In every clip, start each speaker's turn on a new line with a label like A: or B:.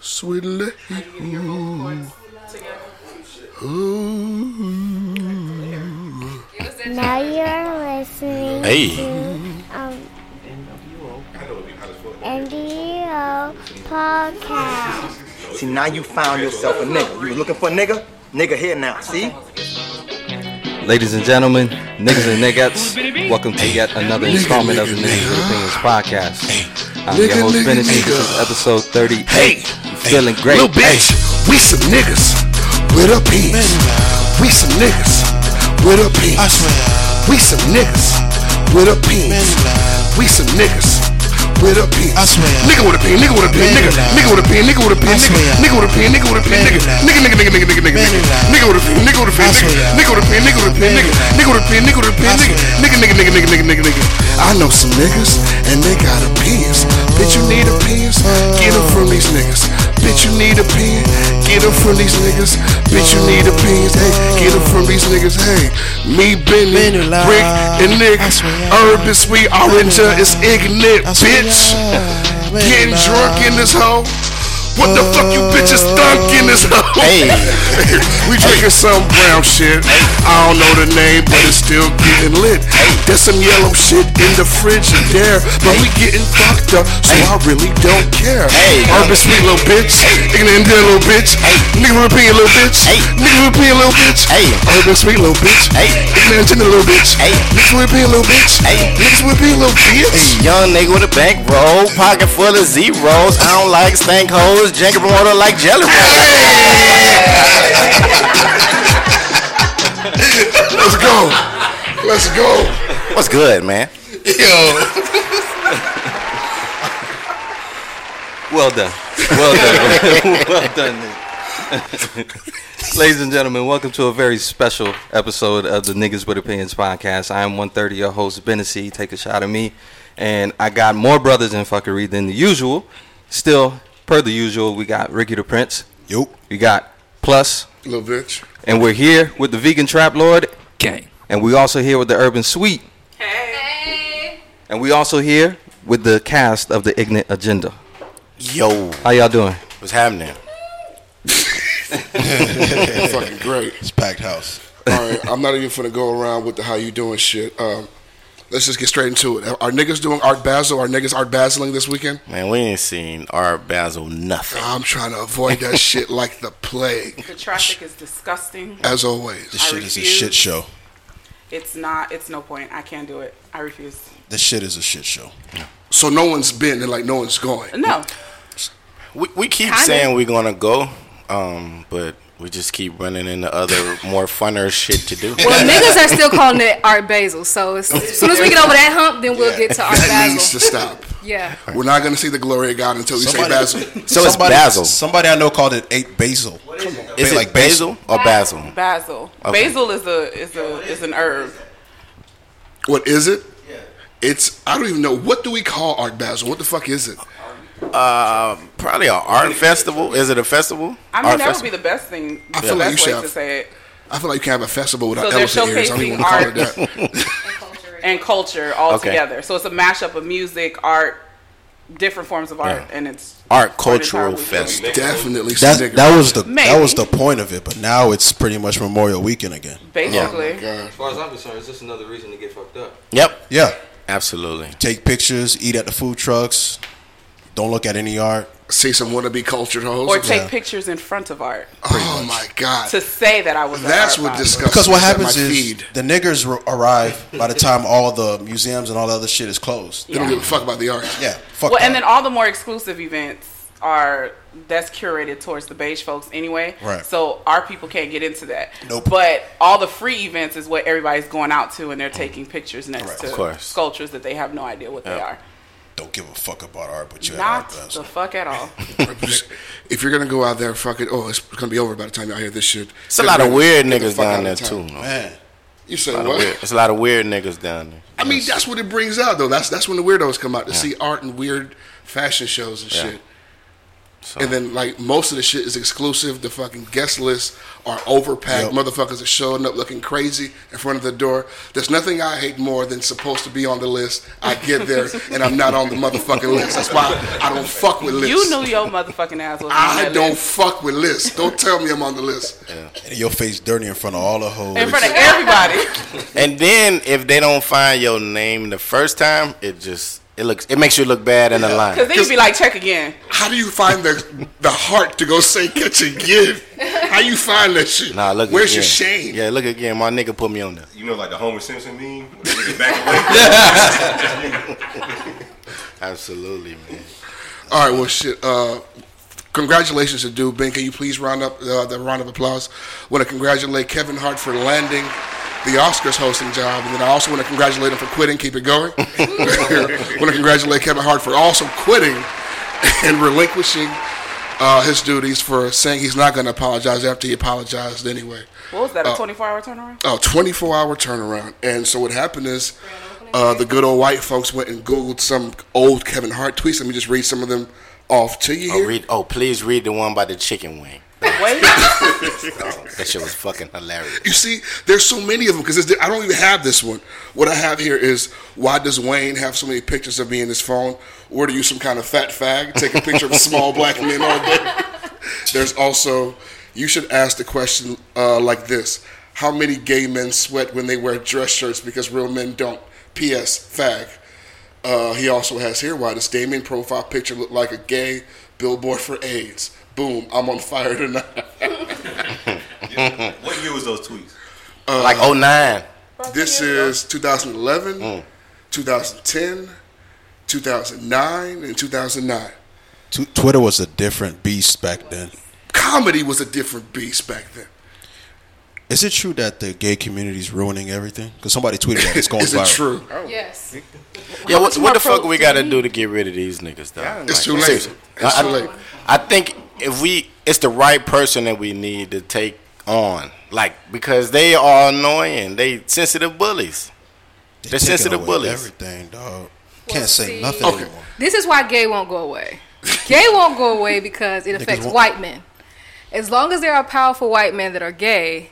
A: Yes, we let you. Ooh.
B: Now you're listening
A: Hey.
B: to um, NDO podcast.
C: See, now you found yourself a nigga. You were looking for a nigga? Nigga here now, see?
D: Ladies and gentlemen, niggas and niggas, welcome to yet another installment of the Niggas with Opinions podcast. I'm your
A: Nigga,
D: host,
A: nigga,
D: Benedict. This
A: nigga.
D: is episode 30.
A: Hey,
D: feeling great.
A: Little bitch, we some niggas with a P. We some niggas with a P.
E: I swear,
A: We some niggas with a P. We some niggas with a P.
E: I swear.
A: Nigga with a P, nigga with a P, nigga, nigga with a P, nigga with a P,
E: I
A: nigga,
E: swear.
A: nigga with a P, nigga with a P, nigga, nigga, nigga, nigga, nigga, nigga, nigga, nigga with a P, nigga with a
E: I
A: P, nigga,
E: swear.
A: nigga with a P, nigga with a P, nigga, nigga with a P, nigga with a P,
E: I
A: nigga,
E: swear.
A: nigga, nigga, nigga, nigga, nigga, nigga, nigga. I know some niggas and they got a pins. Bitch, you need a pins? Get 'em from these niggas. Bitch, you need a pin? Get 'em from these niggas. Bitch, you need a pins? Hey, get 'em from these niggas. Hey, me, Benny,
E: Benny Live.
A: Rick, and Nick.
E: I swear.
A: Herb is sweet, orange is ignorant,
E: I swear.
A: bitch.
E: Benny
A: Getting
E: Live.
A: drunk in this hoe. What the fuck you bitches thunk in this hoe?
D: Hey.
A: we drinking some brown shit. I don't know the name, but it's still getting lit. There's some yellow shit in the fridge and there, but we getting fucked up, so I really don't care.
D: Hey.
A: Herb is sweet little bitch, ignorant and dead little bitch, nigga repeat little bitch,
D: Hey.
A: nigga repeat little bitch,
D: Hey.
A: herb and sweet little bitch,
D: Hey.
A: ignorant and dead little bitch,
D: Hey.
A: niggas with be a little bitch,
D: Hey.
A: niggas with be a little bitch.
D: Young nigga with a bankroll, pocket full of zeros. I don't like stank hoes, drinking water like jelly roll.
A: Let's go, let's go.
D: What's good, man?
A: Yo,
D: Well done. Well done. well done. nigga. Ladies and gentlemen, welcome to a very special episode of the Niggas with Opinions podcast. I am 130, your host, Bennessy. Take a shot at me. And I got more brothers in fuckery than the usual. Still, per the usual, we got Ricky the Prince.
F: Yup.
D: We got Plus.
A: little bitch.
D: And we're here with the Vegan Trap Lord.
F: Gang.
D: And we also here with the Urban Sweet. And we also here with the cast of the Ignorant Agenda.
F: Yo.
D: How y'all doing?
F: What's happening?
A: fucking great.
F: It's packed house.
A: All right, I'm not even finna go around with the how you doing shit. Um, let's just get straight into it. Are niggas doing Art Basel? Are niggas Art Basiling this weekend?
F: Man, we ain't seen Art Basil nothing.
A: I'm trying to avoid that shit like the plague,
G: The traffic is disgusting.
A: as always.
H: This
G: I
H: shit is a
G: refuse.
H: shit show.
G: It's not. It's no point. I can't do it. I refuse.
H: This shit is a shit show.
A: So no one's been and like no one's going.
G: No.
F: We, we keep
G: Kinda.
F: saying we're gonna go, um, but we just keep running into other more funner shit to do.
I: Well, niggas are still calling it Art Basil. So as as soon as we get over that hump, then we'll get to Art
A: That needs to
I: Basil.
A: stop.
I: Yeah.
A: We're not gonna see the glory of God until we say Basil.
F: So it's
H: somebody,
F: Basil.
H: Somebody I know called it eight basil.
F: Is
H: They
F: it
H: like
F: basil, or basil?
G: Basil. Basil is a is a is an herb.
A: What is it? It's I don't even know. What do we call Art Basel? What the fuck is it?
F: Um, Probably an art festival. Is it a festival?
G: I mean, that would
F: art
G: be
F: festival?
G: the best thing.
A: I
G: the
A: feel like
G: best
A: you
G: way
A: should
G: to
A: have-
G: say it.
A: I feel like you can have a festival without
G: So they're
A: elephant ears. I don't even want to
G: showcasing
A: call it that.
G: And culture all
F: Okay.
G: together. So it's a mashup of music, art, different forms of art, and it's
F: art
G: part of
F: cultural
G: how we do it.
F: fest.
A: Definitely.
H: That,
A: nigga.
H: that was the
G: Maybe.
H: that was the point of it, but now it's pretty much Memorial Weekend again.
G: Basically,
A: God.
D: As far as I'm concerned, it's just another reason to get fucked up.
F: Yep,
H: Yeah,
F: absolutely.
H: take pictures, eat at the food trucks, don't look at any art.
A: see some wannabe cultured hoes.
G: or take
H: Yeah.
G: pictures in front of art
A: oh my god,
G: to say that I was. an
A: that's
G: art
A: what
G: body.
A: disgusts.
H: Because what
A: me, that
H: happens
A: my
H: is
A: feed.
H: the niggers r- arrive by the time all the museums and all the other shit is closed.
A: they don't
G: Yeah.
A: give a fuck about the art.
H: Yeah, fuck
G: Well,
H: that.
G: and then all the more exclusive events are that's curated towards the beige folks anyway.
H: Right.
G: So our people can't get into that.
H: Nope.
G: But all the free events is what everybody's going out to, and they're taking pictures next
H: Right.
G: to
F: Of course.
G: sculptures that they have no idea what they are.
H: don't give a fuck about art, but you
G: Not
H: art
G: the
H: Basel.
G: fuck at all.
A: if you're gonna go out there, fuck it. Oh, it's gonna be over by the time y'all hear this shit.
F: It's a lot of weird
A: Get the
F: niggas
A: fuck out
F: down there
A: of
F: too.
A: town.
F: man.
H: Man,
A: You say
F: A lot of weird-
A: what?
F: It's a lot of weird niggas down there.
A: I mean, that's what it brings out though. That's that's when the weirdos come out to see art and weird fashion shows and shit.
F: So.
A: And then like most of the shit is exclusive. The fucking guest lists are overpacked.
H: Yep.
A: Motherfuckers are showing up looking crazy in front of the door. There's nothing I hate more than supposed to be on the list. I get there and I'm not on the motherfucking list. That's why I don't fuck with lists.
G: You knew your motherfucking ass was on
A: I
G: that
A: don't
G: list.
A: fuck with lists. Don't tell me I'm on the list.
H: And your face dirty in front of all the hoes.
G: in front of everybody.
F: And then if they don't find your name the first time, it just it looks it makes you look bad in the
G: Because
F: line.
G: then you'd be like, check again.
A: How do you find the the heart to go say catch a give? How you find that shit?
F: Nah, look.
A: Where's
F: again.
A: your shame?
F: Yeah, look again. My nigga put me on there.
J: You know, like the Homer Simpson meme. when they get Back
F: Absolutely, man.
A: All right, well, shit. Uh, congratulations to Dude Ben. Can you please round up uh, the round of applause? Want to congratulate Kevin Hart for landing the Oscars hosting job, and then I also want to congratulate him for quitting. Keep it going. want to congratulate Kevin Hart for also quitting and relinquishing uh, his duties for saying he's not going to apologize after he apologized anyway.
G: What was that, a 24 hour turnaround?
A: a 24 hour turnaround. And so what happened is uh, the good old white folks went and Googled some old Kevin Hart tweets. Let me just read some of them off to you
F: Oh,
A: here.
F: read. Oh, please read the one by the chicken wing.
G: Wait.
F: That shit was fucking hilarious.
A: You see, there's so many of them because I don't even have this one. What I have here is why does Wayne have so many pictures of me in his phone? Were you some kind of fat fag? Take a picture of small black men all day. There's also you should ask the question uh, like this: How many gay men sweat when they wear dress shirts because real men don't? P.S. Fag. Uh, he also has here why does Damien profile picture look like a gay billboard for AIDS? Boom! I'm on fire tonight.
J: away. what year was those tweets?
F: like oh
A: Uh,
F: nine. Mm.
A: This is 2011, 2010, 2009, and 2009.
H: Tw- Twitter was a different beast back then.
A: Comedy was a different beast back then.
H: Is it true that the gay community is ruining everything? Because somebody tweeted that it's going
A: is
H: viral.
A: it true?
I: Yes.
F: Yeah, what, what the fuck we gotta
I: protein?
F: do to get rid of these niggas though?
A: It's too late. It's
F: I,
A: too
F: I-
A: late.
F: I think if we, it's the right person that we need to take on, like because they are annoying. They sensitive bullies.
H: They
F: They're
H: taking
F: sensitive
H: away
F: bullies.
H: Everything, dog.
I: Well,
H: Can't
I: see-
H: say nothing
A: Okay.
H: anymore.
I: This is why gay won't go away. Gay won't go away because it affects
H: won't-
I: white men. As long as there are powerful white men that are gay,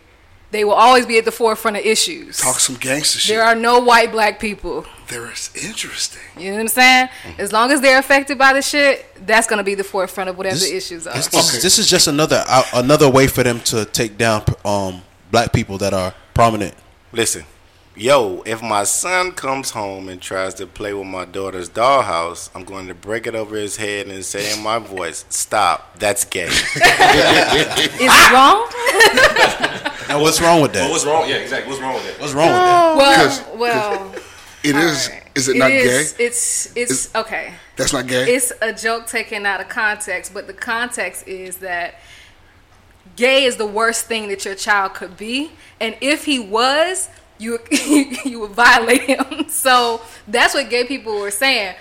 I: they will always be at the forefront of issues.
A: Talk some gangster shit.
I: There are no white black people.
A: there is interesting.
I: You know what I'm saying?
A: Mm.
I: As long as they're affected by the shit, that's gonna be the forefront of whatever
H: This-
I: the issues are.
H: This, this, this is just another out another way for them to take down um, black people that are prominent.
F: Listen, yo, if my son comes home and tries to play with my daughter's dollhouse, I'm going to break it over his head and say in my voice, "Stop, that's gay."
I: Is it wrong?
H: Now, what's wrong with
J: Well,
H: that?
J: what's wrong? Yeah, exactly. What's wrong with that?
H: What's wrong with that?
I: Well, well,
A: It is. Is it not gay?
I: It's it's okay.
A: That's not gay.
I: It's a joke taken out of context, but the context is that gay is the worst thing that your child could be, and if he was, you you would violate him. So that's what gay people were saying.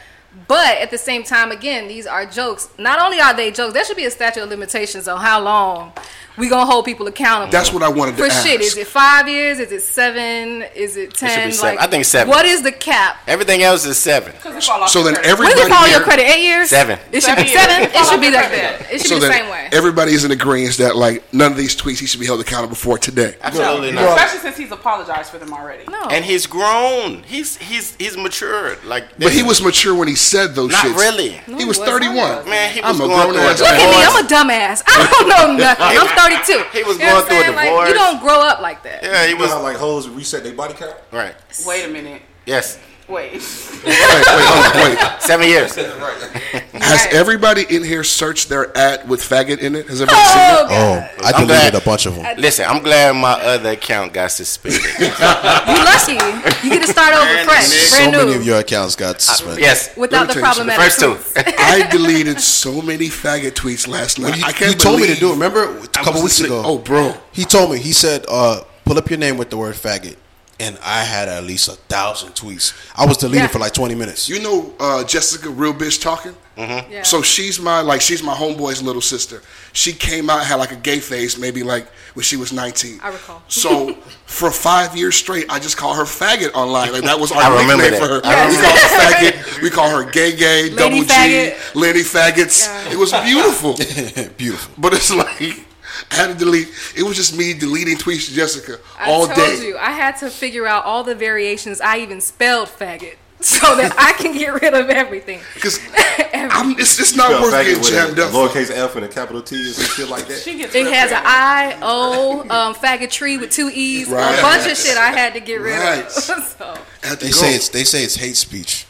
I: But at the same time, again, these are jokes. Not only are they jokes, there should be a statute of limitations on how long we gonna hold people accountable.
A: That's what I wanted to
I: for
A: ask.
I: shit. Is it five years? Is it seven? Is it
F: be
I: ten?
F: seven. I think seven.
I: What is the cap?
F: Everything else is seven.
A: so then
I: What
A: everybody
I: is it called?
A: here-
I: Your credit eight years?
F: Seven.
I: It should
G: Seven
I: be
G: years.
I: seven. It should be
G: Follow
I: like
G: your
I: that. It should
A: so
I: be the
A: then
I: same way.
A: everybody's in agreement that like none of these tweets he should be held accountable for today.
F: Absolutely
G: No,
F: not.
G: Especially since he's apologized for them already.
I: no.
F: And he's grown. He's he's he's matured. Like,
A: But he was mature when he said those
F: Not
A: shits.
F: really. No,
A: he was
I: he wasn't.
A: 31.
F: Man, he
A: I'm
F: was
A: a
F: going
A: grown
F: through a
A: ass
I: Look at me.
F: divorce.
I: I'm a dumbass. I don't know nothing. I'm 32.
F: He was
I: You know
F: going through a
I: what I'm saying? Like, you
F: divorce.
I: don't grow up like that.
F: yeah, he
J: You know
F: was
J: how like hoes reset their body count?
F: right.
G: Wait a minute.
F: Yes,
G: Wait.
A: Wait, wait, hold on, wait.
F: seven years.
A: Has
I: Right.
A: everybody in here searched their ad with faggot in it? Has everybody
I: Oh,
A: seen
I: God.
H: Oh, I
F: I'm glad-
H: deleted a bunch of them.
F: Listen, I'm glad my other account got suspended.
I: you lucky. You get to start over fresh,
H: So
I: brand
H: many
I: new,
H: of your accounts got suspended.
F: yes,
I: without the
A: Uh, Let me tell you
I: problematic.
F: first two.
I: tweets.
A: it? I deleted so many faggot tweets last night.
H: When you,
A: I can't
H: you told me
A: believe-
H: to do it. Remember a
A: I
H: couple
A: was
H: weeks
A: listening-
H: ago.
A: Oh, bro.
H: He told me, he said, uh, pull up your name with the word faggot. And I had at least a thousand tweets. I was deleted
I: Yeah.
H: for like 20 minutes.
A: You know uh, Jessica Real Bitch Talking?
F: Mm-hmm.
I: Yeah.
A: So she's my like she's my homeboy's little sister. She came out had like a gay phase maybe like when she was nineteen.
I: I recall.
A: So for five years straight, I just call her faggot online. Like that was our
F: I remember
A: nickname
F: that.
A: for her.
F: I
A: We call her faggot. We call her gay gay double G
I: faggot.
A: lady faggots. It was beautiful,
H: Beautiful.
A: but it's like. I had to delete. It was just me deleting tweets to Jessica
I: I
A: all
I: told
A: day.
I: you I had to figure out all the variations. I even spelled faggot so that I can get rid of everything.
A: Because it's, it's not
J: Spell
A: worth
J: faggot
A: getting
J: with
A: jammed
J: a
A: up. for.
J: lowercase f and a capital T and some shit like that.
G: She gets
I: It
G: real
I: has an
G: creative.
I: I O um, faggotry with two E's.
A: Right.
I: A bunch of shit I had to get rid
A: Right.
I: of. so
A: I had to
H: They
A: go.
H: say it's they say it's hate speech.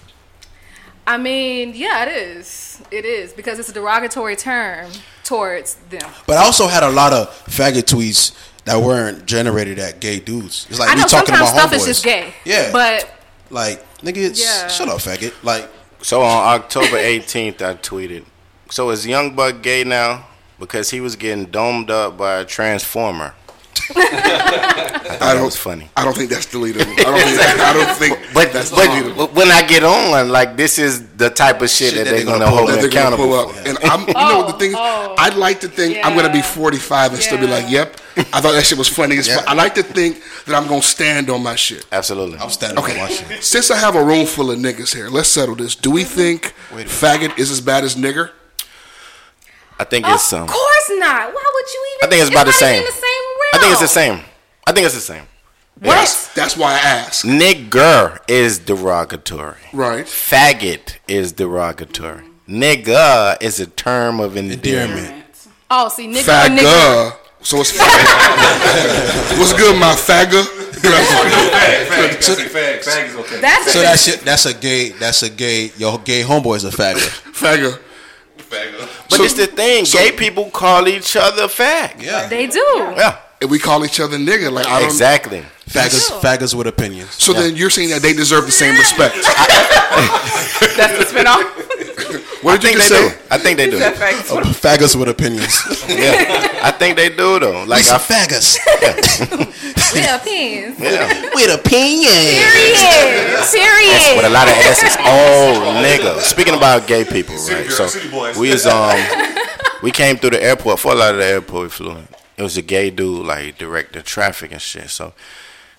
I: I mean, yeah, it is. It is because it's a derogatory term towards them.
H: But I also had a lot of faggot tweets that weren't generated at gay dudes. It's like
I: I
H: we
I: know
H: talking
I: sometimes
H: about
I: stuff
H: homeboys.
I: is just gay.
H: Yeah.
I: But
H: like nigga, it's-
I: Yeah.
H: shut up, faggot. Like
F: So on October 18th, I tweeted, "So is Young Buck gay now?" Because he was getting domed up by a transformer.
A: I
F: That
A: don't
F: was funny.
A: I don't think that's deletable. I don't think. I don't think.
F: But,
A: that's
F: but,
A: deletable.
F: but when I get on, like this is the type of shit, that, they're gonna,
H: pull
F: hold
H: up.
A: that
F: me
A: they're gonna
F: accountable.
A: pull
F: for.
A: up. And I'm, you know, the thing is,
I: Oh, oh.
A: I'd like to think I'm gonna be
I: Yeah.
A: 45 and still be like,
I: Yeah.
A: "Yep, I thought that shit was funny." as fuck. I like to think that I'm gonna stand on my shit.
F: Absolutely.
H: I'm standing okay.
A: Okay.
H: for my shit.
A: Since I have a room full of niggas here, let's settle this. Do we think faggot is as bad as nigger?
F: I think
I: of
F: it's um.
I: course not. Why would you even?
F: I think it's about the
I: not
F: same.
I: even the same
F: I think it's the
I: realm.
F: same. I think it's the same.
I: What?
A: That's, that's why I ask.
F: Nigger is derogatory.
A: Right.
F: Faggot is derogatory. Nigger is a term of endearment.
I: Oh, see, nigga,
A: Fagga.
I: nigga.
A: So it's What's good, my fagga?
J: Fag, fag, I say fag, fag is okay.
I: That's
H: So
I: a
H: that shit that's a gay that's a gay your gay homeboy is a faggot.
A: fagga.
J: Fag.
F: But
A: So-
F: it's the thing.
A: so-
F: gay people call each other fag.
H: Yeah.
I: they do.
F: Yeah.
A: And we call each other nigga. Like I don't.
F: Exactly.
H: Faggots
I: Sure.
H: faggots with opinions.
A: So then you're saying that they deserve the same respect.
G: That's the spinoff.
A: What did
F: I
A: you
F: think
A: just
F: they
A: say?
F: do. I think they do.
G: That fact.
H: Uh, faggots with opinions.
F: Yeah. I think they do though. Like I,
H: faggots
I: Yeah, pins.
F: yeah.
H: with opinions.
I: Period. Period.
F: But a lot of asses. Oh, nigga. Speaking about gay people, right?
J: girl,
F: So
J: city boys.
F: we was um, we came through the airport. For a lot of the airport, we flew in. It was a gay dude, like direct the traffic and shit. So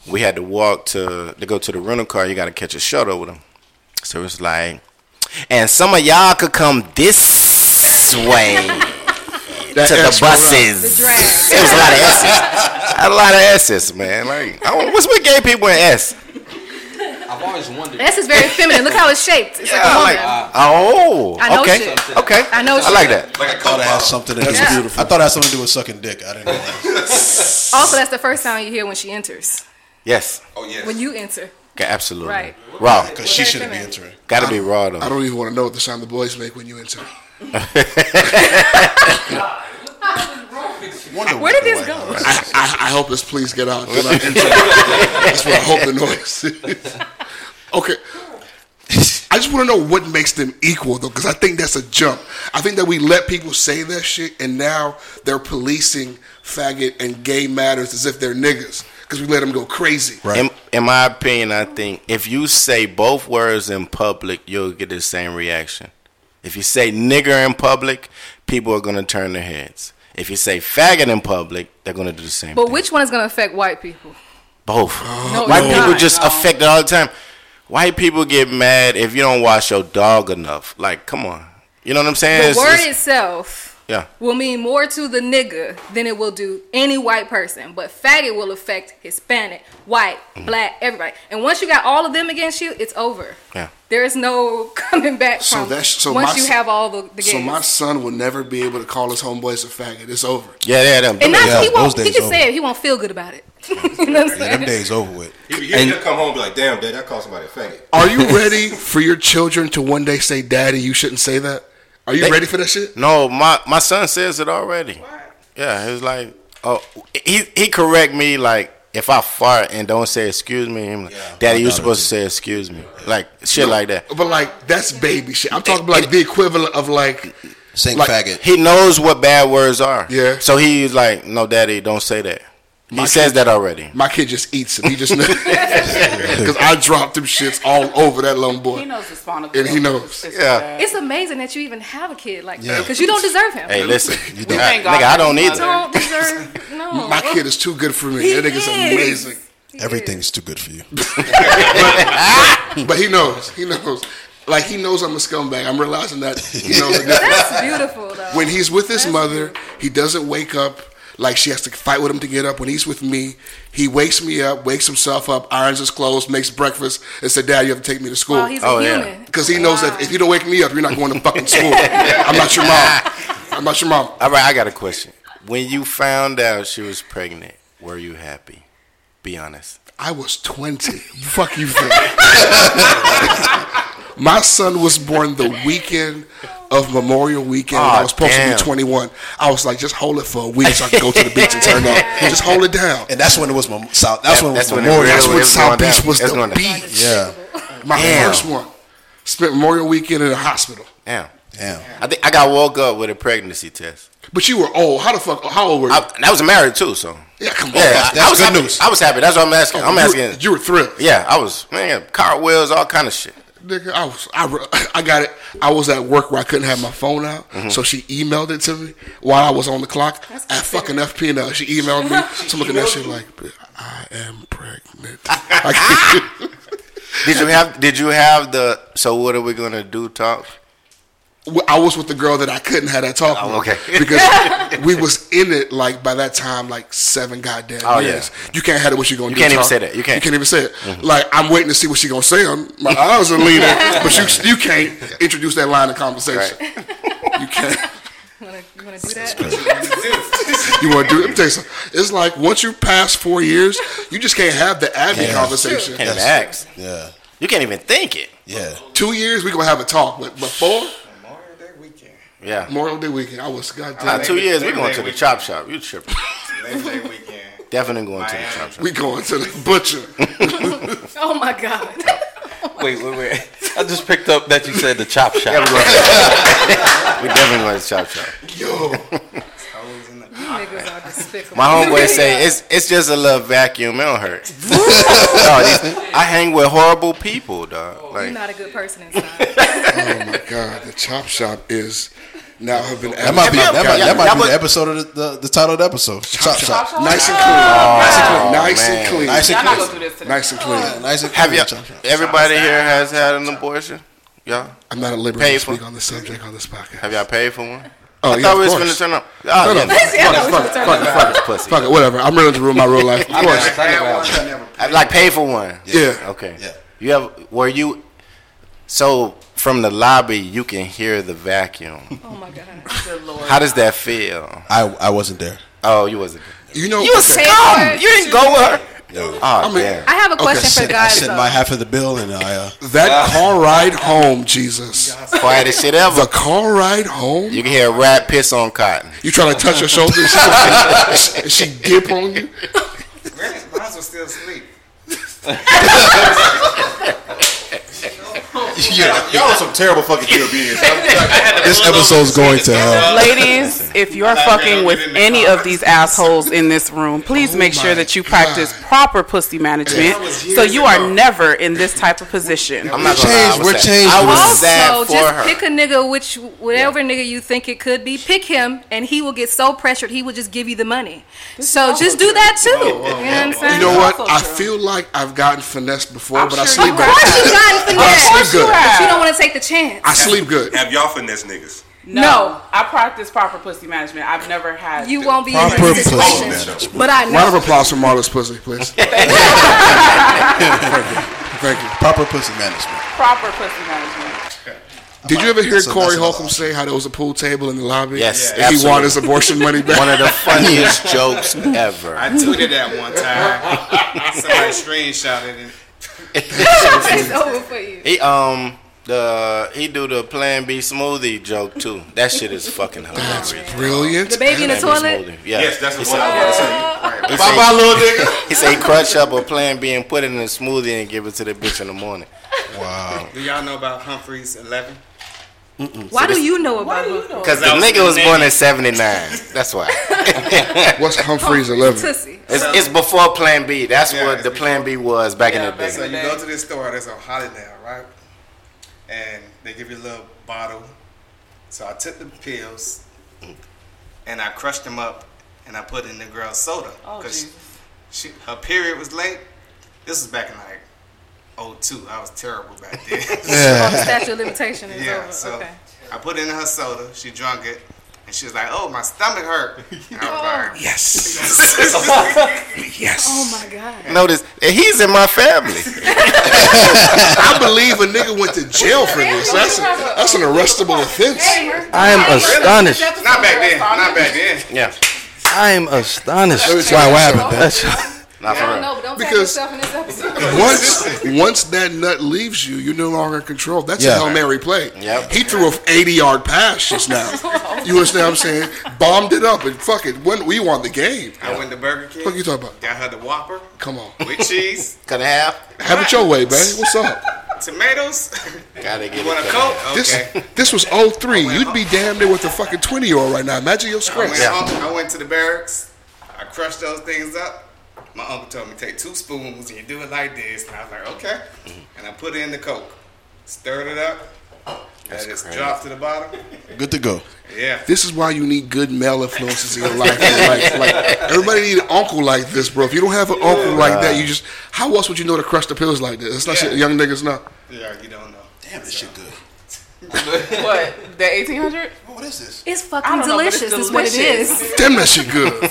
F: we had to walk to to go to the rental car. You got to catch a shuttle with him. So it's like, and some of y'all could come this way.
A: That
F: to the
A: ass rolled out.
F: buses.
I: The drag.
F: it was a lot of S's. a lot of S's, man. Like, I don't, what's with gay people and S?
K: I've always wondered.
I: That's just very feminine. Look how it's shaped. It's
F: Yeah,
I: like a woman.
F: like, oh,
I: I know
F: okay,
I: shit.
F: okay.
I: I know
F: I
I: shit.
F: like that.
J: Like a
H: I thought
J: cop
H: it had something to do.
I: Yeah.
H: Beautiful. I thought it had something to do with sucking dick. I didn't know. That. uh,
I: also, that's the first sound you hear when she enters.
F: Yes.
J: Oh yes.
I: When you enter.
F: Okay, absolutely.
I: Right.
F: Raw.
H: Cause she shouldn't be entering.
F: Gotta be raw though.
A: I don't even want to know what the sound the boys make when you enter.
H: Wonder
I: Where did
H: the
I: this
H: white-
I: go?
A: I, I, I hope this please get out. when I enter. That's what I hope the noise is. Okay. I just want to know what makes them equal, though, because I think that's a jump. I think that we let people say that shit, and now they're policing faggot and gay matters as if they're niggas, because we let them go crazy.
H: Right.
F: In, in my opinion, I think if you say both words in public, you'll get the same reaction. If you say nigger in public, people are gonna turn their heads. If you say faggot in public, they're gonna do the same.
I: But
F: thing.
I: which one is going to affect white people?
F: Both.
I: No,
F: White
I: it's
F: people
I: not.
F: just affected all the time. White people get mad if you don't wash your dog enough. Like, come on. You know what I'm saying?
I: The
F: It's-
I: word
F: it's-
I: itself
F: yeah.
I: will mean more to the nigga than it will do any white person. But faggot will affect Hispanic, white,
A: Mm-hmm.
I: black, everybody. And once you got all of them against you, it's over.
F: Yeah.
I: There is no coming back
A: So
I: from
A: that's- so
I: once
A: my-
I: you have all the, the games.
A: So my son will never be able to call his homeboys a faggot. It's over.
F: Yeah, yeah, them.
I: and not
H: Yeah,
I: he won't.
H: those
I: He
H: days
I: just said he won't feel good about it. you know what I'm
H: Yeah, them
I: saying?
H: days over with.
J: He,
K: And-
J: will come home and be like, damn, dad, I called somebody a faggot.
A: Are you ready for your children to one day say, "Daddy, you shouldn't say that"? Are you
F: They-
A: ready for that shit?
F: no, my, my son says it already. Yeah, it was like, oh, he, he correct me like, if I fart and don't say excuse me, I'm like, Daddy, you supposed to say excuse me, like shit like that.
A: But like that's baby shit. I'm talking about like the equivalent of like
H: Saint
A: Like-
H: faggot.
F: He knows what bad words are.
A: Yeah.
F: So he's like, no, Daddy, don't say that. He says that already.
A: My kid just eats him. He just because I dropped them shits all over that little boy.
G: He knows the spinal
A: And he knows.
F: Yeah.
I: It's amazing that you even have a kid like that because you don't deserve him.
F: Hey, listen,
G: don't.
F: I-
G: Thank God
F: nigga, I
G: for
F: don't
G: his
F: either.
G: mother.
I: don't deserve no.
A: My kid is too good for me. that nigga's
I: is.
A: amazing.
H: Everything's too good for you.
A: But he knows. He knows. Like he knows I'm a scumbag. I'm realizing that he knows.
I: That's beautiful though.
A: when he's with his mother, he doesn't wake up. Like she has to fight with him to get up. When he's with me, he wakes me up, wakes himself up, irons his clothes, makes breakfast, and said, "Dad, you have to take me to school."
I: oh, he's
F: Oh,
I: a
F: yeah.
I: human.
A: Because he knows that if you don't wake me up, you're not going to fucking school. I'm not your mom. I'm not your mom.
F: All right, I got a question. When you found out she was pregnant, were you happy? Be honest.
A: I was 20. Fuck you, Phil. My son was born the weekend of Memorial Weekend. when I
F: Aw,
A: was supposed
F: damn.
A: to be 21. I was like, just hold it for a week so I can go to the beach and turn up. Just hold it down.
H: And that's when it was my south. That's when it was
F: That's when it
H: Memorial.
F: really
A: That's when
F: was
A: South
F: going down.
A: Beach was
F: That's
A: the
F: going down.
A: beach.
H: yeah,
A: My
F: Damn.
A: first one. Spent Memorial Weekend in the hospital.
F: Damn.
H: damn.
F: I think I got woke up with a pregnancy test.
A: But you were old. How the fuck? How old were you? Oh,
F: I, and I was married too, so
A: yeah, come on.
F: yeah, I,
H: that's
F: I was
H: good
F: happy.
H: news.
F: I was happy. That's what I'm asking. I'm
A: Oh, You were-
F: asking.
A: You were thrilled.
F: yeah, I was man, cartwheels, all kind of shit.
A: Nigga, I was I, re- I got it. I was at work where I couldn't have my phone out,
F: Mm-hmm.
A: so she emailed it to me while I was on the clock at fucking FPNL. She emailed me. So I'm looking at that shit like, I am pregnant. I can't-
F: Did you have? Did you have the? So what are we gonna do? Talk.
A: Well, I was with the girl that I couldn't have that talk.
F: Oh,
A: with
F: okay.
A: because we was in it like by that time like seven goddamn
F: Oh, yeah.
A: years. You can't have it. What you gonna do?
F: can't even
A: talk.
F: say that. You can't. Mm-hmm.
A: You can't even say it. Like I'm waiting to see what she gonna say. I'm, my eyes are leaning, but you you can't introduce that line of conversation. You can't.
I: You wanna, you wanna do that?
A: You want to do it? Let me tell you something. It's like once you pass four years, you just can't have the Abby conversation.
F: Can't even ask.
H: Yeah,
F: You can't even think it.
H: yeah.
A: Two years, we gonna have a talk. But before
F: Yeah.
A: Memorial Day weekend, I was goddamn.
F: Nah, two years. We
B: Labor
F: going
B: Day
F: to the
B: weekend.
F: chop shop. You tripping?
B: Labor Day weekend.
F: Definitely going to the chop shop.
A: we going to the butcher.
I: Oh my god.
D: Wait, wait, wait. I just picked up that you said the chop shop.
F: Yeah, we going. to- we definitely going to the chop shop.
A: Yo,
I: You niggas are despicable.
F: My homeboy say it's it's just a little vacuum. It don't hurt. no, these- I hang with horrible people, dog.
I: You're
F: Like
I: not a good person inside.
A: oh my god, the chop shop is now have been
H: That might be that, might, that might
F: That
H: be
F: was-
H: the episode of the, the, the title of the episode. Chop shop.
A: nice and clean, nice
F: Oh, man.
A: and clean, nice
H: Nice
A: and
G: Y'all
H: and
G: not gonna
H: clean.
G: do this today.
A: clean, nice and clean.
H: Nice and
F: have
H: clean.
F: you?
H: Chop shop.
F: Everybody here has had an abortion. Y'all
A: I'm not at liberty
F: Pay
A: to
F: for-
A: speak on this subject on this podcast.
F: have y'all paid for one?
A: Oh,
F: I
A: yeah,
F: thought
A: of
F: we was
A: course.
F: finna turn up. Oh,
A: no,
F: yeah.
A: fuck, it, fuck, it, fuck, it, fuck, it,
F: Pussy.
A: fuck it, whatever. I'm ready to ruin my real life. Of course,
F: I- Like pay for one.
A: yeah.
F: Okay.
H: Yeah.
F: You have? Were you? So from the lobby, you can hear the vacuum.
I: Oh my god.
G: Good lord.
F: How does that feel?
H: I I wasn't there.
F: Oh, you wasn't.
A: You know,
F: You a
A: okay.
F: scum. You didn't go with her.
H: Yo.
F: Oh
A: mean-
F: damn.
I: I have a question for
H: Sent- I
I: guys
H: sent
I: though.
H: my half of the bill and I uh,
A: That car ride home, Jesus.
F: Quietest shit ever.
A: The car ride home.
F: You can hear a rat piss on cotton.
A: You try to touch her shoulder, and she, and she dip on you.
B: Granted, mine's was still asleep.
H: yeah.
B: Y'all are some terrible fucking human beings.
H: This episode's going to hell.
G: Ladies, if you're fucking with any of these assholes in this room, please make sure that you practice proper pussy management so you are never in this type of position.
F: I'm not
H: We're
F: gonna lie, I
H: changed,
F: was
H: we're
F: sad.
H: changed
F: I was
H: now.
F: sad
I: Also,
F: for
I: Oh, just
F: her.
I: pick a nigga, which whatever nigga you think it could be, pick him, and he will get so pressured he will just give you the money. so just do
G: Oh,
I: that too. You know what I'm saying?
A: You know what? I feel like I've gotten finessed before, but I
I: Of
A: sleep good.
I: course you got in
A: I sleep
I: finesse,
A: good.
I: but you don't want to take the chance.
A: I sleep good.
B: Have y'all finesse niggas?
G: No,
I: No.
G: I practice proper pussy management. I've never had.
I: you won't be
H: Proper
I: in this
H: pussy
I: situation. But I
A: Round of
I: know.
A: applause for Marla's pussy, please. Thank you. Thank you.
H: Proper pussy management.
G: proper pussy management.
A: Did you ever hear
H: That's a-
A: Corey
H: that's a lot.
A: Holcomb say how there was a pool table in the lobby?
F: Yes,
A: and he wanted his abortion money
F: One
A: back.
F: of the funniest jokes ever.
B: I tweeted that one time. Somebody screenshotted it.
I: It's over for you.
F: He um the he do the Plan B smoothie joke too. That shit is fucking hilarious.
A: Brilliant.
I: The baby in the
F: Plan B
I: toilet.
F: smoothie. Yeah.
B: Yes, that's the
F: he
B: one I
F: said,
B: want to say.
F: he,
B: Bye bye,
F: said,
B: little nigga.
F: he said he crunch up a Plan B and put it in a smoothie and give it to the bitch in the morning.
H: Wow.
B: Do y'all know about Humphreys 11?
I: Why do you know about
G: you
I: her?
F: Cause the
B: That was
F: nigga
B: the
F: was
B: name.
F: born in '79. That's why.
I: Oh,
A: What's Humphreys 11?
I: Tussie.
F: It's, it's before Plan B. That's
B: Yeah,
F: what
B: it's
F: the Plan B was back
G: Yeah,
F: in the
G: back
F: day.
G: in
B: So
G: the
B: you go to this store that's on Hollywood, right? And they give you a little bottle. So I took the pills and I crushed them up and I put in the girl's soda
G: Oh, Jesus.
B: she, her period was late. This was back in like 02. I was terrible back then.
I: Oh, the statute of limitation is
B: yeah,
I: over.
B: so
I: okay.
B: I put it in her soda. She drunk it. And she was like, oh, my stomach hurt. And I was like,
I: Oh my God.
F: Notice eh, he's in my family.
A: I believe a nigga went to jail for this. That's, a, that's an arrestable offense.
D: I am astonished.
B: not back then. Not back then.
F: yeah,
D: I am astonished.
H: Why? What happened? man?
D: That's-
F: not
I: I
F: for
I: don't
F: real.
I: know, but don't tag
A: Because-
I: yourself in this episode.
A: Once once that nut leaves you, you're no longer in control. That's
H: Yeah.
A: a Hail Mary play.
F: Yep.
A: He threw a 80 yard pass just now.
I: Oh,
A: you understand what I'm saying? Bombed it up and fuck it. When, we won the game.
B: I went to Burger King.
A: What you talking about?
B: Got her the Whopper
A: Come on.
B: with cheese,
F: Cut in half.
A: Have it your way, baby. What's up?
B: tomatoes.
F: Gotta get
B: You want
F: it.
B: a
F: cut in
B: coke?
F: half.
B: Okay.
A: This this was 03. You'd be damn near with a fucking 20 year old right now. Imagine your
B: I went,
A: scratch.
B: home, I went to the barracks. I crushed those things up. My uncle told me take two spoons and you do it like this. And I was like, okay.
F: Mm-hmm.
B: And I put in the coke, stirred it up. Let it drop to the bottom.
H: Good to go.
B: Yeah.
A: This is why you need good male influences in your life. like, like, everybody need an uncle like this, bro. If you don't have an uncle like that, you just how else would you know to crush the pills like this? That's not
B: Yeah.
A: shit young niggas know.
B: Yeah, you don't know.
H: Damn, this shit good.
G: What? The eighteen hundred?
H: What is this?
I: It's
G: I
I: fucking
G: don't know, but it's
I: delicious. Is what it
G: delicious.
I: is.
A: Damn, that shit good.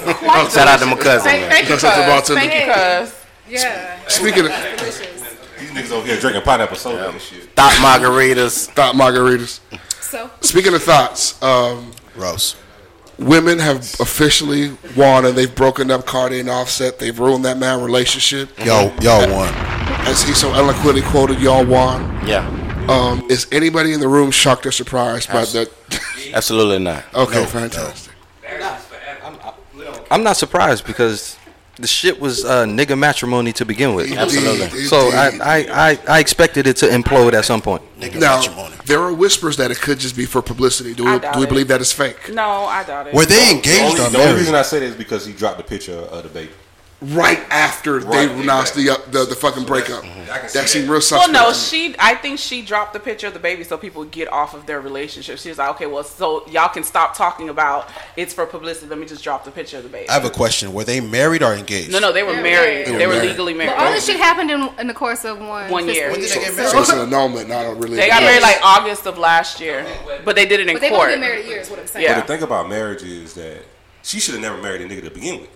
F: Shout out to my cousin.
G: Thank,
F: Man.
G: thank you,
A: That's what the
G: cuz.
A: bartender-
G: Thank you, cuz.
I: Yeah.
A: Speaking of
I: Delicious.
B: These niggas over here drinking pineapple soda and shit.
F: Thought margaritas.
A: thought margaritas,
I: So
A: speaking of thoughts, um,
H: Gross.
A: women have officially won and they've broken up Cardi and Offset. They've ruined that man relationship.
H: Y'all, y'all won.
A: As he so eloquently quoted, "Y'all won."
F: Yeah,
A: Um, is anybody in the room shocked or surprised by that?
F: absolutely not.
A: okay,
H: No,
A: fantastic.
D: I'm not surprised because the shit was uh, nigga matrimony to begin with.
A: Indeed,
D: So I,
A: indeed.
D: I, I, I expected it to implode at some point.
H: Nigga,
A: Now,
H: matrimony.
A: there are whispers that it could just be for publicity. Do
G: I
A: we,
G: doubt
A: do we
G: it.
A: believe that is fake?
G: No, I doubt it.
H: Were they engaged or married?
B: I say that is because he dropped the picture of the baby.
A: Right after
B: Right,
A: they announced
B: exactly. mm-hmm.
A: the, uh, the the fucking breakup, that,
B: see
A: seemed
B: that.
A: real
G: Well,
A: suspect.
G: no, she. I think she dropped the picture of the baby so people would get off of their relationship. She was like, okay, well, so y'all can stop talking about it's for publicity. Let me just drop the picture of the baby.
H: I have a question. Were they married or engaged?
G: no, no, they were
I: They were
G: married.
I: married.
G: They were,
H: They were married.
G: legally
I: but
G: married.
I: all this shit happened in, in the course of one
G: One year.
I: fiscal
G: When did they
H: get
A: so it's an annulment. I don't really.
G: They got married like August of last year, but they did it in
I: But they've
G: court.
I: only been married a year. Is what I'm saying.
G: Yeah.
B: thing about marriage is that she should have never married a nigga to begin with.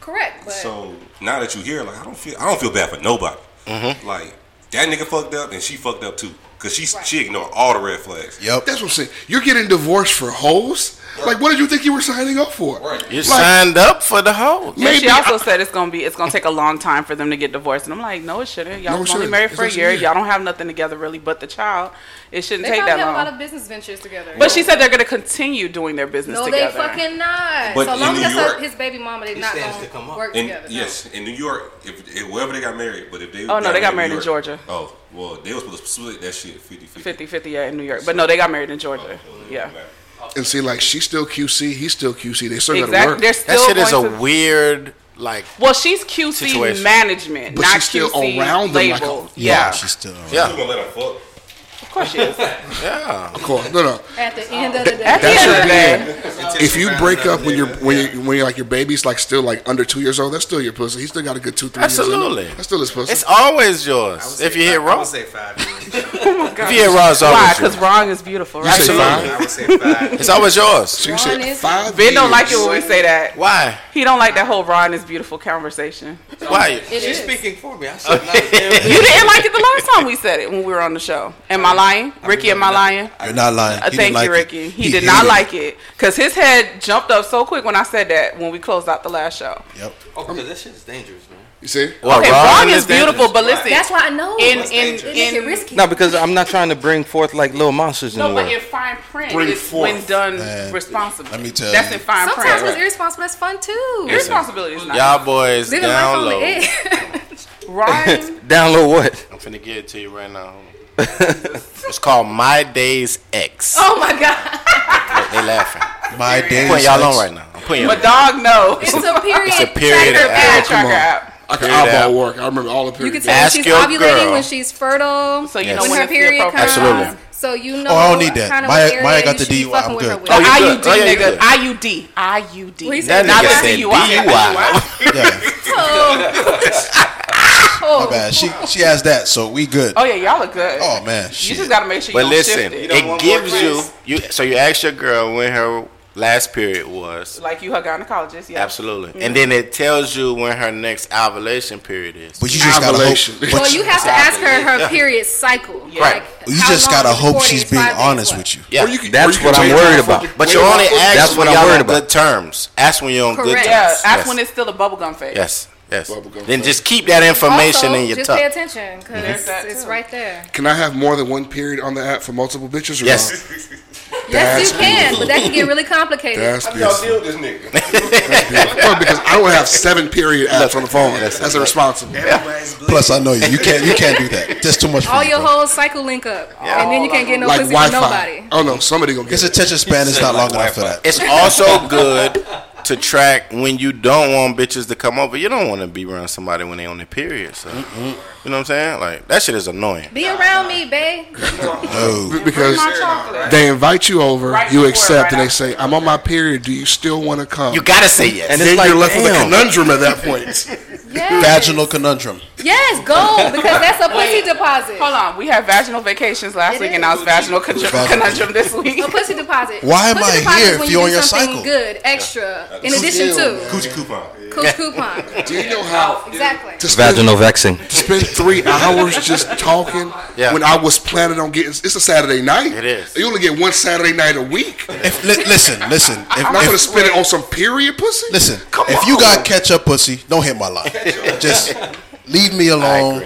I: Correct. But
B: So now that you here, like I don't feel I don't feel bad for nobody.
H: Mm-hmm.
B: Like that nigga fucked up and she fucked up too, cause she she ignored all the red flags.
H: Yep.
A: That's what I'm saying. You're getting divorced for hoes. Like, what did you think you were signing up for?
F: You
A: Like,
F: signed up for the whole.
G: And
A: maybe
G: she also
A: I-
G: said it's gonna be it's gonna take a long time for them to get divorced, and I'm like, no, it shouldn't. Y'all
A: No, it
G: was only
A: shouldn't.
G: married
A: It's
G: for a
A: just a
G: year.
A: year.
G: Y'all don't have nothing together really, but the child. It shouldn't
I: they
G: take
I: probably
G: that
I: have a lot
G: long.
I: of business ventures together.
G: But she said they're gonna continue doing their business
I: No,
G: together.
I: they fucking not.
B: But
I: so
B: in
I: long
B: New
I: as that's
B: York-
I: her- his baby mama, they not
D: stands to
I: going
D: come
I: to
D: up.
I: work
B: In,
I: together. no.
B: yes, in New York, if, if wherever they got married, but if they
G: Oh, no, they got married in
B: New York-
G: Georgia.
B: Oh well, they was supposed to split that shit 50-50.
G: 50 50 yeah, in New York. But no, they got married in Georgia. Yeah.
A: and see, like, she's still QC. He's still QC. They still got to
G: Exactly.
A: work.
G: They're still
F: That shit is a
G: going to-
F: weird like.
G: Well, she's QC
F: situation.
G: management,
A: But
G: not
A: she's still
G: QC
A: around them like oh, a-
G: label.
H: Yeah,
G: yeah.
H: she's still. Around.
B: You
F: Yeah,
B: gonna let them fuck?
G: of course she is. At
F: yeah.
A: Of course. No, no.
I: At the end of the day.
G: the end of the day,
A: If you break up when you're when you when you're like your baby's like still like under two years old, that's still your pussy. He's still got a good two three years. in him.
F: Absolutely.
A: that's still his pussy.
F: It's always yours if you hit
B: I
F: wrong.
B: would say five years.
F: If you hit wrong, it's
G: Oh why?
F: always
G: Because
F: yours.
G: wrong is beautiful, right?
A: You say
F: Absolutely.
B: I would say five.
F: It's always yours.
A: So you
I: Ron
A: said
I: is-
A: five.
G: Ben don't
A: years.
G: like it when we say that.
F: Why?
G: He don't like that whole Ron is beautiful conversation.
F: Why?
I: It is.
D: for me. I said, no,
G: You didn't like it the last time we said it when we were on the show. Am I lying? Ricky, am I lying?
H: You're not lying.
G: Uh,
H: He
G: thank
H: didn't like
G: you,
H: it.
G: Ricky. He, did not
H: hated
G: like it because his head jumped up so quick when I said that when we closed out the last show.
H: Yep.
D: oh, because that shit is dangerous, man.
A: You see.
F: Well,
G: Okay,
F: wrong
G: wrong is beautiful, but listen,
I: That's why I know.
G: in
I: It
G: in
I: make it
G: in
I: risky.
D: No, because I'm not trying to bring forth like little monsters in
G: no,
D: the
G: but
D: world.
G: in fine print,
A: Bring
G: it's
A: forth.
G: when done
H: Man,
G: responsibly.
H: let me tell
G: that's
H: you.
G: in fine
I: Sometimes
G: print.
I: it's irresponsible. That's fun too.
G: Irresponsibility is not.
F: Y'all boys
I: Living life
F: down
I: on the
F: low.
I: edge.
G: Ryan,
D: Download what?
F: I'm finna get it to you right now. Hold on. it's called My Days X.
I: Oh my god.
F: They laughing.
H: My days.
F: Putting y'all
H: ex-
F: on right now. I'm putting
G: But dog, no.
I: It's a period.
F: It's a period
I: tracker
F: of
I: app.
G: Period tracker app.
A: I can
F: Period
A: eyeball
F: out.
A: work. I remember all the
I: You
A: periods.
I: can tell
F: Ask
I: when she's
F: your
I: ovulating,
F: girl.
I: when she's fertile,
G: So you
F: Yes.
G: know
I: when
G: when
I: her
G: it's the
I: period comes.
G: appropriate.
F: Absolutely.
I: So you know.
H: Oh, I don't need that.
I: kinda
H: Maya-
I: what area
H: Maya got
I: you
H: the
I: should be
H: DUI.
I: fucking
H: I'm
I: with her
H: good.
G: The
F: Oh,
I: with.
F: you
G: IUD,
F: good. Oh, yeah, you
G: nigga.
F: good.
G: IUD. IUD.
I: Well, he
F: That
I: said
G: Not
F: nigga
G: the
F: said
G: DUI.
F: DUI.
H: Yeah,
I: Oh,
H: my bad. She she has that, so we good.
G: Oh, yeah, y'all are good.
H: Oh man,
G: You
H: shit.
G: just gotta make sure you
F: But
G: don't
F: listen,
G: shift it.
B: don't
F: it
B: want more
F: gives you
B: kids.
F: you. So you ask your girl when her last period was.
G: Like you her gynecologist, yeah. Mm.
F: Absolutely, and then it tells you when her next ovulation period is.
H: but you just gotta
A: Ovulation.
H: hope. But
I: well,
H: you,
I: you have to ask her her period cycle.
G: Right.
H: you just gotta hope she's being honest with you.
F: yeah,
A: Or you can-
D: That's
A: or you
D: what
A: can
D: I'm
A: wait
D: worried
A: till-
D: about.
F: but you only ask
D: That's
F: when
D: what I'm
F: y'all
D: worried
F: on
D: about.
F: good terms. Ask when you're on good terms.
I: Correct.
G: Yeah, ask
F: Yes.
G: when it's still a bubblegum phase.
F: Yes, yes.
A: Bubblegum
F: Then
A: flavor.
F: just keep that information in your
I: just
F: tuck.
I: pay attention because
G: Mm-hmm. that
I: it's
G: too.
I: right there.
A: Can I have more than one period on the app for multiple bitches? Or
F: Yes.
A: no?
I: Yes,
A: That's
I: you can,
A: beautiful.
I: but that can get really complicated.
A: That's
B: How y'all
A: beautiful.
B: deal with this nigga?
A: No, because I don't have seven period apps on the phone. That's, irresponsible.
B: Everybody's bleeding.
H: plus, I know you. You can't you can't do that. That's too much for
I: All
H: you,
I: your
H: bro.
I: whole cycle link up, and then you can't get no
A: like
I: pussy
A: Wi
I: from
A: Fi.
I: nobody.
A: Oh no, somebody gonna get
H: His
A: it.
H: attention span is not long enough for that.
F: It's also good to track when you don't want bitches to come over. You don't want to be around somebody when they on their period. So you know what I'm saying? Like that shit is annoying.
I: Be around me, babe.
H: No,
A: because
G: My chocolate.
A: they invite you over,
G: Right
A: you
G: before,
A: accept,
G: right
A: and they
G: after.
A: say, "I'm on my period. Do you still want to come?"
F: You gotta say yes.
D: And
A: then
D: it's like,
A: you're left with a
D: damn.
A: conundrum at that point.
I: Yes.
H: vaginal conundrum.
I: Yes, go because that's a pussy deposit.
G: Hold on, we had vaginal vacations last
I: It
G: week,
I: is.
G: and now it's vaginal con-
H: Vaginal.
G: conundrum this week.
I: A pussy deposit.
H: Why am
I: pussy
H: I
I: deposit is
H: here if
I: when
H: you're
I: do
H: on your
I: something
H: cycle?
I: Good, extra. In addition to
H: Coochie coupon.
I: coo coupon.
A: Do you know how
I: Exactly.
A: to spend,
D: Vaginal vexing.
A: to spend three hours just talking
F: Yeah.
A: when I was planning on getting? It's a Saturday night.
F: It is.
A: You only get one Saturday night a week.
H: If li- listen, listen,
A: I'm not
H: if,
A: gonna
H: if
A: spend it on some period pussy.
H: listen, if you got ketchup pussy, don't hit my line. Just leave me alone.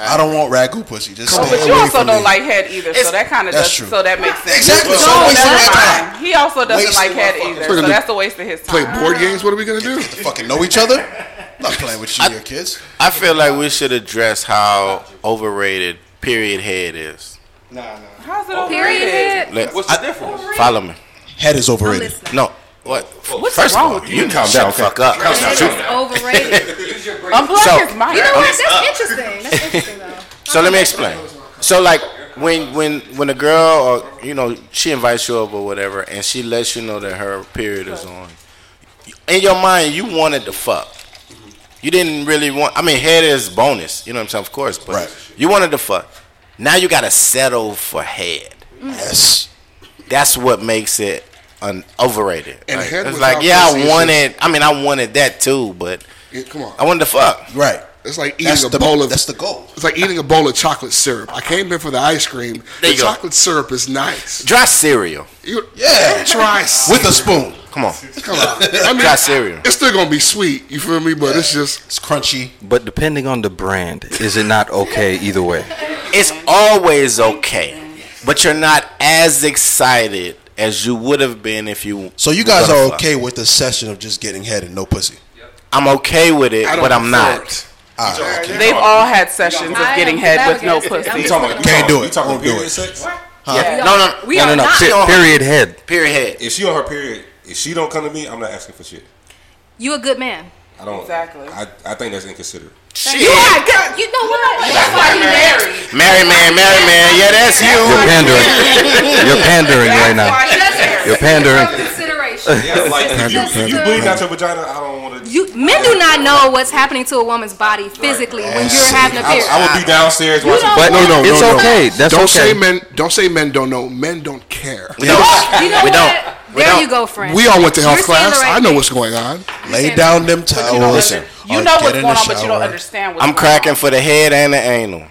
H: I, don't want ragu pussy. Just
A: Come
H: stay
A: on.
G: But you
H: away
G: also
H: from
G: don't
H: me.
G: like head either, so that kind of
H: That's
G: does.
H: true.
G: So that makes sense.
H: Exactly, so
G: No,
H: I'm wasting
G: that's
H: my
G: fine.
H: time.
G: He also doesn't
H: Wasting
G: like
H: my
G: head
H: fucking
G: either,
A: time.
G: so that's the waste of his
A: Play
G: time.
A: board games. What are we gonna do?
H: Fucking know each other. I'm not playing with you, and your kids.
F: I feel like we should address how overrated period head is.
B: Nah, nah.
G: How's it over?
I: Period.
F: Let-
A: What's the difference?
F: follow me.
H: Head is
I: I'm
H: overrated.
I: listening.
F: No. What?
G: What's
F: First
G: wrong
F: of all,
G: with
F: you calm down. Fuck up.
I: It is overrated.
G: Unplug
F: So-
G: his mic.
I: You know what? That's interesting. That's interesting though.
F: So let me explain. So like when when when a girl or you know she invites you over or whatever, and she lets you know that her period is on. In your mind, you wanted to fuck. You didn't really want. I mean, head is bonus. You know what I'm saying? Of course, but
H: Right.
F: you wanted to fuck. Now you gotta settle for head.
I: Mm.
H: Yes.
F: That's what makes it un- overrated.
A: And
F: Like,
A: head
F: it's
A: without
F: like yeah, I
A: pussy is
F: wanted. I mean, I wanted that too, but
A: Yeah, come on.
F: I wanted to fuck.
H: Right.
A: It's like eating
H: That's
A: a
H: the
A: bowl of
H: that's the goal.
A: It's like eating a bowl of chocolate syrup. I came here for the ice cream.
F: There
A: The
F: you go.
A: chocolate syrup is nice.
F: Dry cereal.
A: You
H: Yeah.
A: try
H: With a spoon.
F: Come on.
A: Come on. I mean,
F: Dry cereal.
A: it's still gonna be sweet. You feel me? But it's just
H: It's crunchy.
D: But depending on the brand, is it not okay either way?
F: it's always okay, but you're not as excited as you would have been if you.
H: So you
F: were
H: guys
F: gonna
H: are
F: fuck.
H: okay with the session of just getting head and no pussy.
F: I'm okay with it,
A: I don't
F: but I'm
A: prefer
F: not.
A: it.
H: All right.
G: They've all had sessions of
I: I
G: getting
I: am
G: head with no
I: flabbergasted.
G: pussy.
I: I'm
A: about-
H: Can't do it.
A: talking
H: Won't do it.
A: sex?
F: Yeah. No, no,
I: We
D: no, no,
I: are
D: no.
I: not.
D: Pe- period head.
F: Period head.
J: If she on her period, if she don't come to me, I'm not asking for shit.
I: You a good man.
J: I don't.
G: Exactly.
J: I, I think that's inconsiderate.
I: You
F: Shit.
I: are good. You know what? That's why you married.
F: Mary, man, Mary, man. Yeah, that's
D: You're
F: you.
D: pandering. You're pandering right now. You're pandering.
I: Consideration.
J: Yeah, like if you,
I: That's
J: if you
I: a-
J: bleed out your vagina, I don't want to.
I: You men do not know what's happening to a woman's body physically when you're having a
J: I,
I: period.
J: I would be downstairs
I: You
J: watching.
I: don't
D: But
I: know.
D: no, no, it's
A: no, no.
D: okay. That's
A: don't
D: okay.
A: say men. Don't say men don't know. Men don't care.
F: We don't.
I: You know
F: We
I: what?
F: don't. We
I: there
F: don't.
I: you go, friend.
A: We all went to health
I: You're saying the
A: class.
I: right
A: I know
I: thing.
A: what's going on.
H: Oh Lay down them towels.
G: You know,
F: Listen,
G: you
H: or
G: know
H: get
G: what's
H: in
G: going
H: the
G: on, but you don't
H: shower.
G: understand what's
F: I'm
G: going on.
F: cracking for the head and the anal.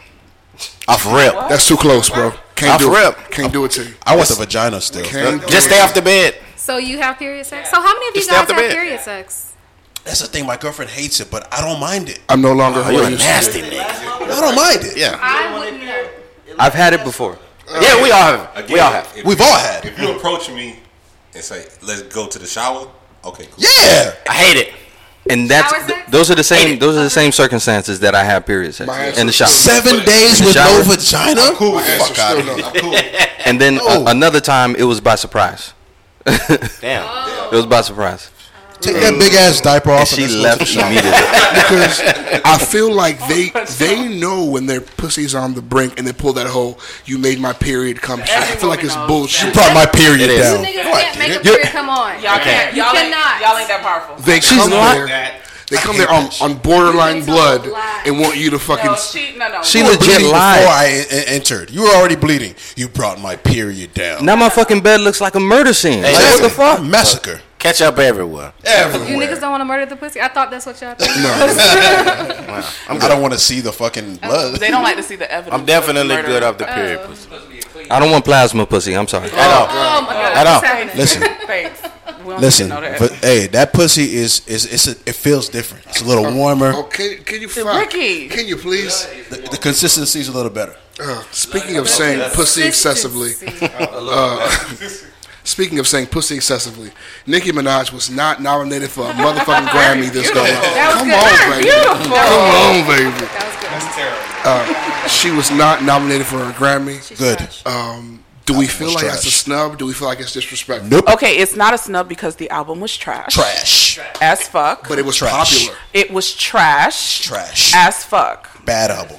F: Off rip.
A: That's too close, bro. Can't
F: Off
A: do
F: rip.
A: it. Can't do it to you.
H: I want the vagina still.
A: Can't do
F: Just
A: it.
F: stay off the bed.
I: So you have period sex. So how many of you
F: Just stay off
I: guys
F: the
I: have
F: bed.
I: period sex?
H: That's the thing. My girlfriend hates it, but I don't mind it.
A: I'm no longer.
F: Oh,
A: who
F: you're
A: I
F: a
A: used to
F: nasty
A: be.
F: nigga.
H: I don't mind it.
F: Yeah.
I: I wouldn't know.
D: I've had it before.
F: Yeah, we all have. it.
J: Again,
F: We all have. it.
J: if-
H: We've all had it.
J: If you approach me and say, "Let's go to the shower," okay, cool.
H: Yeah.
F: I hate it.
D: And that's
I: Shower sex?
D: th- those are the same those are
G: Uh-huh.
D: the same circumstances that I have period sex
A: My
D: in the
A: answer
D: shower.
A: is
H: Seven days
D: In the
H: with no
D: shower?
H: vagina.
A: My answer's
H: Fuck out
A: still
H: of
A: no.
H: here.
A: I'm
J: Cool.
D: And then uh, a-
H: Oh.
D: another time it was by surprise.
F: Damn.
G: Oh.
D: It was by surprise.
H: Take that big ass diaper off.
D: And she
H: that's
D: left
H: what you-
A: because I feel like
G: Oh
A: they they know when their pussy's on the brink and they pull that whole "you made my period come" shit. I feel like it's bullshit.
H: You brought my period
A: It is.
H: down.
I: Niggas can't make a
A: You're-
I: period come on.
G: Y'all can't.
I: You
G: Y'all ain't,
I: cannot.
G: y'all ain't that powerful.
A: They
G: She's
A: come
G: not.
A: there. They come there on, on borderline blood and want you to fucking.
G: she, no, no.
H: You were bleeding Before I en- en- entered, you were already bleeding. You brought my period down.
D: Now my fucking bed looks like a murder scene.
H: Hey,
D: like, what the
H: listen.
D: fuck?
H: Massacre.
F: Catch up everywhere.
I: You niggas don't want to murder the pussy. I thought that's what y'all thought.
H: I'm I do not want to see the fucking blood.
G: They don't like to see the evidence.
D: I'm definitely
G: of the Uh,
D: good off
G: up
D: the period pussy. I don't want plasma pussy. I'm sorry.
G: At all. Oh, my God.
H: At all.
G: Thanks.
H: Listen.
G: Thanks. We don't need to
H: Listen,
G: know that.
H: but hey, that pussy is is it's a, it feels different. It's a little warmer.
A: Oh, can, can you fuck?
G: Ricky.
A: Can you please?
H: The, the consistency's a little better.
A: Uh, speaking of saying pussy excessively, uh, speaking of saying pussy excessively, Nicki Minaj was not nominated for a motherfucking Grammy this
L: Beautiful.
A: time.
L: That was
A: Come
L: good.
A: on, baby.
L: Beautiful.
A: Come on, baby.
B: That's terrible.
A: Uh, she was not nominated for a Grammy.
H: Good.
A: Um, do we feel
H: was
A: like
H: trash.
A: that's a snub? Do we feel like it's disrespectful?
G: Okay, it's not a snub because the album was trash.
H: Trash.
G: As fuck.
A: But it was
H: Trash.
A: popular.
G: It was trash.
H: Trash.
G: As fuck.
H: Bad album.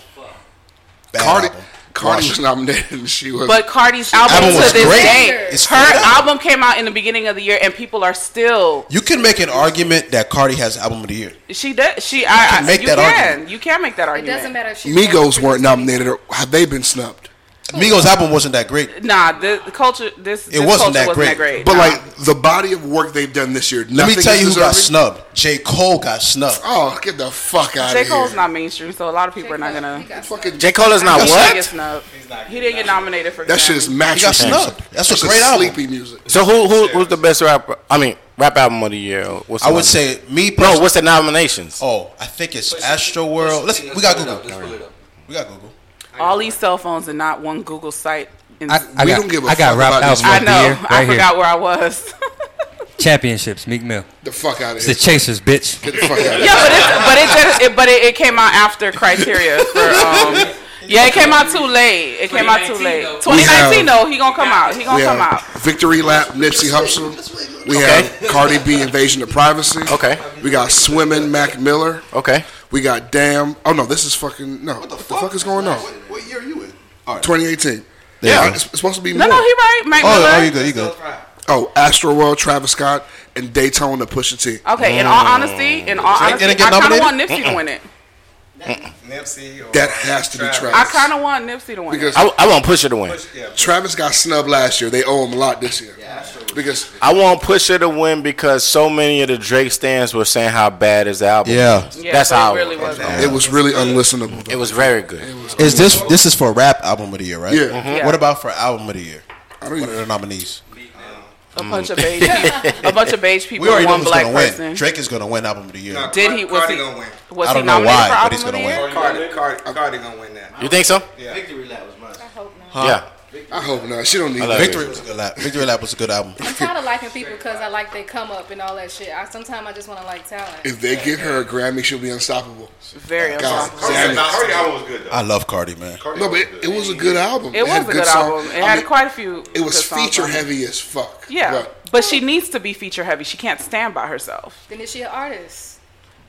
H: Bad
A: Cardi,
H: album.
A: Cardi
H: Wash
A: was
H: it.
A: nominated and she was.
G: But Cardi's album,
H: album
G: to
H: was
G: this
H: great.
G: day,
H: It's
G: her
H: good.
G: album came out in the beginning of the year, and people are still.
H: You can make an argument that Cardi has album of the year.
G: She does. She. I,
H: can
G: I-
H: make
G: you
H: that
G: can.
H: argument.
G: You can make that argument.
I: doesn't matter if she.
A: Migos weren't nominated. Or have they been snubbed?
H: Migos album wasn't that great.
G: Nah, the, the culture. This.
H: It
G: this culture
H: wasn't that
G: wasn't
H: great.
G: that great.
A: But
G: Nah.
A: like the body of work they've done this year,
H: Let me
A: nothing
H: tell
A: is
H: you who got
A: deserving?
H: snubbed. J. Cole got snubbed.
A: Oh, get the fuck out
G: J
A: of
G: Cole's
A: here!
G: not mainstream, so a lot of people are not gonna.
A: Fucking
F: J. Cole is not
G: He didn't get
F: what?
G: snubbed. He didn't get nominated for
A: That shit is mattress. music.
H: got snubbed. That's a
A: shit's
H: great album.
A: Sleepy music.
F: So who who who's the best rapper? I mean, rap album of the year. What's the
H: I would
F: nom-
H: say me.
F: no.
H: pers-
F: What's the nominations?
H: Oh, I think it's Astro World. Let's, we got Google. We got Google.
G: All these cell phones and not one Google site. In,
C: I, I
A: We
C: got,
A: don't give a
C: I got
A: fuck
C: rap
A: about
C: album
A: this.
G: I
C: of the year
G: know.
C: right
G: I
C: here.
G: forgot where I was.
C: Championships, Meek Mill.
A: The fuck out of
C: It's
A: here!
C: the Chasers, bitch.
A: Get the fuck out of
G: yeah, but
A: here!
G: it's, but it just it, but it, it came out after Criteria. For, um, yeah, it came out too late. It came out too late. 2019 though, he gonna come out. He
A: We
G: gonna come out.
A: have Victory Lap, Nipsey Hussle. We have Cardi B, Invasion of Privacy.
F: Okay.
A: We got Swimming, Mac Miller.
F: Okay.
A: We got Damn. Oh no, this is fucking no. What the fuck, is going on?
H: What year are you in?
A: 2018.
F: There you
A: Yeah,
F: go.
A: it's, it's supposed to be
G: No,
A: more.
G: no, he right. Mike
H: Oh, oh,
G: Miller.
H: you good? You good?
A: Oh, Astro World, Travis Scott, and Daytona Pusha T.
G: okay, in all honesty, in all
H: Didn't
G: honesty, I
H: it get
G: kind of
H: nominated?
G: want Nipsey to win it.
B: Nipsey or
A: That has to be
B: Travis.
A: Travis.
G: I kind of want Nipsey to win
A: because
F: I, I want Pusher to win.
B: Yeah,
A: Travis got snubbed last year. They owe him a lot this year. Because
F: I want Pusher to win because so many of the Drake stands were saying how bad his album.
H: Yeah.
G: it. Yeah,
F: that's
G: but it
F: how I
G: really
F: want.
G: was.
A: it was really unlistenable.
F: It
A: Though.
F: was very good. Mm-hmm.
H: Is this this is for rap album of the year, right?
A: Yeah. Mhm.
G: Mm-hmm. Yeah.
H: What about for album of the year?
A: I don't
H: What are
A: even.
H: the nominees? Mm.
G: A bunch of beige, people, a bunch of beige people,
H: We already know
G: one
H: who's
G: black
H: gonna
G: person.
H: win. Drake is gonna win album of the year.
B: No,
G: Did he- was
B: Cardi
G: he-
B: gonna win?
G: Was
H: I
G: he
H: don't know
G: nominated
H: why,
G: for
H: but
G: album
H: he's
G: of the
H: gonna
G: year?
H: win.
B: Cardi, Cardi, Cardi gonna win that.
F: You think so?
B: Yeah.
F: Yeah.
A: I hope not. She don't need
F: love
A: that.
F: it.
H: Victory was a good lap. Victory lap was a good album.
I: I'm tired of liking people because I like they come up and all that shit. I sometimes I just want to like talent.
A: If they give her a Grammy, she'll be unstoppable.
G: Very
A: God
G: unpopular.
A: damn it.
J: Cardi album was good though.
H: I love Cardi, man.
A: No, but it, it was a good album.
G: It was
A: had
G: a good
A: song-
G: album. It
A: I
G: had
A: mean,
G: quite a few.
A: It
G: good
A: was
G: songs
A: feature
G: on it.
A: heavy as fuck.
G: Yeah,
A: But
G: but she needs to be feature heavy. She can't stand by herself.
I: Then is she an artist?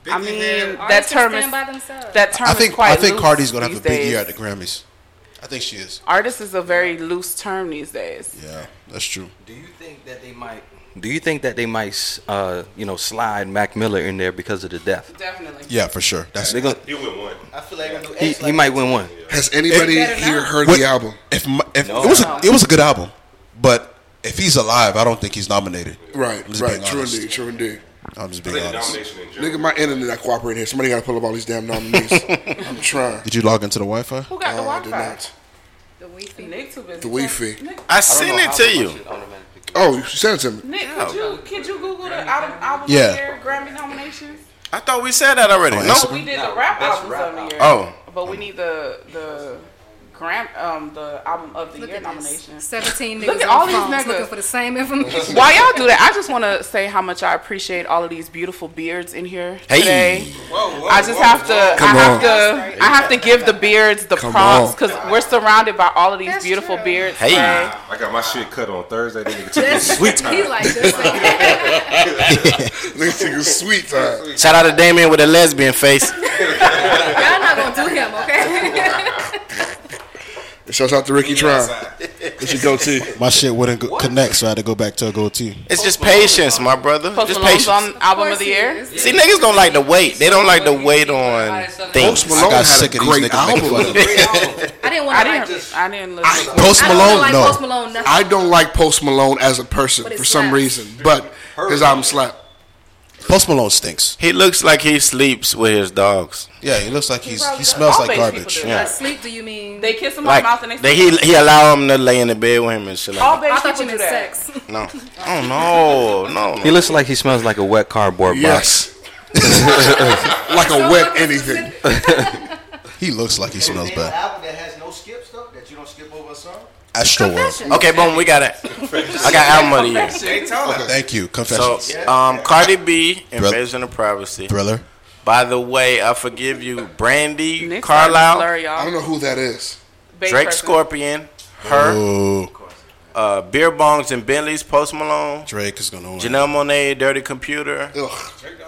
G: I mean, that
I: Artists
G: term
I: can
G: is
I: stand by themselves.
G: that term
H: I think
G: is quite
H: I think
G: loose
H: Cardi's gonna have
G: these
H: a big
G: days.
H: year at the Grammys. I think she is.
G: Artist is a very loose term these days.
H: Yeah, that's true.
D: Do you think that they might? Do you think that they might, uh, you know, slide Mac Miller in there because of the death?
G: Definitely.
H: Yeah, for sure. That's
D: They gonna,
J: You win one. I feel like I'm gonna do
D: he, he might win one.
A: has anybody
I: Better not.
A: here heard
H: What-
A: the album?
H: if, my, if it was a, it was a good album, but if he's alive, I don't think he's nominated.
A: Right,
H: I'm just
A: right.
H: being
A: True
H: honest.
A: indeed. True indeed.
H: I'm just being honest.
J: nomination in general.
A: Nigga, my internet not cooperating here. Somebody gotta pull up all these damn nominees. I'm trying.
H: Did you log into the Wi-Fi?
G: Who got
A: No, I
G: the
A: did
G: Wi-Fi?
A: not.
I: The Wi-Fi.
G: Nick too busy.
A: The Wi-Fi.
F: I sent it to you.
A: Oh, you sent it to me.
G: Nick, could you could you Google the album, album
H: Yeah.
G: of the year Grammy nominations?
F: I thought we said that already.
H: Oh,
F: no.
H: yes.
G: We did the rap albums of the year.
F: Oh.
G: but we need the the gram um the album of the
I: Look
G: year
I: at this.
G: nominations.
I: Seventeen niggas
G: Look at
I: on
G: all these
I: phones
G: niggas.
I: looking for the same information.
G: While y'all do that, I just want to say how much I appreciate all of these beautiful beards in here
F: Hey.
G: today.
B: Whoa, whoa,
G: I just
B: whoa,
G: have to,
B: whoa.
G: I
A: Come
G: have
A: on.
G: to, I have to give the beards the props
A: on.
G: because we're surrounded by all of these
I: That's
G: beautiful
I: true.
G: beards.
F: Hey.
G: today.
J: I got my shit cut on Thursday. That nigga took me
I: That's-
J: sweet time.
I: He like this.
A: Nigga nigga sweet time.
F: Oh. Shout out to Damien with a lesbian face.
I: Y'all not gonna do him, okay?
A: And shouts out to Ricky Tron. It's your go-to.
H: My shit wouldn't go- connect, so I had to go back to a goatee.
F: It's just patience, my brother.
G: Post
F: just
G: Malone's
F: patience.
G: on album of the year.
F: See, niggas don't like to wait. They don't like to wait on things.
A: Post Malone
H: I got
A: had
H: sick
A: a
H: of these
A: great
H: niggas
A: album.
H: making fun of me.
I: I didn't want
G: I
I: to like it.
G: didn't. I didn't listen. to it.
A: Post
I: I don't
A: Malone,
I: like
A: no.
I: Post Malone nothing.
A: I don't like Post Malone as a person
I: But it
A: for some
I: slaps.
A: reason, but his album slap.
H: Post Malone stinks.
F: He looks like he sleeps with his dogs.
H: Yeah, he looks like he's he
G: probably
H: smells
G: does.
H: like
G: All baby
H: garbage.
G: people do.
I: By
F: Yeah.
I: sleep, do you mean?
G: They kiss him
F: Like
G: on the mouth and
F: they,
G: they.
F: he he allow him to lay in the bed with him and shit
G: all
F: like
G: baby
I: I thought
G: people
I: you
G: do
I: meant
G: that.
I: sex.
F: that. No, oh no, no.
D: He looks like he smells like a wet cardboard box.
A: Yes. like a wet anything.
H: He looks like he smells bad.
M: album that has no skips though, that you don't skip over a song.
H: Astro World.
F: Okay, boom, we got it. I got album of the year.
B: They told us.
H: Thank you.
F: So,
H: Confessions.
F: um, Cardi B,
H: Brother.
F: Invasion of Privacy.
H: Thriller.
F: By the way, I forgive you, Brandy,
G: Nick's
F: Carlisle,
G: slur,
A: I
G: y'all.
A: don't know who that is.
G: Baby
F: Drake
G: person.
F: Scorpion, her,
H: Ooh,
F: uh, beer bongs and Bentleys, Post Malone,
H: Drake is gonna win.
F: Janelle Monae, Dirty Computer,
A: Ugh.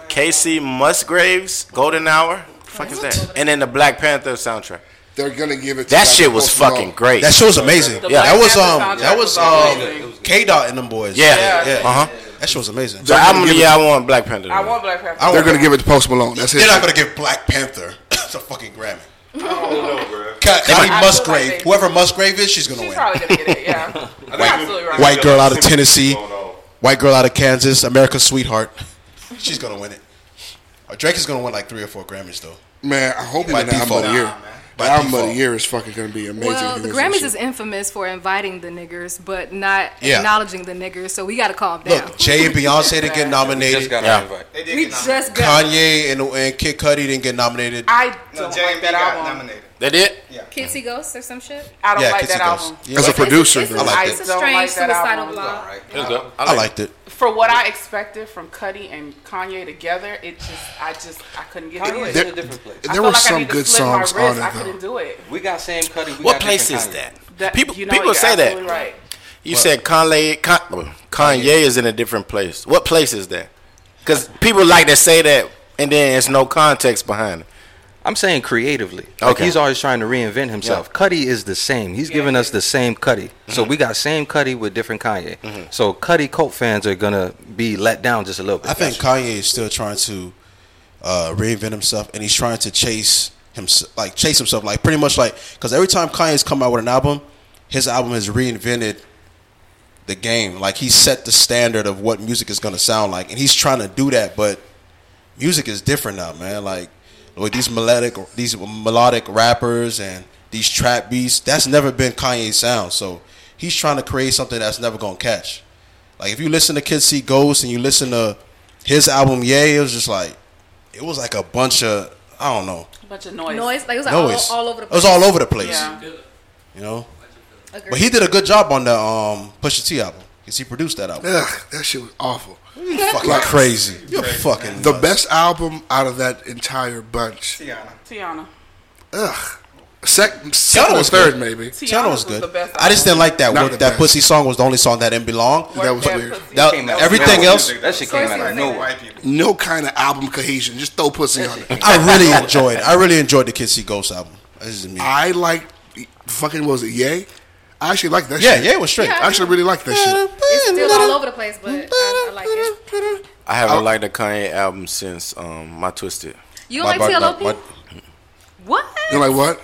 F: Casey Musgraves, Golden Hour. The fuck is that? And then the Black Panther soundtrack.
A: They're gonna give it. to like
F: That shit was
A: Post Malone.
F: fucking great.
H: that show's amazing.
G: The
F: Yeah.
G: Black
F: That
H: was,
G: Panther
H: um,
G: soundtrack
H: that was,
G: amazing.
H: K Dot and them boys.
F: yeah.
H: yeah. Uh-huh.
F: Uh huh.
H: That show was amazing.
F: So album of the year, I want Black Panther. to
G: I
F: win.
G: want Black Panther.
A: They're gonna give it to Post Malone. That's it.
H: They're not gonna give Black Panther a fucking Grammy.
J: bro.
H: Ca- Connie
G: might- I
H: Musgrave,
G: feel like they-
H: whoever Musgrave is, she's gonna
G: She's
H: win.
G: probably gonna get it. Yeah, You're absolutely right.
H: White girl out of Tennessee, white girl out of Kansas, America's sweetheart. She's gonna win it. Uh, Drake is gonna win like three or four Grammys though.
A: Man, I hope he
H: By
A: wins album of
H: default.
A: the year.
H: Nah, man.
A: The
H: By
A: album of the
H: default.
A: year is fucking gonna be amazing. if
I: Well, the
A: he wins
I: Grammys
A: this
I: is
A: shit.
I: infamous for inviting the niggers, but not
H: Yeah.
I: acknowledging the niggers. So we got to calm down.
H: Look, Jay and Beyonce didn't get
D: Just
H: nominated.
D: got
F: Yeah.
D: an invite.
B: They did
I: we
B: get nominated.
I: just got
H: Kanye and, and Kid Cudi didn't get nominated.
G: I
B: No,
G: don't
B: J
G: like
B: and B
G: that
B: got
G: album.
B: nominated.
F: That it?
I: Kitsy Ghost or some shit.
G: I don't
H: yeah,
G: like
H: Kissy
G: that
H: Ghost.
G: album.
A: As a producer,
I: it's,
A: though.
I: it's,
H: I like
I: it's
G: it.
I: a strange
G: Don't like that
I: suicidal
G: album.
I: blob.
H: I liked it.
G: For what I expected from Cuddy and Kanye together, it just I just I couldn't get into it.
A: There-
D: a different place.
G: I
A: There
G: felt
A: were
G: like I
A: some
G: needed to
A: good
G: slit my
A: songs
G: wrist.
A: on
G: I
A: it
G: couldn't
A: though.
G: do it.
D: We got Sam Cuddy. We
F: What
D: got
F: place
D: different
F: is
D: Kanye.
F: that?
G: That-
F: people
G: you know,
F: people
G: you're
F: say that.
G: absolutely Right.
F: You said Kanye, Con, Kanye is in a different place. What place is that? Because people like to say that, and then it's no context behind it.
D: I'm saying creatively. Like
F: Okay.
D: he's always trying to reinvent himself. Cuddy is the same. He's giving us the same Cuddy. So we got same Cuddy with different Kanye. So Cuddy cult fans are gonna be let down just a little bit.
H: I think Kanye is still trying to uh, reinvent himself, and he's trying to chase himself, like chase himself, like pretty much like because every time Kanye's come out with an album, his album has reinvented the game. Like he set the standard of what music is going to sound like, and he's trying to do that. But music is different now, man. Like with these melodic, these melodic rappers and these trap beats, that's never been Kanye's sound. So he's trying to create something that's never gonna catch. Like if you listen to Kids See Ghosts and you listen to his album, Yay, it was just like it was like a bunch of I don't know
G: A bunch of noise.
I: Noise, like it was like
H: noise.
I: all, all over the
H: It was all over the place.
G: Yeah.
H: You know,
I: Agreed.
H: but he did a good job on the um, Pusha T album because he produced that album.
A: Ugh, that shit was awful.
H: fucking
A: Like-
H: crazy. You're fucking
A: The
H: nuts.
A: best album out of that entire bunch.
B: Tiana.
G: Tiana.
A: Ugh. Sec-
H: Tiana
A: second or
H: was
A: third,
H: good.
A: maybe.
H: Tiana was
G: Tiana's was
H: good.
G: the best
H: I just didn't like that.
A: Not
H: one-
A: the
H: that
A: best.
H: pussy song was the only song that didn't belong.
A: That was
G: That
A: weird.
G: pussy.
H: That-
D: Came out-
H: everything
D: that
H: else,
D: was- that shit came out of nowhere.
B: White people.
A: No kind of album cohesion. Just throw pussy on it.
H: I really enjoyed. I really enjoyed the Kids See Ghosts album. That's just me.
A: I like fucking what was it Yay? I actually like that
H: yeah,
A: shit.
H: yeah, it was straight.
A: I actually really like that shit.
I: It's still all over the place, but I, I like it.
F: I haven't liked a Kanye album since um, My Twisted.
I: You don't like TLOP? What?
A: You're like what?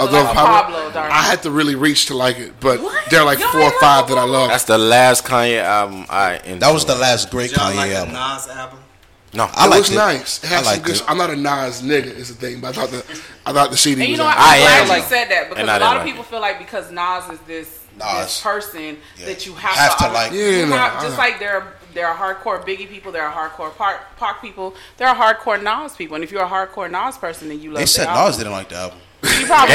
A: Although
G: Like Pablo, darling.
A: I had to really reach to like it, but
I: What?
A: there are like
I: Y'all
A: four or
I: ain't
A: five
I: like
A: that I love.
F: That's the last Kanye album I enjoyed.
H: That was the last great
B: Y'all
H: Kanye
B: like the
H: album.
B: Nas album?
F: No,
H: I
A: it
H: liked
A: was
H: it.
A: nice. It
H: I
A: had some
H: liked
A: good.
H: it.
A: I'm not a Nas nigga is the thing, but I thought the I thought the CD
G: And you
A: was.
G: know,
A: out.
G: what?
F: I
G: I'm
F: am
G: glad
F: like-
G: you said that because
F: and I
G: a
F: didn't
G: lot of
F: like
G: people feel like because Nas is this
H: Nas.
G: this person that you have,
H: Have
G: to,
H: to like-
G: you
A: Yeah, no,
G: have-
A: I
G: just
A: know.
G: like there are there are hardcore Biggie people, there are hardcore Park Park people, there are hardcore Nas people, and if you're a hardcore Nas person, then you love.
H: They said
G: the album.
H: Nas didn't like the album.
G: You probably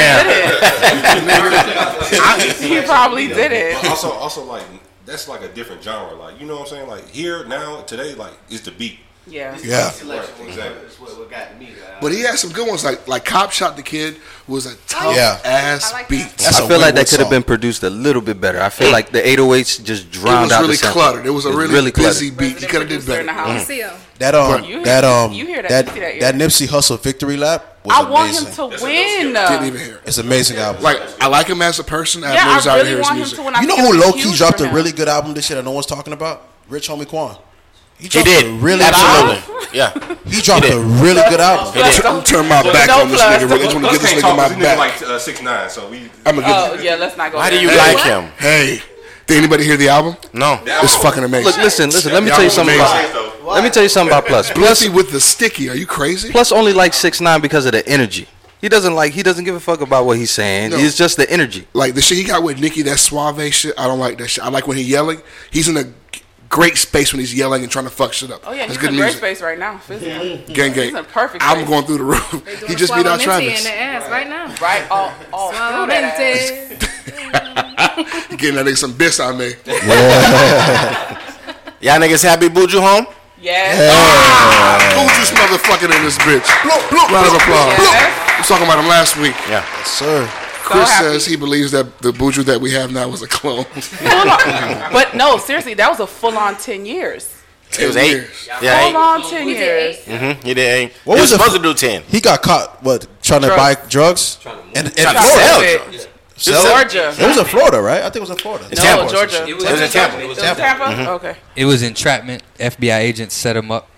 G: did it. you probably did
J: But
G: it.
J: also, also like that's like a different genre. Like you know what I'm saying? Like here now today, like is the beat.
G: Yeah.
A: Yeah.
N: Selection was is what, what got me. uh,
A: But he had some good ones, like like Cop Shot the Kid was a
G: Oh,
A: tough
D: yeah.
A: ass beat.
D: I feel like that could have been produced a little bit better. I feel like the 808s just
A: It
D: drowned
A: was
D: out
A: really
D: the sample.
A: cluttered. It was a
D: It's
A: really,
D: cluttered.
A: busy beat. He could have did better. Mm.
G: house. See him.
H: Mm. That um,
G: You hear-
H: that um,
G: you hear that-
H: that
G: you see that,
H: that,
G: yeah.
H: Nipsey Hustle victory lap was
G: I want
H: amazing.
G: him to win.
H: Didn't even hear. It's an amazing album.
A: Like I like him as a person. I have
G: Yeah,
A: no
G: I
A: desire
G: really
A: to hear his
G: want him
A: music.
G: to when I
H: you know
G: think
H: who
G: it's
H: low key
G: huge
H: dropped
G: for
H: a
G: him.
H: really good album this year that no one's talking about? Rich Homie Quan. He, dropped
F: did.
H: a really
F: Absolutely. Yeah.
H: He dropped
F: did.
H: a really good album.
F: He did.
A: I'm turning my back on this nigga. Really, I just want to give this
J: Let's
A: nigga
J: talk.
A: my
J: This nigga
A: back.
J: like uh, six nine, so we.
A: I'm gonna
G: Oh
A: give.
G: yeah, let's not go. there.
A: Hey, did anybody hear the album?
F: No,
A: it's fucking amazing.
D: Look, listen, listen. Let me tell you something about. Let me tell you something about Plus. Plus,
A: Blessy with the sticky. Are you crazy?
D: Plus only likes six nine because of the energy. He doesn't like. He doesn't give a fuck about what he's saying.
A: No.
D: It's just the energy.
A: Like the shit he got with Nicki, that suave shit. I don't like that shit. I like when he yelling. He's in a g- great space when he's yelling and trying to fuck shit up.
G: Oh yeah,
A: That's
G: he's
A: good
G: in great
A: music.
G: space right now. Physically.
A: Gang gang.
G: He's in perfect.
A: I'm
G: shape.
A: going through the roof. He just beat out
I: Swallow Minty in
A: Travis.
I: the ass right now.
G: Right, all, all
I: Swallow
G: through that
I: Minty.
A: Getting that nigga some bits out of me.
F: Y'all niggas happy Buju home?
A: Who's this motherfucker in this bitch? Round of applause. I was talking about him last week.
F: Yeah.
H: Yes, sir.
A: Chris
G: happy.
A: says he believes that the Buju that we have now was a clone.
G: But no, seriously, that was a full on ten years.
F: It was eight. Yeah,
G: full
F: eight.
G: on ten years.
F: Mm-hmm. He did eight.
H: What was
F: He was
H: the
F: supposed
H: f-
F: to do ten?
H: He got caught what trying to
G: Drugs.
H: buy drugs and, and
F: Trying to
H: Florida.
F: sell
H: Sell
F: drugs.
H: it.
G: Georgia.
H: It was in Florida, right? I think it was in Florida.
F: It's
G: No,
F: Tampa.
G: Oh, Georgia.
F: It was in Tampa.
G: It was in Tampa.
A: Oh,
G: Okay.
C: It was entrapment. FBI agents set him up.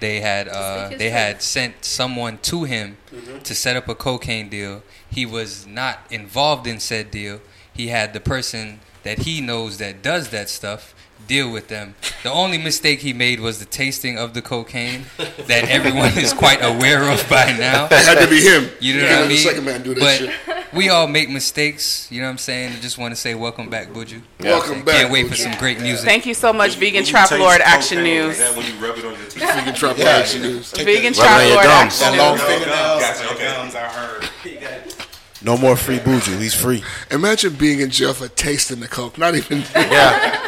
C: They had uh, they had sent someone to him
A: Mm-hmm.
C: to set up a cocaine deal. He was not involved in said deal. He had the person that he knows that does that stuff deal with them. The only mistake he made was the tasting of the cocaine that everyone is quite aware of by now.
A: That had to be him.
C: You know
A: You
C: what
A: can't
C: I
A: let the
C: mean?
A: second man do that
C: but
A: shit.
C: we all make mistakes. You know what I'm saying? I just want to say welcome back, Buju.
A: Yeah. Welcome back,
C: Can't wait for
A: Buju.
C: some great music.
G: Thank you so much, Vegan
J: you
G: Trap
J: taste
G: Lord
J: cocaine
G: Action
J: like
G: News.
J: that when you rub it on your teeth.
A: Vegan Trap
J: Yeah.
A: Lord Action News.
G: Vegan
F: Rub it on
G: Trap
F: your
G: Lord
F: gums.
G: Action
F: That long
G: News.
J: Gotcha. Okay.
H: No more free Buju. He's free.
A: Imagine being in jail for tasting the coke. Not even.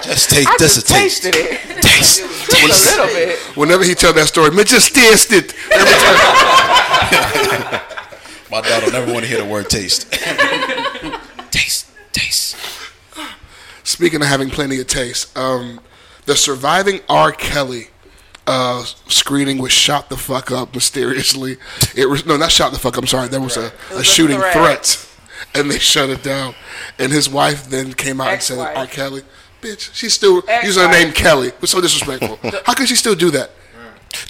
H: Just take
G: I
H: this
G: just
H: a taste.
G: tasted it.
H: Taste.
G: Just a little bit.
A: Whenever he tell that story, man, just taste it. Every time.
H: My daughter will never want to hear the word taste. taste. Taste.
A: Speaking of having plenty of taste, um, the surviving R. Kelly uh, screening was shot the fuck up mysteriously. It was no, not shot the fuck. up, I'm sorry. There was a, a
G: was a
A: shooting
G: threat.
A: threat, and they shut it down. And his wife then came out and said,
G: Ex-wife.
A: "R. Kelly, bitch, she's still using her
G: Ex-wife.
A: name Kelly. It was so disrespectful. How could she still do that?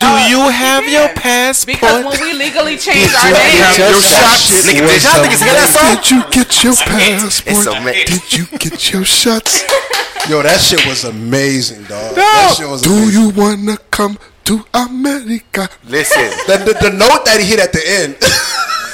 F: Do you have
G: your
F: your passport?
G: Uh, Because when we legally changed our
A: Did you
G: name,
A: have your shots?
F: Nigga, did y'all niggas hear that song?
A: Did you get your passport?
F: It's a man.
A: Did you get your shots?
H: Yo, that shit was amazing, dog. That shit was
A: Do
H: amazing.
A: you wanna come to America?
F: Listen,
H: The, the, the note that he hit at the end.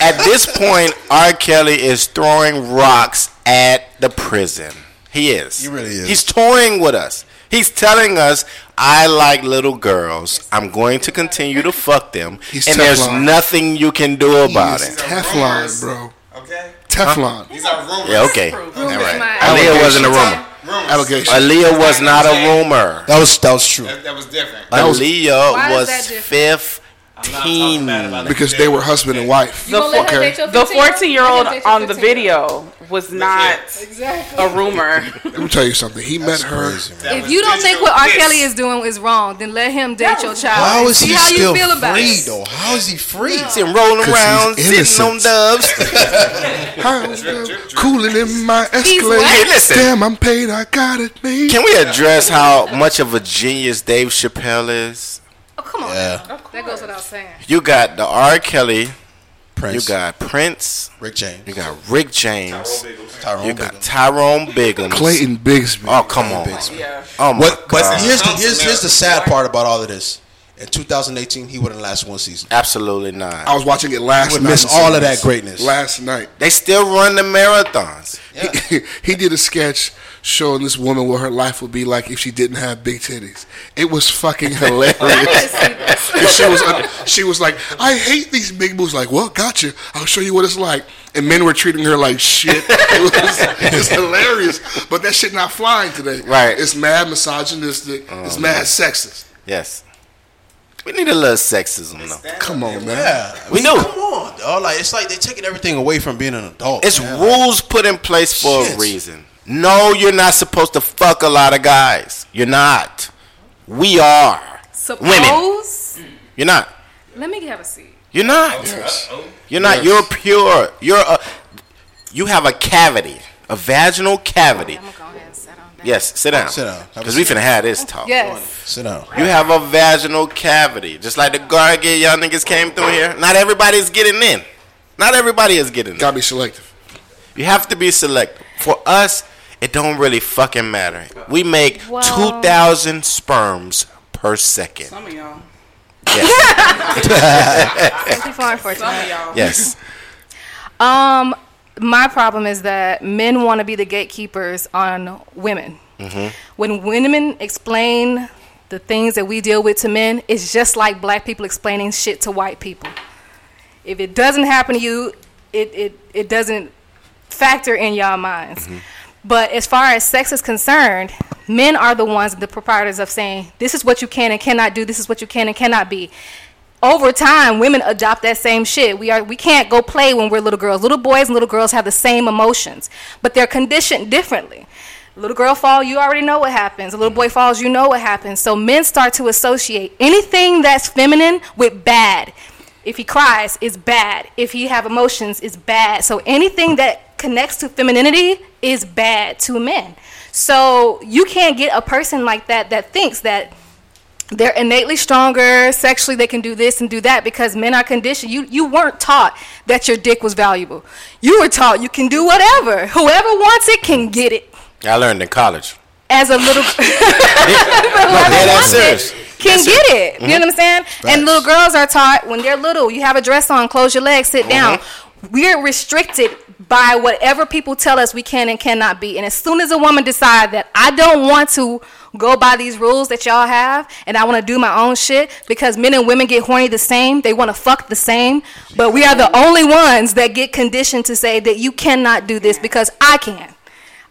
F: at this point, R. Kelly is throwing rocks at the prison. He is.
H: He really is.
F: He's toying with us. He's telling us, I like little girls. I'm going to continue to fuck them.
A: He's
F: and there's
A: Teflon.
F: nothing you can do about
A: He's
F: it.
A: Teflon, bro.
B: Okay?
A: Teflon.
B: These are rumors.
F: Yeah, okay. All
I: Rumors, my-
F: right. Aaliyah wasn't a rumor.
B: Rumors.
A: Allegation.
F: Aaliyah was not a rumor.
H: That was that was true.
B: That, that was different.
A: was-
F: Aaliyah
I: Why is
F: was
I: that different?
F: 15.
A: Because they were husband and wife.
I: You gonna let her date your
G: the
I: 15-year-old?
G: 14 year old
I: Let her date your
G: on the
I: 15-year-old.
G: video was not
I: Exactly.
G: a rumor.
A: Let me tell you something. He met her.
B: That
I: If
B: was
I: you don't think what R.
B: digital
I: Kelly
B: pics.
I: is doing is wrong, then let him date your child.
H: How
I: and
H: is
I: See
H: he
I: how
H: still
I: you feel about
H: free
I: it.
H: though? How is he free?
F: Sitting rolling
A: he's
F: around, sitting on
A: innocent.
F: doves.
A: Hi, Cooling in my
F: Hey,
A: Escalade.
F: listen.
A: Damn, I'm paid. I got it, man.
F: Can we address how much of a genius Dave Chappelle is?
I: Oh, come on.
H: Yeah.
I: That goes without saying.
F: You got the R. Kelly,
H: Prince.
F: you got Prince,
H: Rick James.
F: you got Rick James,
H: Tyrone.
F: you
H: Biggum.
F: got Tyrone Biggums.
A: Clayton Bigsby.
F: Oh come on!
G: yeah.
F: Oh my
H: What? But
F: God.
H: here's the here's, here's the sad part about all of this. In 2018, he wouldn't last one season.
F: Absolutely not.
A: I was watching it last
H: Would
A: night.
H: miss all of that greatness.
A: Last night.
F: They still run the marathons.
A: He, he did a sketch showing this woman what her life would be like if she didn't have big titties. It was fucking hilarious. And she was un- she was like, I hate these big boobs. Like, well, gotcha. I'll show you what it's like. And men were treating her like shit. It was, it's hilarious. But that shit not flying today.
F: Right.
A: It's mad misogynistic. it's mad sexist.
F: Yes. We need a little sexism though.
H: Come on, man. Yeah, we do. Come on, dog. Like it's like they're taking everything away from being an adult.
F: It's
H: man.
F: rules put in place for a
H: Shit.
F: reason. No, you're not supposed to fuck a lot of guys. You're not. We are. Women.
I: Suppose.
F: You're not.
I: Let me have a seat.
F: You're
G: Oh,
F: not. You're not. You're pure. You're a. You have a cavity, a vaginal cavity. Yes, sit down.
H: Sit down. Have a
F: Because we
H: seat.
F: finna have this talk.
I: Yes.
H: Sit down.
F: You have a vaginal cavity, just like the gargant y'all niggas came through here. Not everybody's getting in. Not everybody is getting in. Gotta
A: be selective.
F: You have to be selective. For us, it don't really fucking matter. We make
G: Well-
F: two thousand sperms per second.
G: Some of y'all.
F: Yes. yes.
I: Um, my problem is that men want to be the gatekeepers on women.
O: Mm-hmm.
I: When women explain the things that we deal with to men, it's just like black people explaining shit to white people. If it doesn't happen to you, it it, it doesn't factor in y'all minds. But as far as sex is concerned, men are the ones, the proprietors of saying, this is what you can and cannot do, this is what you can and cannot be. Over time, women adopt that same shit. We are we can't go play when we're little girls. Little boys and little girls have the same emotions, but they're conditioned differently. Little girl fall, you already know what happens. A little boy falls, you know what happens. So men start to associate anything that's feminine with bad. If he cries, it's bad. If he have emotions, it's bad. So anything that connects to femininity is bad to men. So you can't get a person like that that thinks that they're innately stronger sexually they can do this and do that because men are conditioned you you weren't taught that your dick was valuable you were taught you can do whatever whoever wants it can get it
F: I learned in college.
I: as a little
F: Yeah,
I: whoever
F: that's
I: wants it
F: serious.
I: can
F: That's
I: get
F: it. Mm-hmm.
I: it. You know what I'm saying? And little girls are taught when they're little, you have a dress on, close your legs, sit down.
F: Mm-hmm.
I: We're restricted by whatever people tell us we can and cannot be. And as soon as a woman decide that I don't want to go by these rules that y'all have and I want to do my own shit because men and women get horny the same, they want to fuck the same, but we are the only ones that get conditioned to say that you cannot do this because I can.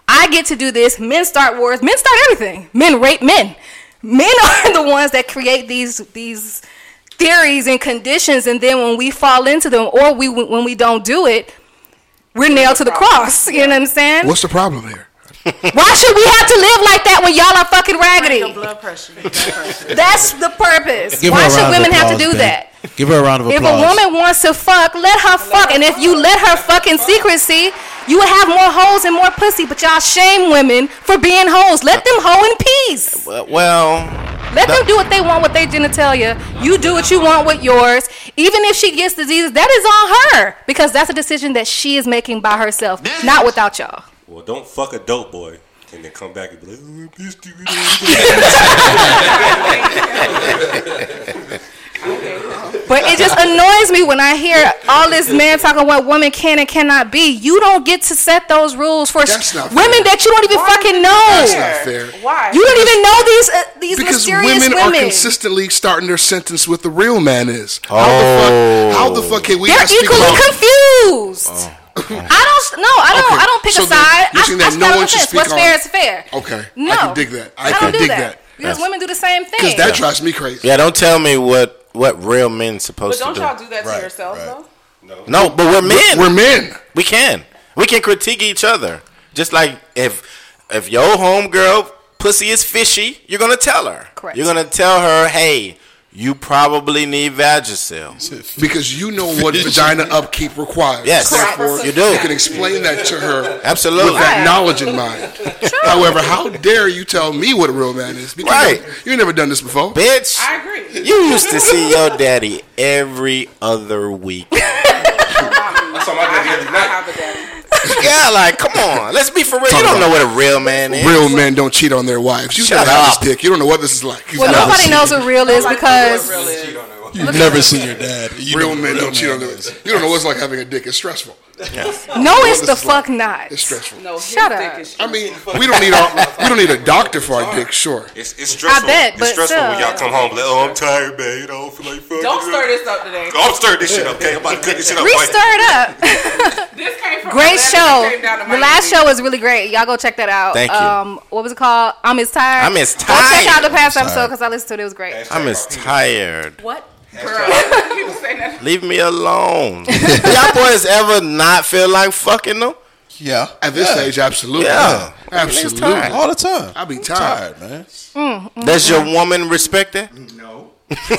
I: I get to do this. Men start wars. Men start everything. Men rape men. Men are the ones that create these these theories and conditions, and then when we fall into them, or we when we don't do it, we're nailed to the cross. You know what I'm saying?
A: What's the problem here?
I: Why should we have to live like that when y'all are fucking raggedy?
G: Blood pressure.
I: That's the purpose.
H: Give her
I: Why
H: a
I: should
H: round of
I: women have to
H: applause,
I: do
H: babe.
I: that?
H: Give her a round of
I: If
H: applause.
I: a woman wants to fuck, let her fuck. And if you let her fuck in secrecy, you will have more hoes and more pussy. But y'all shame women for being hoes. Let them hoe in peace.
F: Well- Well,
I: Let them do what they want with their genitalia. You do what you want with yours. Even if she gets diseases, that is on her because that's a decision that she is making by herself, not without y'all.
J: Well, don't fuck a dope boy and then come back and be like, oh, I missed you.
I: But it just annoys me when I hear all this man talking what women can and cannot be. You don't get to set those rules for s-
A: not
I: women that you don't even fucking know.
A: That's not fair.
I: Why? You don't even know these uh, these
A: Because
I: mysterious
A: women, are
I: women.
A: consistently startarting their sentence with the real man is. How
F: Oh.
A: the fuck? How the fuck can we?
I: They're
A: not speak
I: equally
A: about-
I: confused. I don't. No, I don't.
A: Oh. Okay,
I: I don't pick
A: so
I: a
A: then
I: side.
A: you're
I: I,
A: saying
I: I
A: that
I: stand
A: no
I: on
A: one
I: the
A: should
I: fence.
A: speak
I: What's
A: on-
I: fair is fair.
A: Okay,
I: No,
A: I can dig that. I,
I: I
A: can
I: don't do
A: dig
I: that.
A: that.
I: Because
F: Yes.
I: women do the same thing.
A: Because that drives me crazy.
F: yeah. Don't tell me what what real men's
G: But
F: supposed
G: don't
F: to do.
G: y'all do that to yourselves though?
F: No, but we're men.
A: We're men.
F: We can. We can critique each other. Just like if if your homegirl pussy is fishy, you're gonna tell her.
I: Correct.
F: You're gonna tell her, hey, you probably need Vagisil.
A: Because you know what vagina upkeep requires.
F: Yes,
A: Therefore,
F: you do.
A: You can explain that to her
F: Absolutely.
A: with that
F: Right.
A: knowledge in mind. However, how dare you tell me what a real man is? Because
F: Right.
A: you ain't never done this before.
F: Bitch. I
G: agree.
F: You used to see your daddy every other week.
B: That's all my daddy every night.
F: yeah, like come on, let's be for real. you don't know what a real man is.
A: Real men don't cheat on their wives. You
F: Shut
A: never have
F: up.
A: this dick. You don't know what this is like. You've
I: Well,
A: never
I: nobody
A: seen
I: knows
A: it.
I: what real is because
A: You've never seen your dad. real men don't cheat on their You don't know what's like having a dick. It's stressful.
I: No, it's the fuck not.
A: It's stressful.
I: No, shut up.
A: I mean, we don't need our, we don't need a doctor for our dick, sure.
J: It's, it's stressful.
I: I bet,
J: it's
I: but
J: stressful when
I: still.
J: y'all come home like, oh, I'm tired, man. You know, I feel like fucking.
G: Don't stir this up today.
J: I'm stirring this shit up, okay? I'm about to cook this shit up.
I: Restir
J: Mike.
I: it up.
G: This came from
I: great show.
G: Atlanta, it came down to
I: The last show was really great. Y'all go check that out.
F: Thank you.
I: Um, what was it called? I'm as tired.
F: I'm As
I: Go check out the
F: Tired.
I: past
F: I'm
I: episode
F: sorry.
I: because I listened to it. It was great.
F: I'm as tired.
I: What?
F: Leave me alone. y'all boys ever not feel like fucking them?
H: Yeah.
A: At this age, absolutely.
F: Yeah.
A: Absolutely.
H: All the time.
A: I be tired.
H: man.
I: Mm,
F: Does your woman respect that?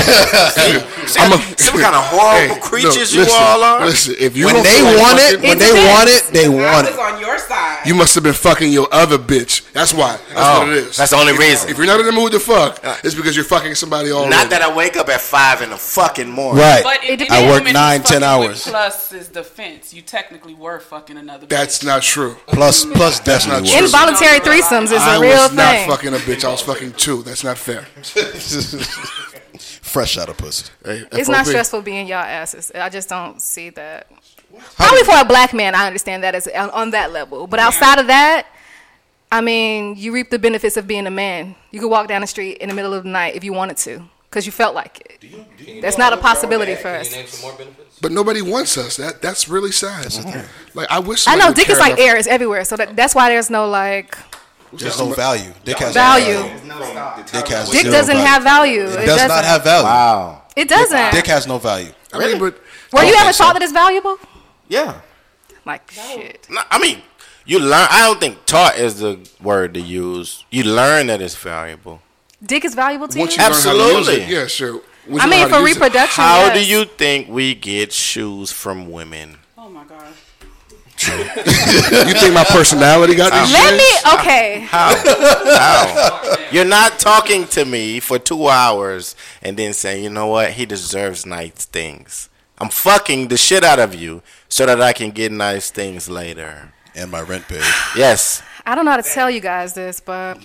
A: I'm a,
F: Some kind of horrible creatures you all are.
A: Listen, if you
F: When
A: don't
F: they
A: feel like
F: want it,
A: fucking-
F: when they It's want
H: it, they
A: want
G: it. on your side.
A: You must have been fucking your other bitch. That's why. That's
F: Oh,
A: what it is.
F: that's the only
A: If-
F: reason. Uh,
A: If you're not in the mood to fuck, it's because you're fucking somebody all
F: Not that I wake up at five in the fucking morning.
H: Right.
G: But it,
H: I work
G: depends.
H: nine, ten
G: Fucking with
H: hours.
G: Plus is defense. You technically were fucking another.
A: That's not true.
H: Plus, plus, that's
A: not true.
I: Involuntary threesomes is a
A: I
I: real
A: was not
I: thing.
A: fucking a bitch. I was fucking two. That's not fair.
H: Fresh out of pussy.
I: It's not stressful being y'all asses. I just don't see that. Probably for a black man, I understand that as on, on that level. But outside of that, I mean, you reap the benefits of being a man. You could walk down the street in the middle of the night if you wanted to, because you felt like it. That's not a possibility for us.
A: But nobody wants us. That that's really sad.
H: Mm-hmm.
A: Like I wish.
I: I know
A: somebody
I: dick is
A: cared
I: like air; it's everywhere. So that, that's why there's no like
H: There's no value. Dick has
I: Value.
H: No value. Dick has
I: dick
H: zero
I: doesn't
H: value.
I: have value.
H: It does not
I: doesn't.
H: have value. Wow.
I: It doesn't.
H: Dick has no value.
A: I mean, but
I: Were
H: I
I: you
H: don't
I: ever
H: think so.
I: taught that it's valuable?
F: Yeah.
I: Like shit.
F: No, I mean, you learn. I don't think taught is the word to use. You learn that it's valuable.
I: Dick is valuable to
A: Once
I: you.
A: you learn how to use it,
F: Absolutely.
A: yeah, sure. Once
I: I
A: you learn
I: mean,
A: how to
I: for
A: use it.
I: reproduction,
F: How
I: yes.
F: do you think we get shoes from women?
G: Oh my god.
A: you think my personality got these?
I: Let
A: genes?
I: me. Okay.
F: How? How? You're not talking to me for two hours and then saying, you know what? He deserves nice things. I'm fucking the shit out of you so that I can get nice things later.
H: And my rent paid.
F: Yes.
I: I don't know how to tell you guys this, but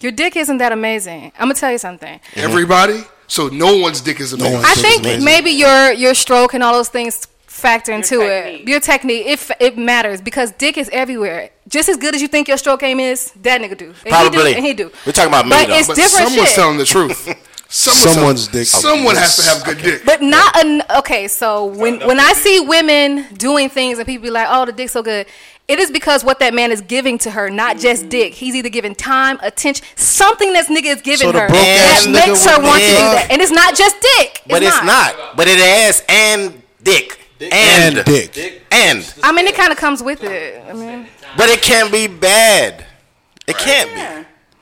I: your dick isn't that amazing. I'm gonna tell you something.
F: Mm-hmm.
A: Everybody. So no one's dick is amazing.
I: I think maybe your your stroke and all those things factor into it. Your technique, if it matters, because dick is everywhere. Just as good as you think your stroke game is, that nigga do. And
F: Probably.
I: He do, and he do.
F: We're talking about me,
I: But
F: though.
I: it's different
A: someone's
I: shit.
A: telling the truth. Someone's,
H: Someone's
A: telling-
H: dick-
A: Someone has to have good dick.
I: But not an okay. So when when I see women doing things and people be like, "Oh, the dick's so good," it is because what that man is giving to her, not just
G: Mm.
I: dick. He's either giving time, attention, something this nigga is giving
H: So the
I: her
H: broke
I: that
H: ass nigga
I: makes her
H: would
I: want to do
H: love-
I: that, and it's not just dick.
F: But it's not. But it is and dick. And,
H: And dick.
F: And.
I: I mean, it kind of comes with it. I mean,
F: But it can't be bad. It can't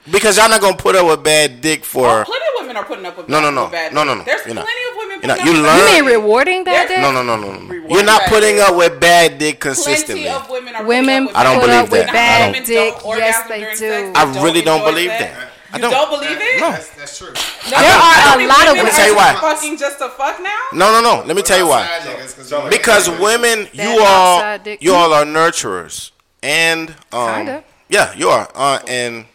F: be. Because y'all not going to put up with bad dick for.
G: Plenty of women are putting up with
F: No, no, no.
G: bad
F: No, no, no.
G: There's
F: You're
G: plenty
F: not.
G: of women.
F: You're not.
G: putting up
F: You
G: with
F: learn.
I: you
G: bad
I: mean rewarding that dick?
F: No, no, no, no, no. You're not putting up with bad dick
G: dick.
F: consistently.
G: Plenty of women are
I: Women
G: putting
F: I
G: up
F: don't
G: with
I: put
F: believe
I: up with
F: that. I
I: bad
F: don't.
I: dick.
G: Don't
I: Yes,
G: orgasm
I: they
G: during
I: do.
G: sex.
F: I really don't
G: enjoy
F: believe
G: sex.
F: that. I
G: You
F: don't.
G: don't believe it?
F: No.
B: That's true.
G: No,
F: There
G: how
F: are a
G: many
F: lot of
G: women
F: women- Tell you
G: are
F: why.
G: Fucking just a fuck now.
F: No, no, no. Let me tell you why. Because women, you all,
I: outside dick.
F: you all are nurturers, and um,
I: Kinda.
F: yeah, you are, uh, and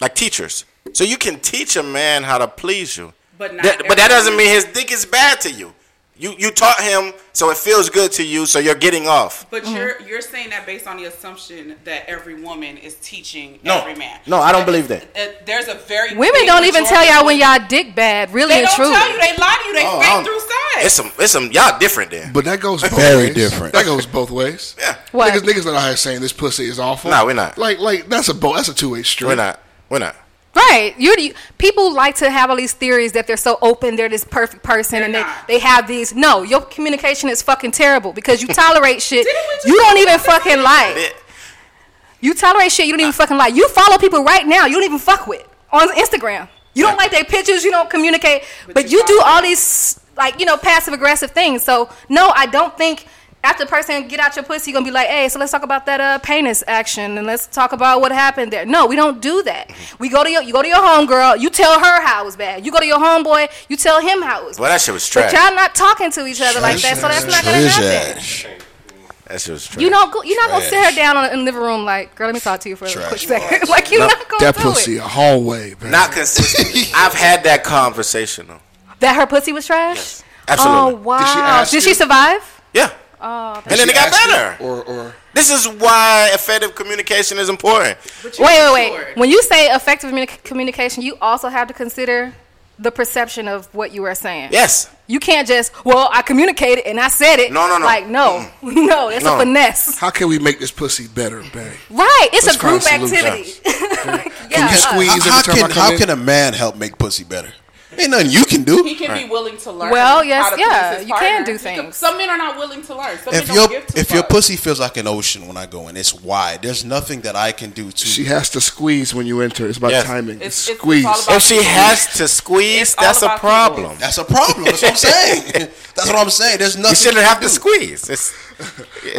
F: like teachers. So you can teach a man how to please you,
G: But not
F: that, but that
G: everyone.
F: doesn't mean his dick is bad to you. You you taught him, so it feels good to you, so you're getting off.
G: But you're you're saying that based on the assumption that every woman is teaching
F: No.
G: every man.
F: No, I don't believe that.
G: Uh, there's a very
I: Women
G: big
I: don't even
G: majority
I: tell y'all
G: of
I: when
G: women-
I: y'all dick bad. Really
G: They
I: and
G: don't
I: truly.
G: tell you. They lie to you. They
F: Oh, I
G: fake
F: don't-
G: through sex.
F: It's some it's some y'all different there.
A: But that goes both
H: Very
A: ways.
H: different.
A: That goes both ways. Yeah.
I: What?
A: Niggas, niggas not out here saying this pussy is awful.
F: Nah, we're not.
A: Like, like that's a bo- that's a two way street.
F: We're not. We're not.
I: Right. You, you people like to have all these theories that they're so open, they're this perfect person, and they, they have these. No, your communication is fucking terrible because you tolerate shit you don't even fucking like. You tolerate shit you don't even fucking like. You follow people right now you don't even fuck with on Instagram. You don't like their pictures. You don't communicate, but, you, do all these like you know passive aggressive things. So no, I don't think. After the person get out your pussy, you're gonna be like, hey, so let's talk about that uh, penis action and let's talk about what happened there. No, we don't do that. We go to your you go to your homegirl, you tell her how it was bad. You go to your homeboy, you tell him how it was
F: Well, that shit was
I: But
F: trash.
I: y'all not talking to each other like that, so that's not gonna happen.
F: That shit was trash.
I: You know, go, you're not gonna sit
H: Trash.
I: her down on, in the living room like, girl, let me talk to you for a quick second. like you're not gonna
A: That
I: do
A: pussy
I: it.
A: a hallway, man.
F: not consistent. I've had that conversation though.
I: That her pussy was trash.
F: Absolutely.
I: Oh wow! Did she,
A: ask you?
I: survive?
F: Yeah.
I: Oh,
F: And then it got better.
A: Or, or
F: this is why effective communication is important.
I: Wait, wait, wait. When you say effective communi- communication, you also have to consider the perception of what you are saying.
F: Yes.
I: You can't just, well, I communicated and I said it.
A: No, no, no.
I: Like, no, no, it's a finesse.
A: How can we make this pussy better, bang?
I: Right, it's
A: Let's
I: a group
A: find solutions.
I: activity.
A: Can you squeeze every
H: how,
A: time I come
H: can, how
A: in?
H: can a man help make pussy better? Ain't nothing you can do.
G: He can be willing to learn.
I: Well,
G: how
I: yes,
G: to
I: yeah,
G: please his
I: you can
G: partner.
I: do
G: He
I: things.
G: some men are not willing to learn. Some
H: if
G: men don't
H: your
G: give two
H: if your
G: fucks.
H: pussy feels like an ocean when I go in, it's wide. There's nothing that I can do to.
A: She has to squeeze when you enter. It's about
H: Yes.
A: timing. It's,
H: It's- it's- it's
A: squeeze.
H: all about If she people. has
F: to squeeze,
H: that's a problem. That's a problem. That's what I'm saying.
F: That's
H: what I'm saying. There's nothing.
F: You shouldn't have
H: do.
F: to squeeze. It's,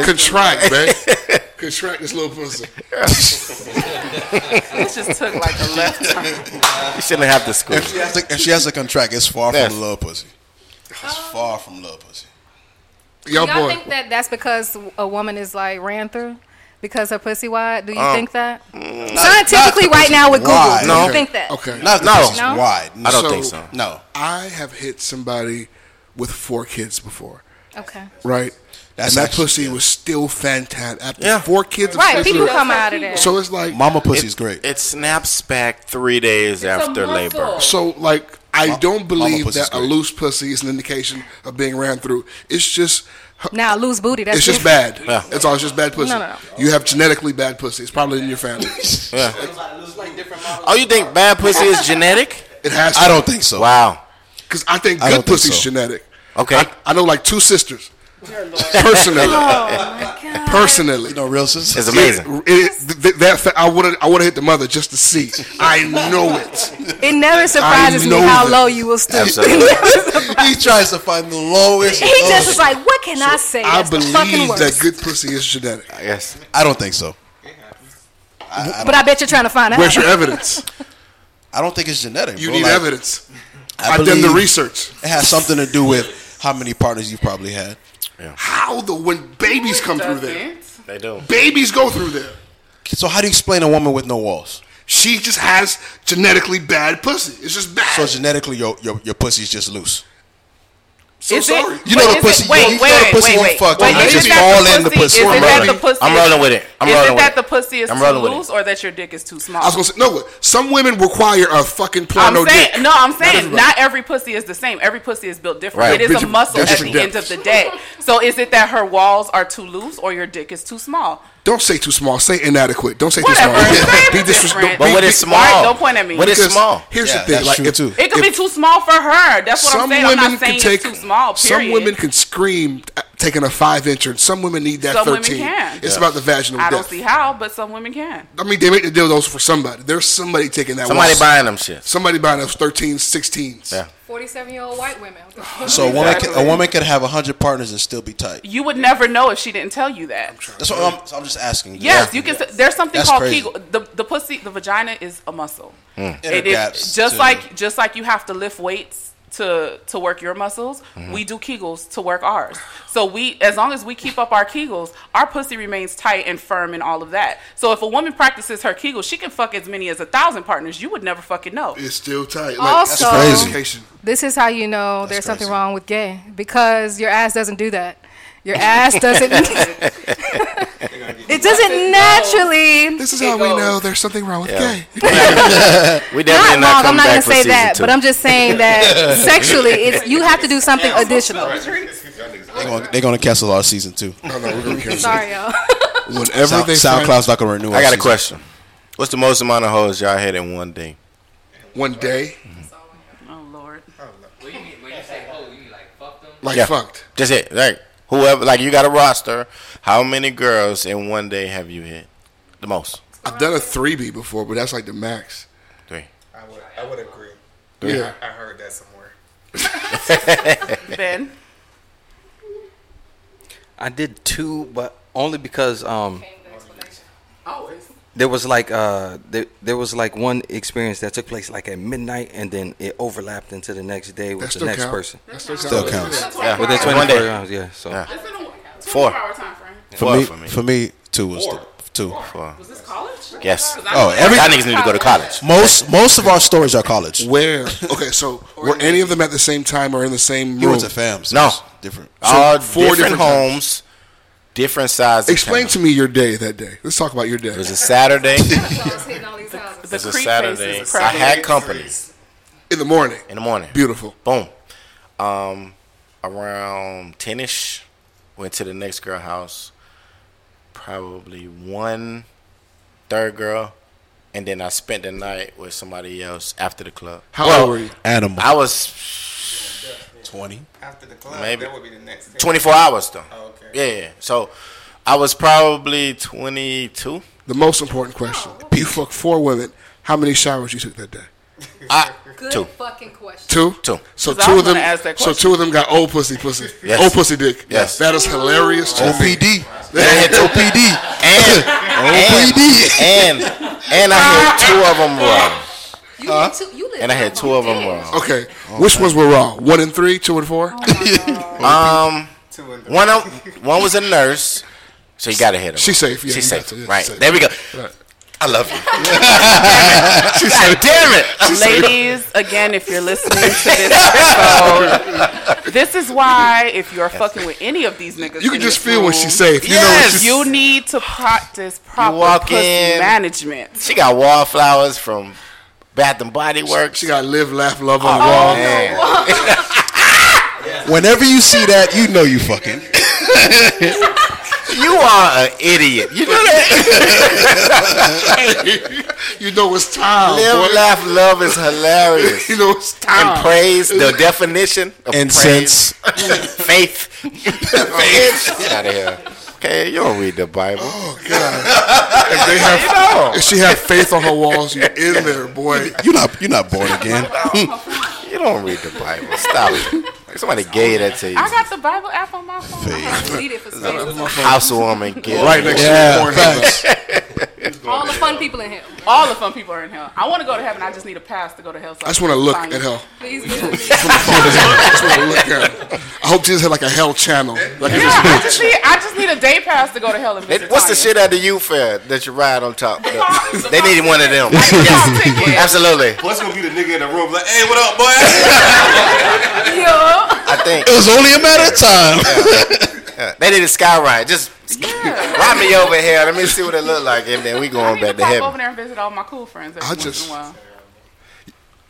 A: Contract, man. Contract this little pussy.
G: This just took like a left turn.
F: You shouldn't have to squeeze.
H: If she has to, if she has to contract, it's far
F: Yes.
H: from love pussy. It's
G: Oh.
H: far from love pussy.
I: Do y'all think that that's because a woman is like ran through because her pussy wide? Do you
H: Um,
I: think that?
H: mm,
I: Scientifically,
H: not- not
I: right
H: the
I: now with
H: pussy's wide.
I: Google, do
H: No.
I: you think that?
A: Okay.
H: Not if the pussy's No? wide. I don't think
F: so.
H: No.
A: I have hit somebody with four kids before.
I: Okay.
A: Right.
H: That's
A: and that
H: actually-
A: pussy was still fantastic after four kids. and
I: Right,
A: six
I: people
A: little-
I: come out of there.
A: So it's like
H: mama pussy's great.
F: It snaps back three days after labor.
A: So like I don't believe
F: pussy's
A: that a loose pussy is an indication of being ran through. It's just
I: Now loose booty. That's
A: it's just
I: different.
A: bad. That's all. It's just bad pussy.
I: No, no, no.
A: You have genetically bad pussy. It's probably in your family.
F: Yeah. Oh, you think bad pussy is genetic?
A: It has.
H: I don't think so.
F: Wow.
A: Because I think
F: I
A: good
F: don't think
A: pussy's
F: so.
A: genetic.
F: Okay.
A: I, I know like two sisters. Personally, personally, you
H: know, real sisters.
F: It's amazing.
A: It, it- th- th- that fa- I want to I want to hit the mother just to see. I know it.
I: It never surprises me
A: know
I: how
A: that.
I: low you will stoop.
A: Absolutely.
H: he tries to find the lowest.
I: he just is like, what can I say?
A: I
I: That's the
A: believe
I: fucking worst.
A: that good pussy is genetic.
F: Yes.
H: I don't think so.
I: but I bet you're trying to find out.
A: Where's your evidence?
H: I don't think it's genetic.
A: You
H: bro.
A: need
H: Like,
A: evidence.
H: I
A: I've done the
H: believe
A: research.
H: It has something to do with how many partners you've probably had.
A: How the when babies come through there?
F: They do.
A: Babies go through there.
H: So how do you explain a woman with no walls?
A: She just has genetically bad pussy. It's just bad.
H: So genetically, your your, your pussy's just loose.
A: So
G: Is it-
A: sorry.
H: You know
G: But
H: the
G: is
H: pussy.
G: it- wait,
H: you know
G: wait,
H: the pussy
G: wait,
H: won't
G: wait,
H: fuck.
G: wait,
H: you
G: is
H: just
G: it that
H: fall
G: the
H: in the
G: pussy-
H: pussy.
G: is it that the pussy
F: I'm rolling with it. I'm
G: is
F: rolling
G: it
F: with
G: that
F: it.
G: the pussy is
F: I'm
G: too
F: rolling with it.
G: loose or that your dick is too small?
A: I was gonna say no. Some women require a fucking
G: I'm
A: plano
G: saying
A: dick.
G: no. I'm saying
A: everybody.
G: not, every pussy is the same. Every pussy is built different.
A: Right.
G: It is a
A: Different-
G: muscle at the
A: different
G: end of the day. So is it that her walls are too loose or your dick is too small?
A: Don't say too small. Say inadequate. Don't say
G: Whatever.
A: too small.
G: Same
A: Be disres-
G: different.
A: don't be-
F: But what
A: be-
F: is
G: All right, don't point at me.
F: What is
A: Because
F: small?
A: Here's
F: Yeah,
A: the thing.
F: that's
A: Like
F: true
A: if,
F: too.
G: It could be too small for her. That's what I'm saying. I'm not saying it's too small. Period.
A: Some women can scream uh, taking a five inch, and some women need that
G: Some women
A: thirteen.
G: can.
A: It's
G: Yeah.
A: about the vaginal
G: I don't
A: depth.
G: see how, but some women can.
A: I mean, they make the dildos for somebody. There's somebody taking that.
F: Somebody
A: once.
F: buying them shit.
A: Somebody buying those 13s, 16s.
F: Yeah.
I: Forty-seven-year-old white women.
H: So a woman can, a woman could have hundred partners and still be tight.
G: You would never know if she didn't tell you that.
H: That's what I'm. so I'm just asking.
G: Yes, you can. s There's something
H: That's
G: called
H: crazy.
G: Kegel. The the pussy, the vagina is a muscle.
H: Mm. It
G: It is
H: adapts
G: just
H: to-
G: like just like you have to lift weights to to work your muscles.
C: Mhm.
G: We do Kegels to work ours. So we, as long as we keep up our Kegels, our pussy remains tight and firm and all of that. So if a woman practices her Kegels, she can fuck as many as a thousand partners. You would never fucking know.
A: It's still tight.
I: Also- That's
A: crazy.
I: This is how you know there's something wrong with gay because your ass doesn't do that. Your ass doesn't. it doesn't naturally.
A: This is how we know there's something wrong with
F: Yeah.
A: gay.
F: we
I: Not
F: definitely
I: wrong.
F: not,
I: I'm
F: coming back
I: not gonna
F: for
I: say
F: season
I: that,
F: two.
I: but I'm just saying that sexually, it's you have to do something additional.
H: They're gonna, they gonna cancel our season two.
A: No, no, we're gonna cancel.
I: Sorry, y'all.
A: Whenever
H: Sound-
A: they
H: SoundCloud's
A: find-
H: not gonna renew.
F: I
H: our
F: got a
H: season.
F: question. What's the most amount of hoes y'all had in one day?
A: One day,
G: Oh Lord.
C: When you, when you say hoe, you mean like fuck them?
A: like fucked.
F: Just it. Like whoever. Like you got a roster. How many girls in one day have you hit? The most.
A: I've done a three B before, but that's like the max.
B: I would, I would agree.
A: Yeah.
B: I, I heard that somewhere.
G: Ben,
D: I did two, but only because um, there was like uh, there, there was like one experience that took place like at midnight, and then it overlapped into the next day with
A: That
D: the
A: still
D: next
A: count.
D: person.
A: That still Still counts. counts.
F: Yeah.
D: within
F: One day.
D: 24 hours. Yeah, so
F: Yeah.
G: Four. hour time frame.
H: For
F: Four
H: me,
F: for me.
H: for me, two was
F: Four.
H: the two.
G: Was this college?
F: Yes.
H: Oh, every
F: y'all niggas need to go to college.
H: Most most of our stories are college.
A: Where? Okay, so were any of them at the same time or in the same room?
H: You went to fams.
F: No.
H: Different.
F: All
A: four
F: different,
A: different
F: homes. different sizes.
A: Explain to me your day that day. Let's talk about your day. It
F: was a Saturday.
A: it
F: was a Saturday. I had company
A: in the morning.
F: In the morning.
A: Beautiful.
F: Boom. Um, around ten ish, went to the next girl house. Probably one third girl, and then I spent the night with somebody else after the club.
H: How old were you? Animal.
F: I was
H: twenty.
B: After the club,
F: Maybe.
B: that would be the next day.
F: 24 hours though.
B: Oh, okay.
F: Yeah, yeah. So I was probably 22.
A: The most important question: You fucked four women. How many showers you took that day?
F: I,
I: Good
F: two.
I: fucking question.
A: Two.
F: Two.
A: So
I: 'Cause I
A: two
I: was
A: of them.
I: gonna ask that
A: so
I: question.
A: two of them got old pussy pussy.
F: Yes.
A: Old pussy dick.
F: Yes.
A: That is hilarious. To
F: OPD.
A: Me.
F: They had OPD. And, and, and, and I had two of them wrong.
I: You
A: Huh?
I: two, you
F: And I had two of them wrong.
A: Okay. Which ones were wrong? One and three, two and
I: Oh,
A: four.
F: Um, one of one was a nurse, so you gotta hit her.
A: She's safe, yeah,
F: She's
A: you
F: safe.
A: got to, yeah,
F: right
A: she's safe.
F: there we go.
A: Right.
F: I love you.
A: She's
F: God
A: safe.
F: damn it,
A: She's safe.
G: Ladies, again, if you're listening to this episode, this is why if you're fucking with any of these niggas,
A: You can
G: in
A: just
G: this
A: feel when
G: room,
A: she's safe. You know when Yes. she's-
G: you need to practice proper
F: walk
G: pussy
F: in.
G: management.
F: She got wallflowers from Bath and Body Works. Oh, She
A: got live, laugh, love
F: on
H: the wall.
F: Whenever you see that, you know you fucking. you are an idiot. You know that.
A: you know it's time.
F: Live,
A: boy.
F: laugh, love is hilarious.
A: you know it's time.
F: And praise the definition of
H: Incense.
F: praise. faith. faith. Get out of here. Okay, you don't read the Bible.
A: Oh God! if they have,
F: You know.
A: if she have faith on her walls, you in there, boy.
H: You're not you're not born again.
F: you don't read the Bible. Stop it. Somebody gave that to you.
G: I got the Bible app on my phone. I had to delete it for space.
F: Housewarming gift.
A: Right next to
H: Yeah,
A: the porn
H: facts.
G: All the fun people in hell. All the fun people are in hell. I want to go to heaven. I just need a pass to go to hell. so
A: I just
G: can
A: want to look
G: find
A: at
G: you.
A: hell.
G: Please
A: I
G: do.
A: just want to look at. It. I hope Jesus had like a hell channel. Like
G: Yeah, I just need I just need a day pass to go to hell and
F: They-
G: visit.
F: what's the
G: Tanya.
F: shit out of you fair that you ride on top? they needed one of them. Yes, absolutely.
J: What's gonna be the nigga in the room like, hey, what up, boy?
F: I think
H: It was only a matter of time.
F: Yeah, they did a sky ride. Just ride me over here. Let me see what it look like, and then we going back to
G: Pop over
F: heaven.
G: there and visit all my cool friends every
A: I
G: once
A: just-
G: in a while.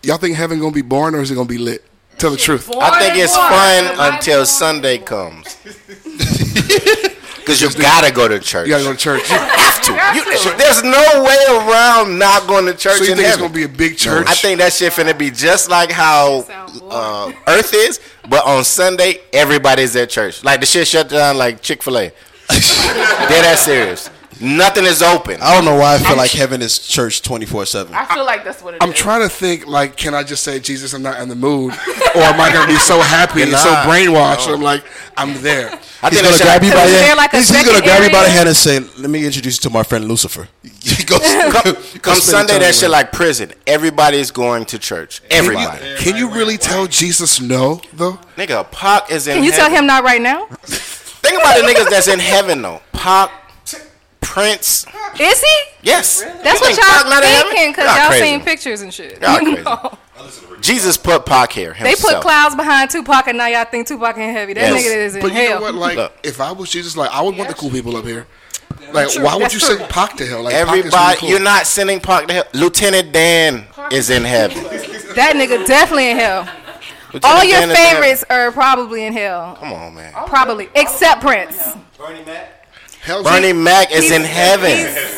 A: Y'all think heaven gonna be boring or is it gonna be lit? Tell the truth.
F: I think it's fun until Sunday comes. Because you gotta go to church. You gotta
A: go to church.
F: have to. You- there's no way around not going to church.
A: So you
F: in
A: think it's
F: heaven.
A: gonna be a big church?
F: I think that shit finna be just like how uh, Earth is, but on Sunday everybody's at church. Like the shit shut down like Chick Fil A. They're that serious. Nothing is open.
H: I don't know why I feel like heaven is church twenty four seven.
G: I feel like that's what it is.
A: I'm trying to think like, can I just say Jesus? I'm not in the mood, or am I gonna be so happy
F: You're
A: and so
F: not.
A: brainwashed?
F: No.
A: I'm like, I'm there.
F: I
H: He's
F: think
H: gonna
F: they
H: grab
F: should-
H: you by the
F: Is there
H: hand.
F: like a
H: he's he's gonna
F: second
H: grab you by the
F: area?
H: hand and say, "Let me introduce you to my friend Lucifer." Go- go
F: come,
H: spend
F: come Sunday,
H: eternity
F: that
H: with
F: shit
H: him.
F: like prison. Everybody is going to church. Everybody.
A: Can you really tell Jesus no though?
F: Nigga, Pac is in.
I: Can you tell
F: heaven.
I: him not right now?
F: Think about the niggas that's in heaven though. Pac, Prince.
I: Is he?
F: Yes.
I: That's
F: You
I: what
F: think Pac
I: y'all
F: not in heaven?
I: thinking because
F: Y'all
I: y'all
F: crazy.
I: seen pictures and shit.
F: Y'all crazy.
I: No.
F: Jesus put Pac here.
I: They
F: Himself.
I: put clouds behind Tupac and now y'all think Tupac in heavy. That
F: Yes.
I: nigga is in
A: But you
I: hell.
A: know what? Like,
F: Look.
A: if I was Jesus, like, I would want the cool people up here. Like,
I: True.
A: why would
I: That's
A: you
I: true.
A: send Pac to hell? Like, Pac is really
F: Everybody,
A: cool.
F: you're not sending Pac to hell. Lieutenant Dan is in heaven.
I: that nigga definitely in hell.
F: Lieutenant
I: All your
F: Dan is in heaven.
I: favorites are probably in hell.
F: Come on, man.
I: Probably, except Prince.
A: Hell's
F: Bernie Mac is in heaven.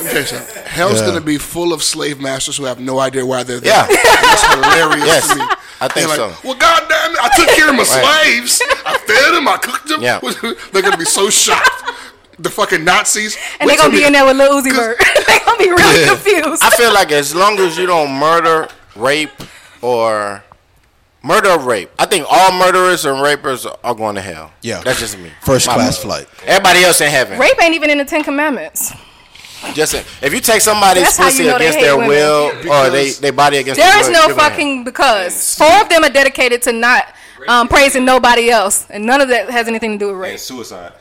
A: Okay, so hell's
F: Yeah.
A: gonna be full of slave masters who have no idea why they're there.
F: Yeah.
A: that's hilarious
F: Yes,
A: to me.
F: I think
A: They're
F: so.
A: like, Well, goddamn it, I took care of my
F: Right.
A: slaves. I fed them. I cooked them.
F: Yeah.
A: they're gonna be so shocked. The fucking Nazis.
I: And they
A: Wait
I: gonna
A: till
I: be in there with Lil Uzi Vert. they gonna be really confused.
F: I feel like as long as you don't murder, rape, or murder, or rape, I think all murderers and rapers are going to hell.
H: Yeah.
F: that's just me.
H: First
F: My
H: class
F: bad.
H: flight.
F: Everybody else in heaven.
I: Rape ain't even in the Ten Commandments.
F: Just if you take somebody's
I: That's how you
F: pussy
I: know they
F: against
I: hate
F: their
I: women.
F: will or they, they body against
I: There is
F: their will,
I: no
F: you're gonna
I: fucking because. Four of them are dedicated to not um, praising nobody else, and none of that has anything to do with rape.
J: And suicide.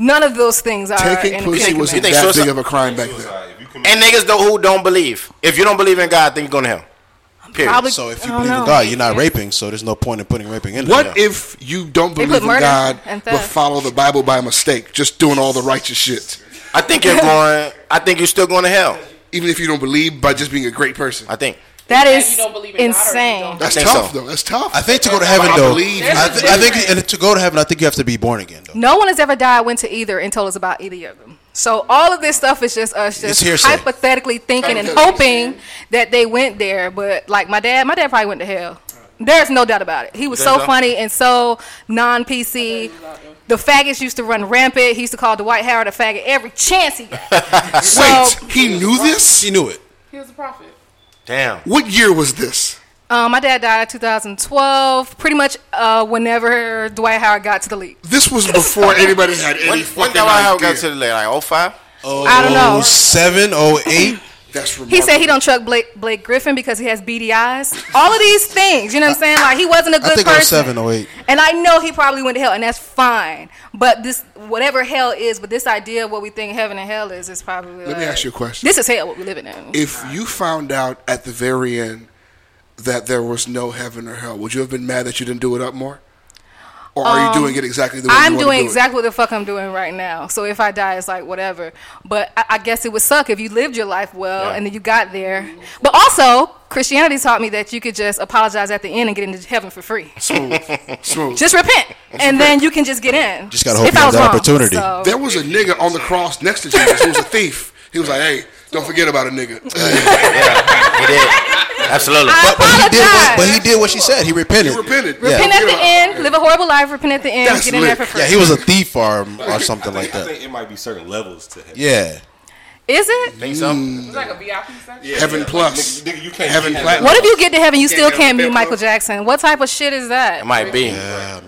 I: None of those things are.
A: Taking
I: in
A: pussy
I: the
A: was
F: You
A: that
F: think suicide-
A: big of a crime back then.
F: hell. and niggas don't, who don't believe. If you don't believe in God, then you're going to hell. Period.
G: Probably-
H: so if you
G: I don't
H: believe in
G: know.
H: God, you're not raping, so there's no point in putting raping in there.
A: What if you don't
H: They put
A: believe in
H: murder
A: God
H: and
A: but
H: theft.
A: follow the Bible by mistake, just doing all the righteous shit?
F: I think you're going. I think you're still going to hell,
A: even if you don't believe by just being a great person.
F: I think
I: That is insane.
A: that's
H: I think
A: tough
H: so.
A: though. That's tough.
H: I think to go to heaven, though, I,
A: believe.
H: th- I think and to go to heaven, I think you have to be born again. Though.
I: No one has ever died, went to either, and told us about either of them. So all of this stuff is just us
H: It's
I: just
H: hearsay.
I: hypothetically thinking and hoping that they went there. But like my dad, my dad probably went to hell. There's no doubt about it. He was
O: You think
I: so
O: so?
I: funny and so non PC. The faggots used to run rampant. He used to call Dwight Howard a faggot every chance he got.
A: Wait, he knew this?
H: He knew it.
G: He was a prophet.
F: Damn.
A: What year was this?
I: Um, my dad died in 2012, pretty much uh, whenever Dwight Howard got to the league.
A: This was before anybody had any
F: When, when
A: fucking
F: did
A: idea.
F: I
A: Oh,
F: got to the late like 05?
I: I don't
H: Oh,
I: know.
H: 07, 08?
A: That's remarkable.
I: He said he don't trust Blake, Blake Griffin because he has beady eyes. All of these things, you know what I'm saying? Like he wasn't a
H: I
I: good
H: think
I: person.
H: 07, 08.
I: And I know he probably went to hell, and that's fine. But this, whatever hell is, but this idea of what we think heaven and hell is, is probably.
A: Let me
I: like,
A: ask you a question.
I: This is hell. What we living in.
A: If you found out at the very end that there was no heaven or hell, would you have been mad that you didn't do it up more? Or are
I: Um,
A: you doing it exactly the way
I: I'm
A: you
I: doing
A: want to do
I: exactly what the fuck I'm doing right now. So if I die, it's like whatever. But I, I guess it would suck if you lived your life well
O: Yeah.
I: and then you got there. But also, Christianity taught me that you could just apologize at the end and get into heaven for free.
A: Smooth. Smooth.
I: Just repent, and then you can just get in.
A: Just
I: If I was wrong, so-
A: There was a nigga on the cross next to Jesus who was a thief. He was like, "Hey, don't forget about a nigga."
F: He did. Absolutely.
H: But, but he did. What, but he did what she said. He repented. He
A: repented.
I: Repent at the end, live a horrible life, repent at the end,
H: That's
I: get in there for free.
H: Yeah, he was a thief or, or something
J: I
H: like
J: think, I
H: that.
J: think it might be certain levels to heaven.
H: Yeah.
I: Is it?
J: Think so?
G: It's like a VIP section.
A: Heaven plus.
J: Nigga, you can't
A: Heaven
J: be
A: platinum.
I: What if you get to heaven, you still can't be Michael Jackson? What type of shit is that?
F: It might be.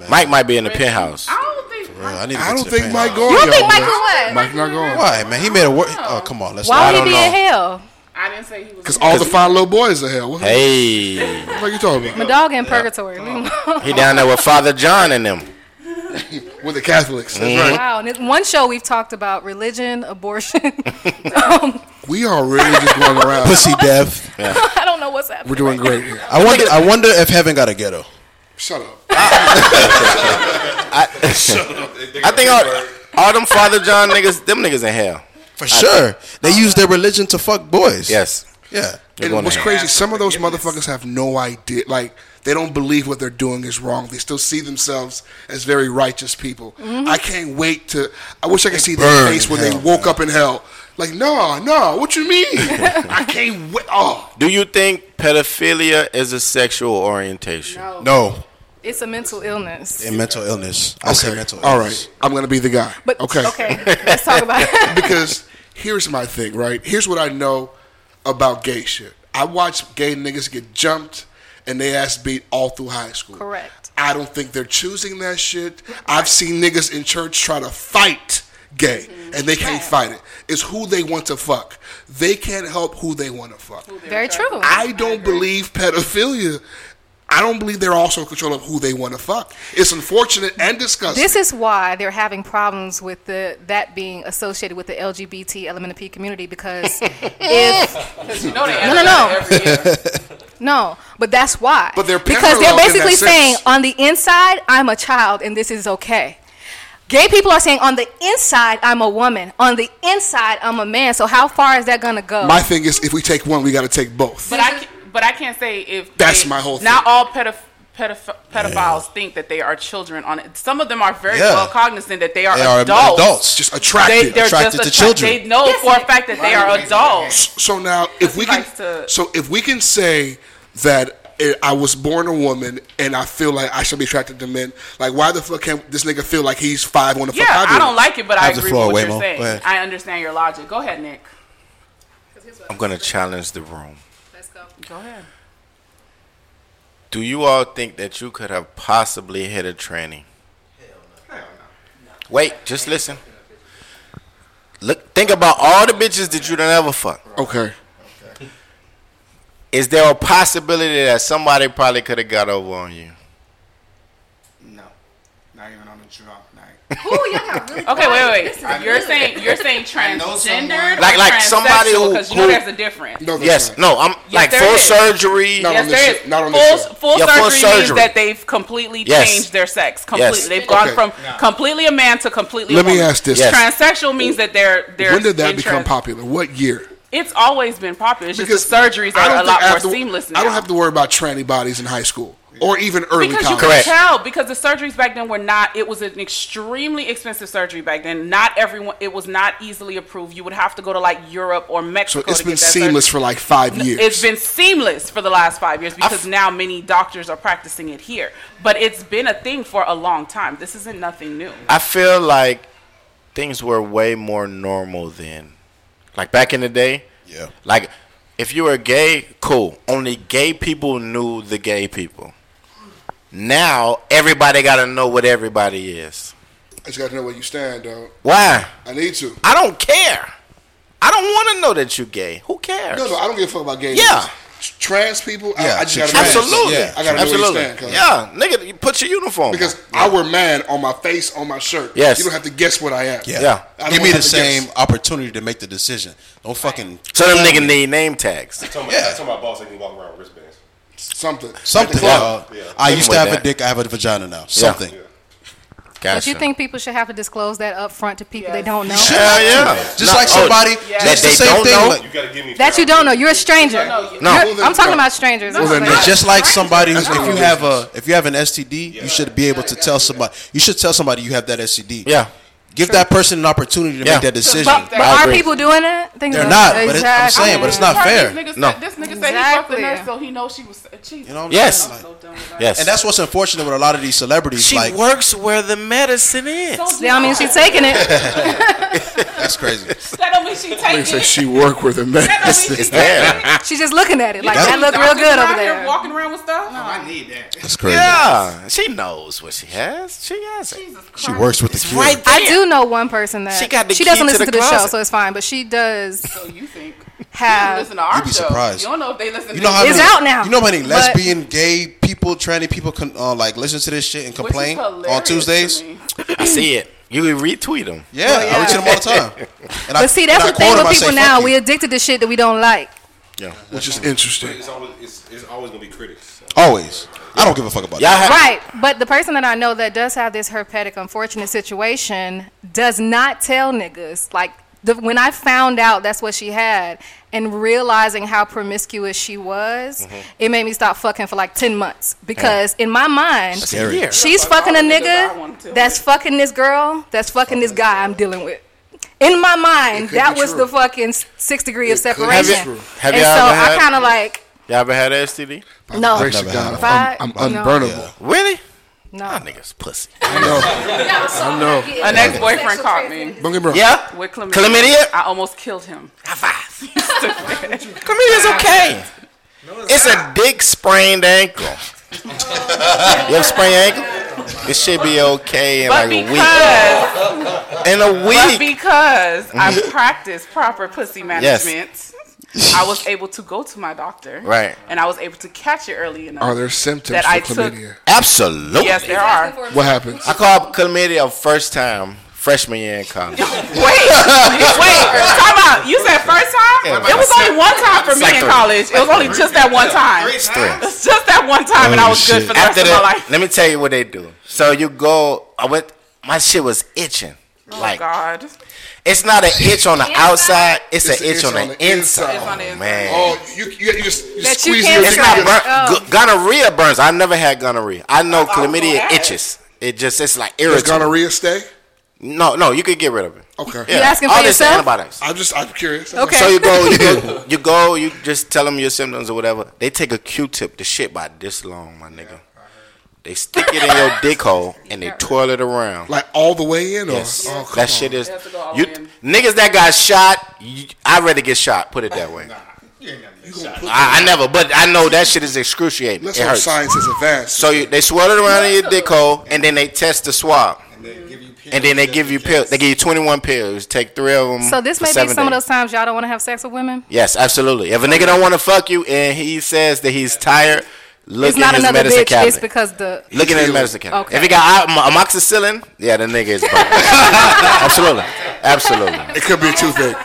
F: Mike might be in the penthouse.
I: I
G: don't think.
H: I, need to
A: I
H: get
A: don't
H: to the
A: think
H: pen.
A: Mike going.
I: You don't think
A: y'all,
I: Mike
A: man.
I: what?
A: Mike not going.
H: Why, man? He made a work. Oh, come on. Let's.
I: Why would he be in hell?
G: I didn't say he was.
A: Because all the five little boys are hell. What
F: Hey.
A: what are you talking
I: My
A: about?
I: dog in purgatory. Leave him alone.
F: He down there with Father John and them.
A: With the Catholics. That's
F: Mhm.
A: right.
I: Wow. And in one show we've talked about religion, abortion.
A: We are really just going around.
H: Pussy death.
I: I don't know what's happening.
A: We're doing great here.
H: I wonder. I wonder if heaven got a ghetto.
A: Shut up.
F: I, I think all, all them Father John niggas, them niggas in hell.
H: For sure. They use their religion to fuck boys.
F: Yes.
H: Yeah.
A: And what's crazy, some of those motherfuckers have no idea. Like, they don't believe what they're doing is wrong. They still see themselves as very righteous people.
I: Mm-hmm.
L: Mhm.
A: I can't wait to. I wish I could see their
F: burn
A: face
F: in
A: when
F: hell,
A: they woke up in hell. Like, no, no, what you mean? I can't wait. Oh.
F: Do you think pedophilia is a sexual orientation?
I: No.
H: No.
I: It's a mental illness.
H: And mental illness. I say mental illness.
A: All right. I'm going to be the guy.
I: But-
A: okay.
I: okay, let's talk about it.
A: because here's my thing, right? Here's what I know about gay shit. I watch gay niggas get jumped and they ass beat all through high school.
I: Correct.
A: I don't think they're choosing that shit. I've seen niggas in church try to fight gay
I: Mm-hmm.
A: and they can't fight it. It's who they want to fuck. They can't help who they want to fuck.
I: Very true.
A: I don't believe pedophilia. I don't believe they're also in control of who they want to fuck. It's unfortunate and disgusting.
I: This is why they're having problems with the that being associated with the LGBT LMNP community because if
G: you know they
I: no no no no, but that's why.
A: But they're
I: because
A: parallel
I: they're
A: in that
I: basically
A: sense.
I: saying on the inside I'm a child and this is okay. Gay people are saying on the inside I'm a woman, on the inside I'm a man. So how far is that gonna go?
A: My thing is, if we take one, we got to take both.
G: But I, ca- but I can't say if
A: That's my whole
G: Not all pedoph- pedoph- pedophiles think that they are children. On it, some of them are very
A: Yeah.
G: well cognizant that they are,
A: They are
G: adults.
A: adults, just attracted.
G: They, they're
A: Attracted
G: just
A: to
G: attra-
A: children.
G: They know for a fact that they are adults.
A: So now, if we can, so if we can say that eh, I was born a woman and I feel like I should be attracted to men, like why the fuck can't this nigga feel like he's five on the
G: Yeah,
A: fuck? I,
G: I don't like it, but I
A: Have the
G: agree
A: floor,
G: with what
A: Waymo.
G: you're
A: Go
G: saying.
A: ahead.
G: I understand your logic. Go ahead, Nick.
F: I'm gonna challenge the room.
G: Go ahead.
F: Do you all think that you could have possibly hit a tranny? Wait, just listen. Look, think about all the bitches that you done ever fuck.
A: Okay.
F: Is there a possibility that somebody probably could have got over on you?
B: Not even on the drop night.
I: Ooh, y'all got really
G: Okay, wait, wait,
I: quiet.
G: wait.
I: This is
G: You're
I: good.
G: saying you're saying
I: I know
G: transgendered, or
F: like like somebody who,
G: because you know
F: who-
G: there's a difference.
F: yes, no, I'm
G: Yes,
F: like
G: there
F: full
G: is.
F: surgery.
G: yes, there is. full, full
F: Yeah,
G: surgery means that they've completely
F: Yes.
G: changed their sex. Completely,
F: Yes.
G: they've gone
F: Okay.
G: from completely a man to completely.
A: Let
G: a
A: me
G: woman.
A: ask this. Yes.
G: Transsexual means that they're they're.
A: When did that become
G: trans-
A: popular? What year?
G: It's always been popular. It's
A: Because
G: just the surgeries
A: I
G: are
A: don't
G: a
A: think
G: lot
A: I
G: more
A: have to-
G: seamless now.
A: I don't have to worry about tranny bodies in high school or even early
G: because you
A: college.
G: could tell because the surgeries back then were not it was an extremely expensive surgery back then not everyone it was not easily approved you would have to go to like europe or
A: So
G: mexico
A: it's
G: to
A: been
G: get that
A: seamless
G: surgery.
A: for like five years.
G: It's been seamless for the last five years because now many doctors are practicing it here. But it's been a thing for a long time. This isn't nothing new.
F: I feel like things were way more normal then. Like back in the day.
H: Yeah.
F: Like if you were gay, cool. Only gay people knew the gay people. Now everybody gotta know what everybody is.
A: I just got to know where you stand, dog.
F: Why?
A: I need to.
F: I don't care. I don't want to know that you're gay. Who cares?
A: No, no, I don't give a fuck about gay.
F: Yeah.
A: niggas. Tr- Trans people, I- I, just gotta know.
F: absolutely.
A: I gotta know where you
F: absolutely.
A: stand. cuz.
F: yeah, nigga, you put your uniform.
A: Because I wear man on my face, on my shirt.
F: Yes.
A: You don't have to guess what I am.
H: Yeah.
A: I don't
H: Give me
A: have
H: the
A: to
H: same
A: guess.
H: opportunity to make the decision. Don't fucking.
F: So them nigga need name tags.
J: Tell my,
H: Yeah.
J: tell my boss they can walk around with wristbands.
A: Something.
H: Something.
J: Yeah.
H: dog.
J: Yeah.
H: I used to
F: Something
H: have
F: with
H: a
F: that.
H: dick. I have a vagina now. Something.
I: But you think people should have to disclose that up front to people they don't know?
F: Hell yeah.
H: Just
F: No,
H: like
F: oh,
H: somebody.
F: that
H: Just the
F: they
H: same
F: don't
H: thing.
F: know?
H: like-
J: You gotta give me.
I: That you don't know. You're a stranger.
H: No.
I: You're-
H: Well, then-
I: I'm talking
H: no.
I: about strangers. I'm
H: Well,
I: like-
H: it's just like somebody who's,
I: That's
H: if
I: not
H: you
I: what
H: have a if you have an STD, you should be able to tell somebody. You should tell somebody you have that STD.
F: Yeah.
H: Give that person an opportunity to
F: Yeah.
H: make that decision.
I: But, but are people doing that? Think
H: They're
I: about
H: not, but
I: it.
H: it's- I'm saying, but it's not
G: Heard
H: fair.
G: This nigga,
H: No.
G: said, this nigga said he fucked the
I: Exactly.
G: nurse, so he knows she was. Jesus.
H: You know what I'm
F: Yes.
H: saying? Like,
F: Yes.
H: And that's what's unfortunate with a lot of these celebrities.
F: She
H: like
F: works where the medicine is.
I: That don't mean she's taking it.
H: that's crazy.
G: That don't mean she
A: They
G: taking
A: said
G: it.
A: she work with a man.
F: It's there.
I: She's just looking at it. Like
H: That's-
I: that look real
G: Doctors
I: good
G: out
I: over
G: here
I: there.
G: Walking around with stuff.
B: I need that.
H: That's crazy.
F: Yeah, she knows what she has. She has it.
H: She works with the
F: It's
H: kid.
F: right there.
I: I do know one person that
F: She got the
I: doesn't
F: key to
I: listen
F: the
I: to the, show,
F: closet.
I: so it's fine. But she does
G: So you think? You
I: have.
G: listen to our
H: You'd be
G: show.
H: surprised.
G: You don't know if they listen.
H: You
G: to
H: know how
I: It's
H: many,
I: out now,
H: You know how many
I: but-
H: lesbian, gay people, tranny people can uh, like listen to this shit and
G: which is
H: complain on
G: hilarious to
H: Tuesdays?
G: me.
F: I see it. You can retweet them.
H: Yeah, I reach to them all the time. And I,
I: But see, that's
H: and I
I: the thing
H: quote 'em,
I: with
H: I say,
I: people
H: "Fuck
I: now.
H: you."
I: We addicted to shit that we don't like.
A: Which is interesting.
J: It's always, it's, it's always gonna be critics.
H: always. I don't give a fuck about
F: Y'all
H: that.
F: have,
I: Right. But the person that I know that does have this herpetic, unfortunate situation does not tell niggas. Like, the, when I found out that's what she had and realizing how promiscuous she was,
F: Mm-hmm.
I: it made me stop fucking for like 10 months. Because in my mind,
H: Scary.
F: Yeah.
I: she's fucking a
G: all the niggas I want
I: nigga
G: to.
I: that's fucking this girl, that's fucking this guy I'm dealing with. In my mind,
A: could
I: that
A: be
I: was
A: true.
I: the fucking s- sixth degree of
A: It could be Have
I: separation.
A: you-
F: have
I: and
F: y'all
I: so
F: ever
I: I
F: had-
I: kind of like,
F: y'all ever had a STD?
I: no.
A: Grace
H: never
A: of God,
H: had
I: one.
A: I'm,
I: Five?
A: I'm
I: No.
A: unburnable.
F: Really?
I: No.
F: That nigga's pussy.
A: I know.
G: An ex-boyfriend caught me
A: Don't get me wrong.
F: Yeah.
G: with chlamydia.
F: Chlamydia?
G: I almost killed him.
F: Chlamydia's okay. It's a dick sprained ankle. you have sprained ankle? It should be okay in
G: But
F: like a week.
G: because
F: In a
G: But
F: week.
G: because I
A: Mm-hmm.
G: practiced proper pussy
F: Yes.
G: management, I was able to go to my doctor.
F: Right.
G: And I was able to catch it early enough.
A: Are there symptoms
G: That
A: for
G: I took-
A: chlamydia?
F: Absolutely.
G: Yes, there are.
A: What happens?
F: I called chlamydia first time freshman year in college.
G: Wait, wait, time out. You said first time? It was only one time for me in college. It was only just that one time.
F: Straight.
G: It's just that one time, and I
H: Holy
G: was good
H: shit.
G: for the rest of my life.
F: Let me tell you what they do. So you go. I went. My shit was itching.
G: Oh,
F: like
G: God.
F: it's not an itch on the outside. It's, an itch, on, the, inside.
G: It's on the
F: Oh,
G: inside.
F: man.
A: Oh, you, you, you just you
I: That you
A: squeeze
I: can't
A: your
F: It's
A: dick
F: not
I: Yeah.
A: together.
F: burn.
I: Oh.
F: gu- Gonorrhea burns. I never had gonorrhea. I
G: Oh,
F: know chlamydia
G: ask.
F: itches. It just it's like
A: Does
F: irritating.
A: gonorrhea stay?
F: no, no, you could get rid of it.
A: Okay.
F: Yeah.
I: You asking
F: All
I: for
F: this
I: yourself?
F: antibiotics.
A: I'm just I'm curious.
I: Okay.
F: So you go, you go, you go, you just tell them your symptoms or whatever. They take a Q-tip, the shit by this long, my nigga. They stick it in your dick hole and they twirl it around.
A: Like all the way in, or
F: Yes.
A: oh, come
F: that shit is
G: has to go all
F: you
G: in.
F: niggas that got shot. You, I'd rather get shot. Put it that way.
B: You ain't never been shot.
F: I, I never, but I know that shit is excruciating.
A: Let's
F: it
A: hope
F: hurts.
A: science is advanced.
F: So you, they swirl it around in your dick hole and then they test the swab.
B: And they give you pills
F: And then they
B: just
F: give you
B: in
F: pills.
B: case.
F: They give you 21 pills. Take three of them.
I: So this
F: for
I: may be some
F: seven
I: of
F: days.
I: those times y'all don't want to have sex with women.
F: Yes, absolutely. If a nigga don't want to fuck you and he says that he's tired, Look
I: it's
F: in
I: not
F: his
I: another
F: medicine
I: bitch.
F: cabinet.
I: It's because the
F: Look at his medicine cabinet.
I: Okay.
F: If he got am- amoxicillin, yeah, the nigga is. broke. absolutely, absolutely. It could be a toothache.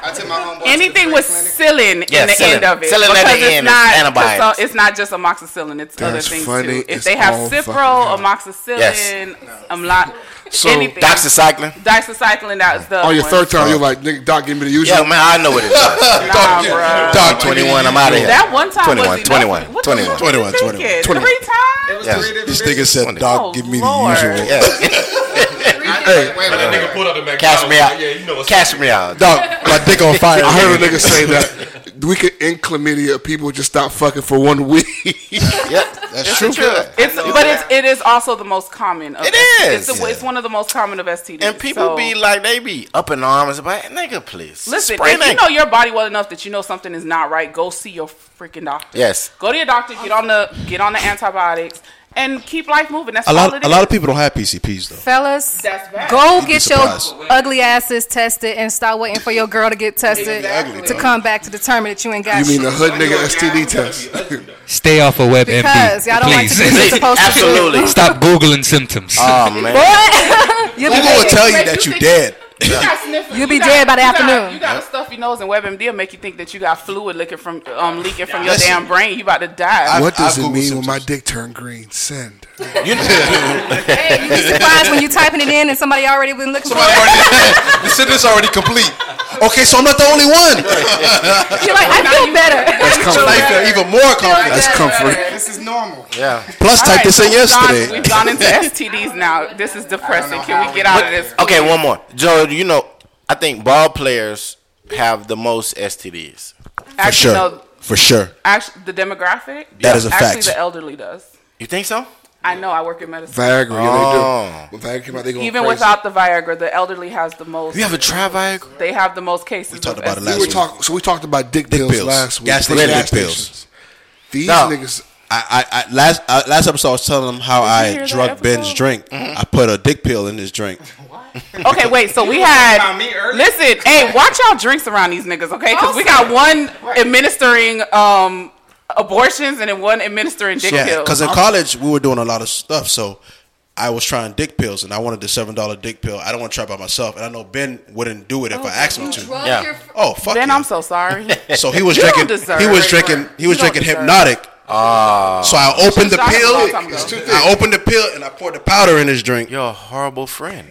G: Anything with psyllin
F: Yeah,
G: in the
F: psyllin.
G: end of it.
F: Psyllin at
G: because
F: the end is
G: it's not,
F: antibiotics.
G: so- it's not just amoxicillin. It's other
F: That's
G: things
F: funny
G: too. If
F: as
G: they have
F: all
G: Cipro,
F: fucking
G: amoxicillin,
F: Yes.
G: amlo-
F: So,
G: anything.
F: doxycycline?
G: Doxycycline. That's the
A: On your
G: one.
A: third time, you're like, nigga, Doc, give me the usual.
F: Yeah, man, I know what it is.
G: Nah, bruh.
F: Dog 21, I'm out of here.
G: That one time
F: 21,
G: was enough.
F: 21, 21,
H: 21, 21.
G: Three times.
H: This nigga said, "Dog, give me
G: Lord.
H: the usual."
J: That nigga pulled out the McDonald's.
F: Cash me out.
J: Yeah, you know what's
F: Cash me out.
A: Dog,
F: my dick on fire.
A: I heard a nigga say that we could end chlamydia if people just stop fucking for one week.
F: That's
G: It's the truth. It's but it's it is also the most common. Of it
F: is.
G: It's, the, it's one of the most common of STDs.
F: And people
G: so-
F: be like, they be up in arms about, nigga, please.
G: Listen,
F: spray
G: if you
F: that.
G: know your body well enough that you know something is not right, go see your freaking doctor.
F: Yes.
G: Go to your doctor, get on the get on the antibiotics, and keep life moving. That's
H: A
G: all
H: lot,
G: it
H: a
G: is.
H: lot of people don't have PCPs though.
I: fellas,
G: bad.
I: go
H: You'd be
I: get your
H: surprised.
I: ugly asses tested and start waiting for your girl to get tested to come back to determine that you ain't got
A: You mean
I: shit.
A: the hood nigga STD test?
C: Stay off of WebMD.
I: Because y'all don't like to
C: please.
I: do what you're supposed to do. Absolutely.
C: Stop Googling symptoms.
F: Oh,
I: What? You'll be
H: Google will
I: dead.
H: tell you that you dead.
G: got sniffles.
I: You'll be
G: You got-
I: dead by the
G: you got-
I: afternoon.
G: you got a stuffy nose, and WebMD will make you think that you got fluid leaking from um, leaking from your
A: Listen.
G: damn brain. You about to die.
A: what does it mean when my dick turned green? Send.
I: You'd be surprised when you typing it in and somebody already been looking for it.
H: The sentence already complete. Okay, so I'm not the only one.
I: You're like, I feel better.
H: That's comfort. I feel even more comfort.
G: That's comfort.
B: This is normal.
F: Yeah.
H: Plus,
G: All right,
H: type this
G: so
H: in
G: we've gone-
H: yesterday.
G: We've gone into STDs now. This is depressing. Can we get out of this?
F: Okay, one more. Joe, you know, I think ball players have the most STDs.
G: Actually, no.
F: For sure.
G: Actually, the demographic.
F: That is a
G: Actually,
F: fact.
G: the elderly does.
F: You think so?
G: I know. I work in medicine.
A: Viagra, yeah,
F: Oh.
A: they do. When Viagra came out, they going
G: Even
A: crazy.
G: without the Viagra, the elderly has the most.
A: You haven't
F: tried Viagra?
G: They have the most cases. We talked about
A: we were talk, so we talked about dick, pills,
H: pills.
A: last week.
H: Gas station dick pills.
A: stations. These
H: No.
A: niggas.
H: I, I, I last I, last episode I was telling them how
G: hear
H: I
G: that
H: drug binge
G: episode?
H: drink.
G: Mhm.
H: I put a dick pill in this drink.
G: Okay, wait. So we had. Listen, hey, watch y'all drinks around these niggas, okay? Because we got one administering um, abortions and then one administering dick Uh-huh.
H: yeah,
G: pills.
H: because in college we were doing a lot of stuff, so I was trying dick pills, and I wanted the seven dollar dick pill. I don't want to try by myself, and I know Ben wouldn't do it if I asked him to.
G: drugged Yeah. your-
H: Oh fuck.
G: Ben,
H: yeah.
G: I'm so sorry.
H: So he was
G: You don't
H: drinking.
G: deserve
H: He was
G: it.
H: drinking. He was
G: You don't
H: drinking
G: deserve it.
H: hypnotic.
F: Ah.
H: so I opened
G: Should've
H: the
G: started a long time
H: pill.
G: ago. It's too
H: I opened the pill and I poured the powder in his drink.
F: You're a horrible friend.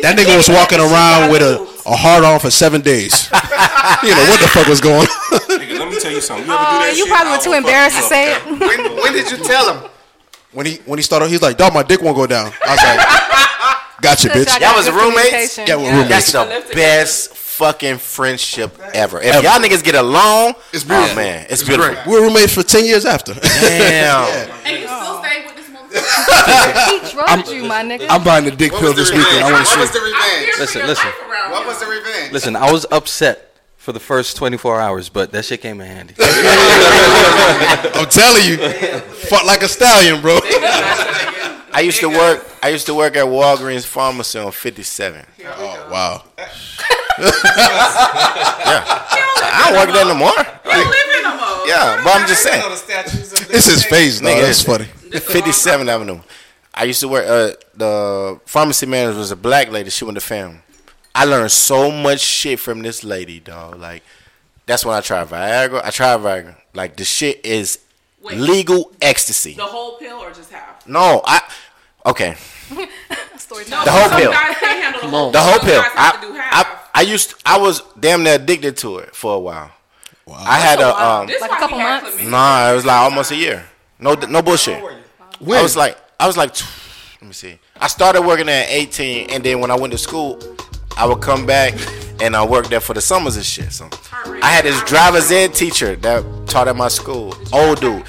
H: That nigga was walking around with a, a hard on for seven days. you know what the fuck was going on?
J: Nigga, let me tell you
G: Oh,
J: something. Oh, You ever do
I: Uh,
J: that
I: you
J: shit?
I: probably
J: I
I: were
J: will
I: too
J: fuck
I: embarrassed
J: you
I: to
J: up.
I: say it.
B: When, when did you tell him?
H: When he when he started, he's like, "Dog, my dick won't go down." I was like, "Gotcha,
F: Y'all
H: bitch."
F: was roommates.
H: Yeah, we're roommates.
F: That's the best fucking friendship ever. If y'all niggas get along, it's beautiful. Oh, man, it's, beautiful.
H: We were roommates for ten years after.
F: Damn.
G: And you still stay with this
I: He drugged you, my nigga.
A: I'm buying the dick pill this weekend. I want
B: What
A: to
B: was
A: see.
B: the revenge?
D: Listen, listen,
B: What was the revenge?
D: listen. I was upset for the first 24 hours, but that shit came in handy.
H: I'm telling you, fuck like a stallion, bro.
F: I used to work. I used to work at Walgreens pharmacy on 57.
H: Oh wow.
F: I don't work there no more. Like,
G: living no more.
F: yeah, but I'm just saying.
H: It's his face, though.
F: Nigga,
H: That's
F: listen.
H: funny.
F: 57th Avenue. I used to work. Uh, the pharmacy manager was a black lady. She went to fam. I learned so much shit from this lady, dog. Like that's when I tried Viagra. I tried Viagra. Like the shit is
G: Wait.
F: legal ecstasy.
G: The whole pill or just half?
F: No, I. Okay,
G: No,
F: The whole
G: some
F: pill.
G: guys can't handle the whole
F: the whole
G: Some
F: pill.
G: guys have to do
F: I,
G: half.
F: I I used. I was damn near addicted to it for a while. I had a um.
G: This
I: Like a
G: why
I: couple
G: he had
I: months?
G: chlamydia.
F: Nah, it was like almost a year. No, no bullshit. I was like, I was like, tw- let me see. I started working there at 18, and then when I went to school, I would come back and I worked there for the summers and shit. So I had this driver's ed teacher that taught at my school. Old dude.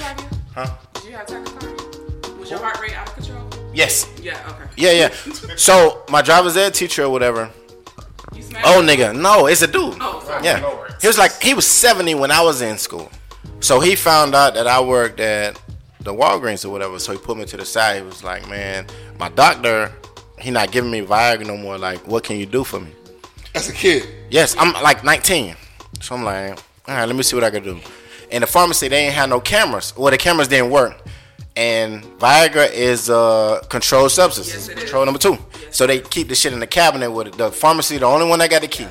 F: Huh?
G: Did you have tachycardia? Was your heart rate out of control?
F: Yes.
G: Yeah, okay.
F: Yeah, yeah. So my driver's ed teacher or whatever. Oh nigga, no, it's a dude. yeah, he was like he was seventy when I was in school, so he found out that I worked at the Walgreens or whatever. So he put me to the side. He was like, "Man, my doctor, he not giving me Viagra no more. Like, what can you do for me?"
A: As a kid.
F: Yes, I'm like 19, so I'm like, "All right, let me see what I can do." And the pharmacy they ain't had no cameras. Well, the cameras didn't work. And Viagra is a controlled substance. It's control number two. So they keep the shit in the cabinet with it. The pharmacy, the only one that got the key.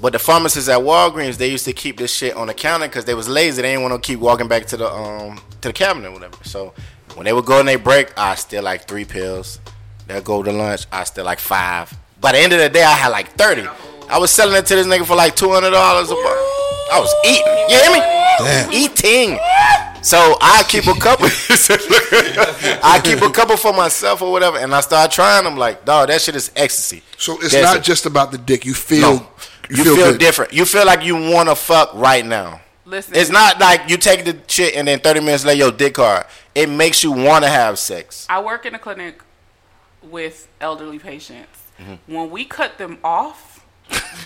F: But the pharmacists at Walgreens, they used to keep this shit on the counter because they was lazy. They didn't want to keep walking back to the um to the cabinet or whatever. So when they would go on their break, I still like three pills. They'll go to lunch, I still like five. By the end of the day, I had like thirty. I was selling it to this nigga for like two hundred dollars a month. I was eating. You hear me? Eating. So I keep a couple. I keep a couple for myself or whatever, and I start trying them. Like, dog, that shit is ecstasy.
A: So It's not just about the dick. You feel
F: No. you, feel,
A: good.
F: different. You feel like you want to fuck right now.
G: Listen.
F: It's not like you take the shit and then 30 minutes later your dick hard. It makes you want to have sex.
G: I work in a clinic with elderly patients.
F: Mhm.
G: When we cut them off,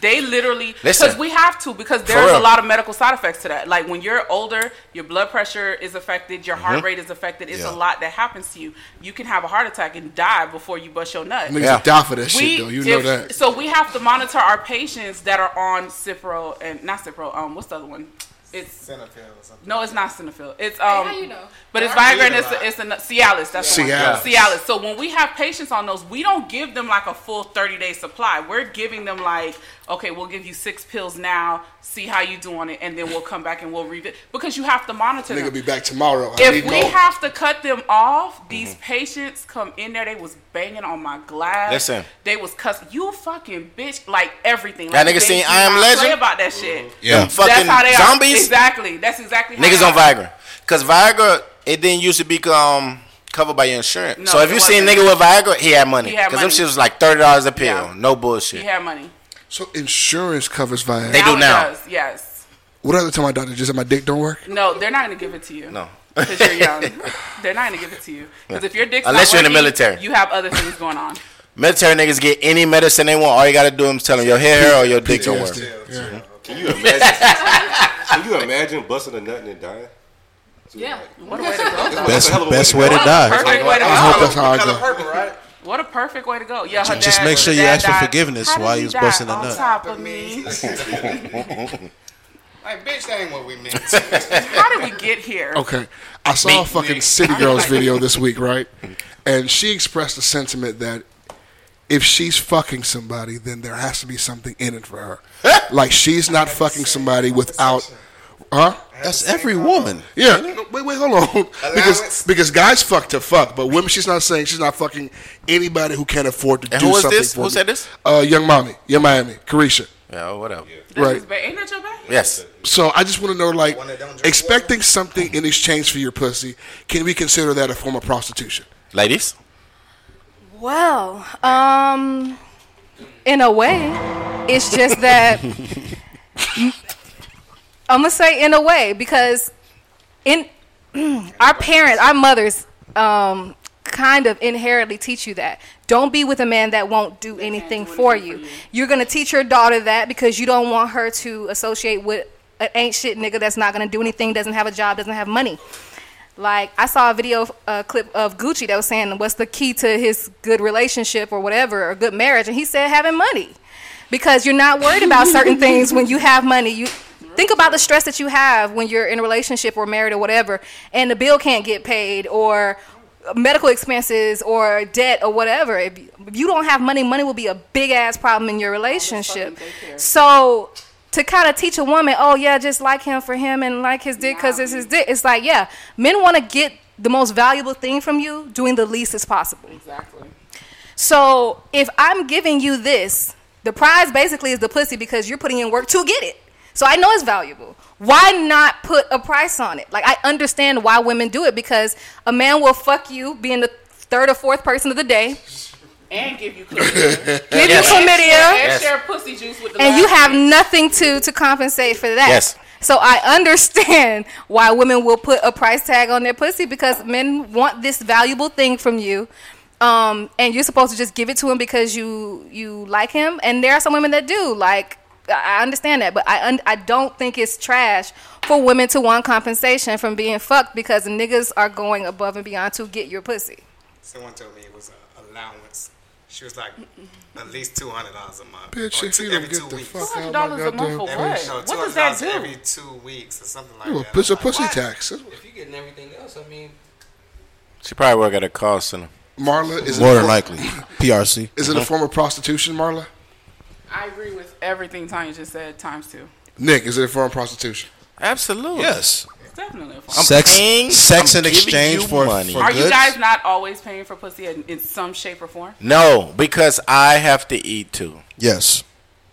G: they literally
F: Listen.
G: because we have to because
F: For
G: there's a
F: real.
G: lot of medical side effects to that. Like when you're older, your blood pressure is affected, your heart
F: Mhm.
G: rate is affected. It's
A: Yeah.
G: a lot that happens to you. You can have a heart attack and die before you bust your nut.
A: Niggas Yeah. die for that shit, though. You know that.
G: So we have to monitor our patients that are on Cipro and not Cipro. Um, what's the other one? It's
B: Cinefil or something.
G: No, it's not Cinefil. It's
B: Hey,
G: um.
B: how you know?
G: But it's
B: Well, I
G: Viagra and
B: read
G: it's
B: a
G: it's an, Cialis. That's the one.
B: Cialis.
G: Cialis. So when we have patients on those, we don't give them like a full 30 day supply. We're giving them like, okay, we'll give you six pills now, see how you do on it, and then we'll come back and we'll revisit because you have to monitor
A: Nigga
G: them.
A: be back tomorrow. I
G: If
A: need Mm-hmm.
G: we
A: more.
G: have to cut them off, these patients come in there. They was banging on my glass.
F: Listen.
G: they was cussing. You fucking bitch, like everything.
F: That
G: Like,
F: nigga
G: they
F: seen
G: do
F: I Am
G: not
F: Legend?
G: play about that shit.
A: Mm-hmm.
F: Yeah. Them fucking
G: that's how they Are.
F: zombies?
G: Exactly. That's exactly. how
F: Niggas
G: they
F: on
G: are.
F: Viagra. Because Viagra, it didn't used to be um, covered by your insurance.
G: No,
F: so if
G: it
F: you see a
G: wasn't.
F: nigga with Viagra, he had money.
G: He had
F: Because them
G: money.
F: shit was like $30 a pill.
G: Yeah.
F: No bullshit.
G: He had money.
A: So insurance covers Viagra.
F: They do
G: it
F: now.
G: does, yes.
A: What other time my doctor just said my dick don't work?
G: No, they're not gonna give it to you.
F: No.
G: Because you're young, they're not gonna give it to you. Because if your dick's
F: Unless
G: not
F: you're in the
G: working,
F: military.
G: you have other things going on.
F: Military niggas get any medicine they want. All you got to do is tell them your hair or your dick don't work.
J: Can you imagine? can you imagine busting a nut and then dying?
G: Yeah. What a way to go.
H: Best- best way to die.
G: What a perfect way to go.
H: I hope that's how I go.
G: Purple, right? What a perfect way to go. Yeah, her
H: Just
G: dad-
H: make sure
G: her
H: you
G: dad
H: ask for
G: died.
H: forgiveness
G: How did
H: while
G: he
H: you was
G: die
H: busting a nut?
G: On top of me.
B: Like, bitch, that ain't what we meant.
G: How did we get here?
A: Okay. I saw a fucking City Girls video this week, right? And she expressed the sentiment that if she's fucking somebody, then there has to be something in it for her. like she's not fucking somebody without huh?
H: That's every woman.
A: Yeah. no, Wait, wait, hold on. because because guys fuck to fuck, but women she's not saying she's not fucking anybody who can't afford to
F: And
A: do
F: who is
A: something.
F: this?
A: for
F: Who
A: me.
F: said this?
A: Uh young mommy, young Miami, Carisha.
F: Yeah, or whatever.
A: Right.
G: But ain't that your bad?
F: Yes.
A: So I just want to know, like, expecting something in exchange for your pussy, can we consider that a form of prostitution?
F: Ladies,
I: Well, um, in a way, it's just that I'm gonna say in a way because in our parents, our mothers, um, kind of inherently teach you that. Don't be with a man that won't do anything for you. You're gonna teach your daughter that because you don't want her to associate with an ain't shit nigga that's not gonna do anything, doesn't have a job, doesn't have money. Like I saw a video uh, clip of Gucci that was saying, "What's the key to his good relationship or whatever, or good marriage?" And he said, "Having money." because you're not worried about certain things when you have money. You think about the stress that you have when you're in a relationship or married or whatever, and the bill can't get paid or medical expenses or debt or whatever. If you, if you don't have money, money will be a big ass problem in your relationship. So to kind of teach a woman, oh yeah, just like him for him and like his dick because it's his dick. It's like yeah, men want to get the most valuable thing from you doing the least as possible.
G: Exactly.
I: So if I'm giving you this, the prize basically is the pussy because you're putting in work to get it. So I know it's valuable. Why not put a price on it? Like I understand why women do it because a man will fuck you being the third or fourth person of the day,
G: And give you
I: give you
G: Yes.
I: chlamydia,
G: And share pussy juice with the
I: and you
G: last
I: have
G: name.
I: nothing to to compensate for that.
F: Yes.
I: So I understand why women will put a price tag on their pussy because men want this valuable thing from you, um, and you're supposed to just give it to him because you you like him. And there are some women that do like. I I understand that, but I un- I don't think it's trash for women to want compensation from being fucked because niggas are going above and beyond to get your pussy.
B: Someone told me it was an allowance. She was like, at least two hundred dollars a month.
A: Bitch,
B: Or
A: if
B: two-
A: you don't
B: every
A: get
B: two
A: the
B: weeks.
A: fuck out my $200 a month goddamn for
B: Every-
A: what?
B: no,
A: What
B: $200
A: does that do?
B: Every two weeks or something like
A: You a
B: that.
A: pussy, pussy tax.
C: If you're getting everything else, I mean,
F: She probably work at a call center. Mm-hmm.
A: Marla is
H: More
A: it
H: than
A: for-
H: likely. PRC.
A: Is
F: Uh-huh.
A: it a form of prostitution, Marla?
G: I agree with everything Tanya just said, times two.
A: Nick, is it a form of prostitution?
F: Absolutely.
H: Yes.
G: It's definitely a form.
H: sex sex in exchange for, for
G: Are you
H: goods?
G: guys not always paying for pussy in, in some shape or form?
F: No, because I have to eat too.
H: Yes.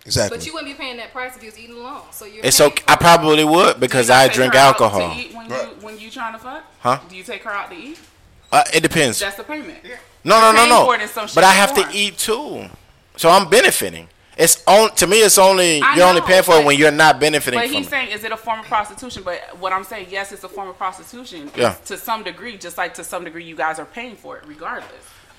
H: Exactly.
I: But you wouldn't be paying that price if you was eating alone. So you're
F: It's okay. I probably would because I drink alcohol.
G: To eat when you when you trying to fuck?
F: Huh?
G: Do you take her out to eat?
F: Uh, it depends.
G: That's the payment.
F: No,
G: You're
F: no, no,
G: paying
F: no.
G: for it in some
F: But
G: shape
F: I
G: or
F: have to
G: form.
F: eat too, so I'm benefiting. It's on to me. It's only
G: I
F: you're only
G: know,
F: paying for it
G: but-
F: when you're not benefiting
G: But
F: from
G: he's
F: it.
G: saying, is it a form of prostitution? But what I'm saying, yes, it's a form of prostitution. It's
F: Yeah.
G: To some degree, just like to some degree, you guys are paying for it regardless.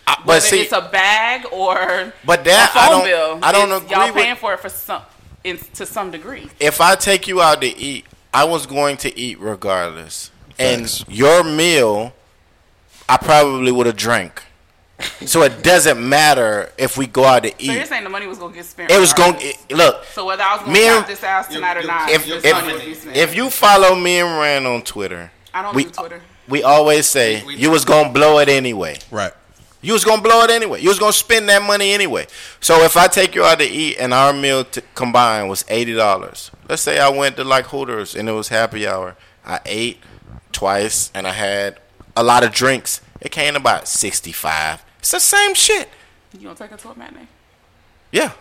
F: I-
G: Whether
F: but see,
G: it's a bag or
F: But that-
G: a phone
F: I don't-
G: bill,
F: I don't
G: it's- y'all
F: agree with-
G: paying for it for some in, to some degree.
F: if I take you out to eat, I was going to eat regardless.
H: Facts.
F: And your meal, I probably would have drank. So it doesn't matter if we go out to
G: So you're
F: eat.
G: saying the money was gonna get spent.
F: It was going
G: regardless.
F: to look.
G: So whether I was gonna
F: me and-
G: pop this ass tonight or not,
F: If,
G: your money would be
F: if,
G: spent.
F: if you follow me and Rand on Twitter,
G: I don't
F: we,
G: do Twitter.
F: we always say you was gonna blow it anyway.
H: Right.
F: You was gonna blow it anyway. You was gonna spend that money anyway. So if I take you out to eat and our meal t- combined was eighty dollars, let's say I went to like Hooters and it was happy hour. I ate twice and I had a lot of drinks. It came about sixty five. It's the same shit.
G: you gonna take her to a matinee,
F: Yeah.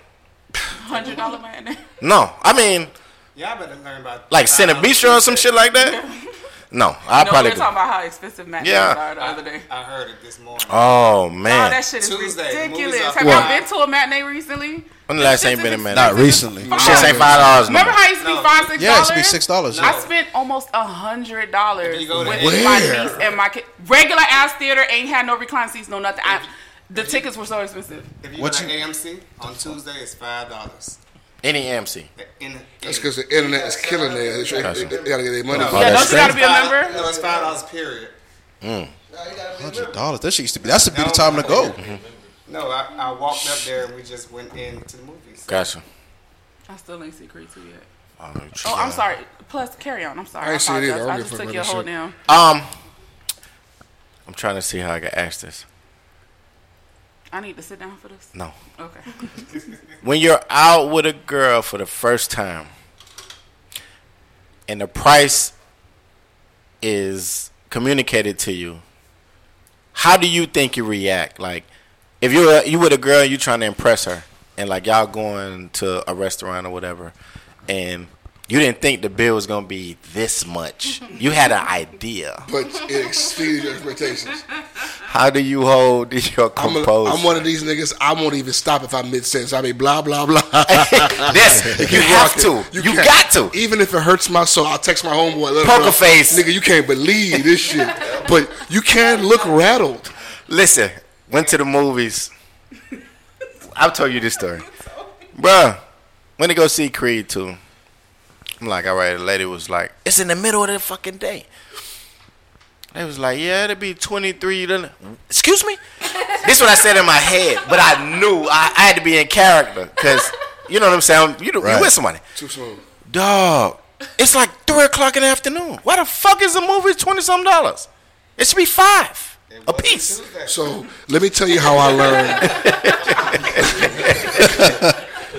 G: hundred dollar matinee.
F: No, I mean
B: Y'all better learn about
F: like Cine Bistro or some shit like that. No, I
G: no, we
F: probably.
G: were
F: go-
G: talking about how expensive matinees
F: Yeah.
G: are the other day.
B: I heard it this morning.
F: Oh
G: Oh,
F: man.
G: that shit is
B: Tuesday, the movies
G: ridiculous.
B: are
G: Have
F: What?
G: y'all been to a matinee recently?
F: When the last time you been in man?
H: Not recently.
F: Shit ain't five dollars. no
G: Remember
F: more.
G: how it used to be five, six dollars?
H: Yeah, it used to be $6, yeah.
G: I spent almost a hundred dollars with
H: go to
G: my
H: Where?
G: niece and my kid. Regular ass theater ain't had no recline seats, no nothing. I, the tickets were so expensive.
B: If you
F: What
B: what you
F: you-
B: AMC on Tuesday, it's five dollars.
F: Any AMC.
B: That's
A: because the internet is killing them. They, try- they, they gotta get their money.
F: Oh,
H: Yeah,
A: back.
H: don't you gotta be a
B: member? No, it's five dollars. Period.
F: Mm-hmm.
H: Hundred dollars. That shit used to be. That's the be the time to go.
F: Mm-hmm.
B: No, I, I walked up there and we just went into the movies.
F: Gotcha.
G: I still ain't seen Creed two yet.
F: Oh,
G: Oh, I'm sorry. Plus, carry on. I'm sorry.
A: I
G: I,
A: ain't seen it either.
G: apologize.
A: I
G: I
A: don't
G: just
A: give a
G: took
A: fuck
G: your
A: about
G: whole
A: that shit.
G: damn.
F: Um, I'm trying to see how I can ask this.
G: I need to sit down for this.
F: No.
G: Okay.
F: When you're out with a girl for the first time, and the price is communicated to you, how do you think you react? Like, if you're you with a girl, you trying to impress her, and like y'all going to a restaurant or whatever, and you didn't think the bill was gonna be this much. You had an idea.
A: But it exceeded your expectations.
F: How do you hold your
A: I'm, a,
F: composure?
A: I'm one of these niggas. I won't even stop if I mid sentence. I be blah blah blah.
F: Yes, you have to. You
A: can't-
F: got to.
A: Even if it hurts my soul, I'll text my homeboy. let him
F: Poker
A: know,
F: face.
A: nigga. You can't believe this shit. But you can look rattled.
F: Listen, went to the movies. I've told you this story. Bruh, went to go see Creed 2. I'm like, all right, the lady was like, it's in the middle of the fucking day. They was like, yeah, it'll be 23. then- Excuse me? this what I said in my head, but I knew I, I had to be in character because, you know what I'm saying? You, you with somebody.
A: Too smooth.
F: Dog, it's like three o'clock in the afternoon. Why the fuck is the movie twenty some dollars? It should be five a piece.
A: So let me tell you how I learned.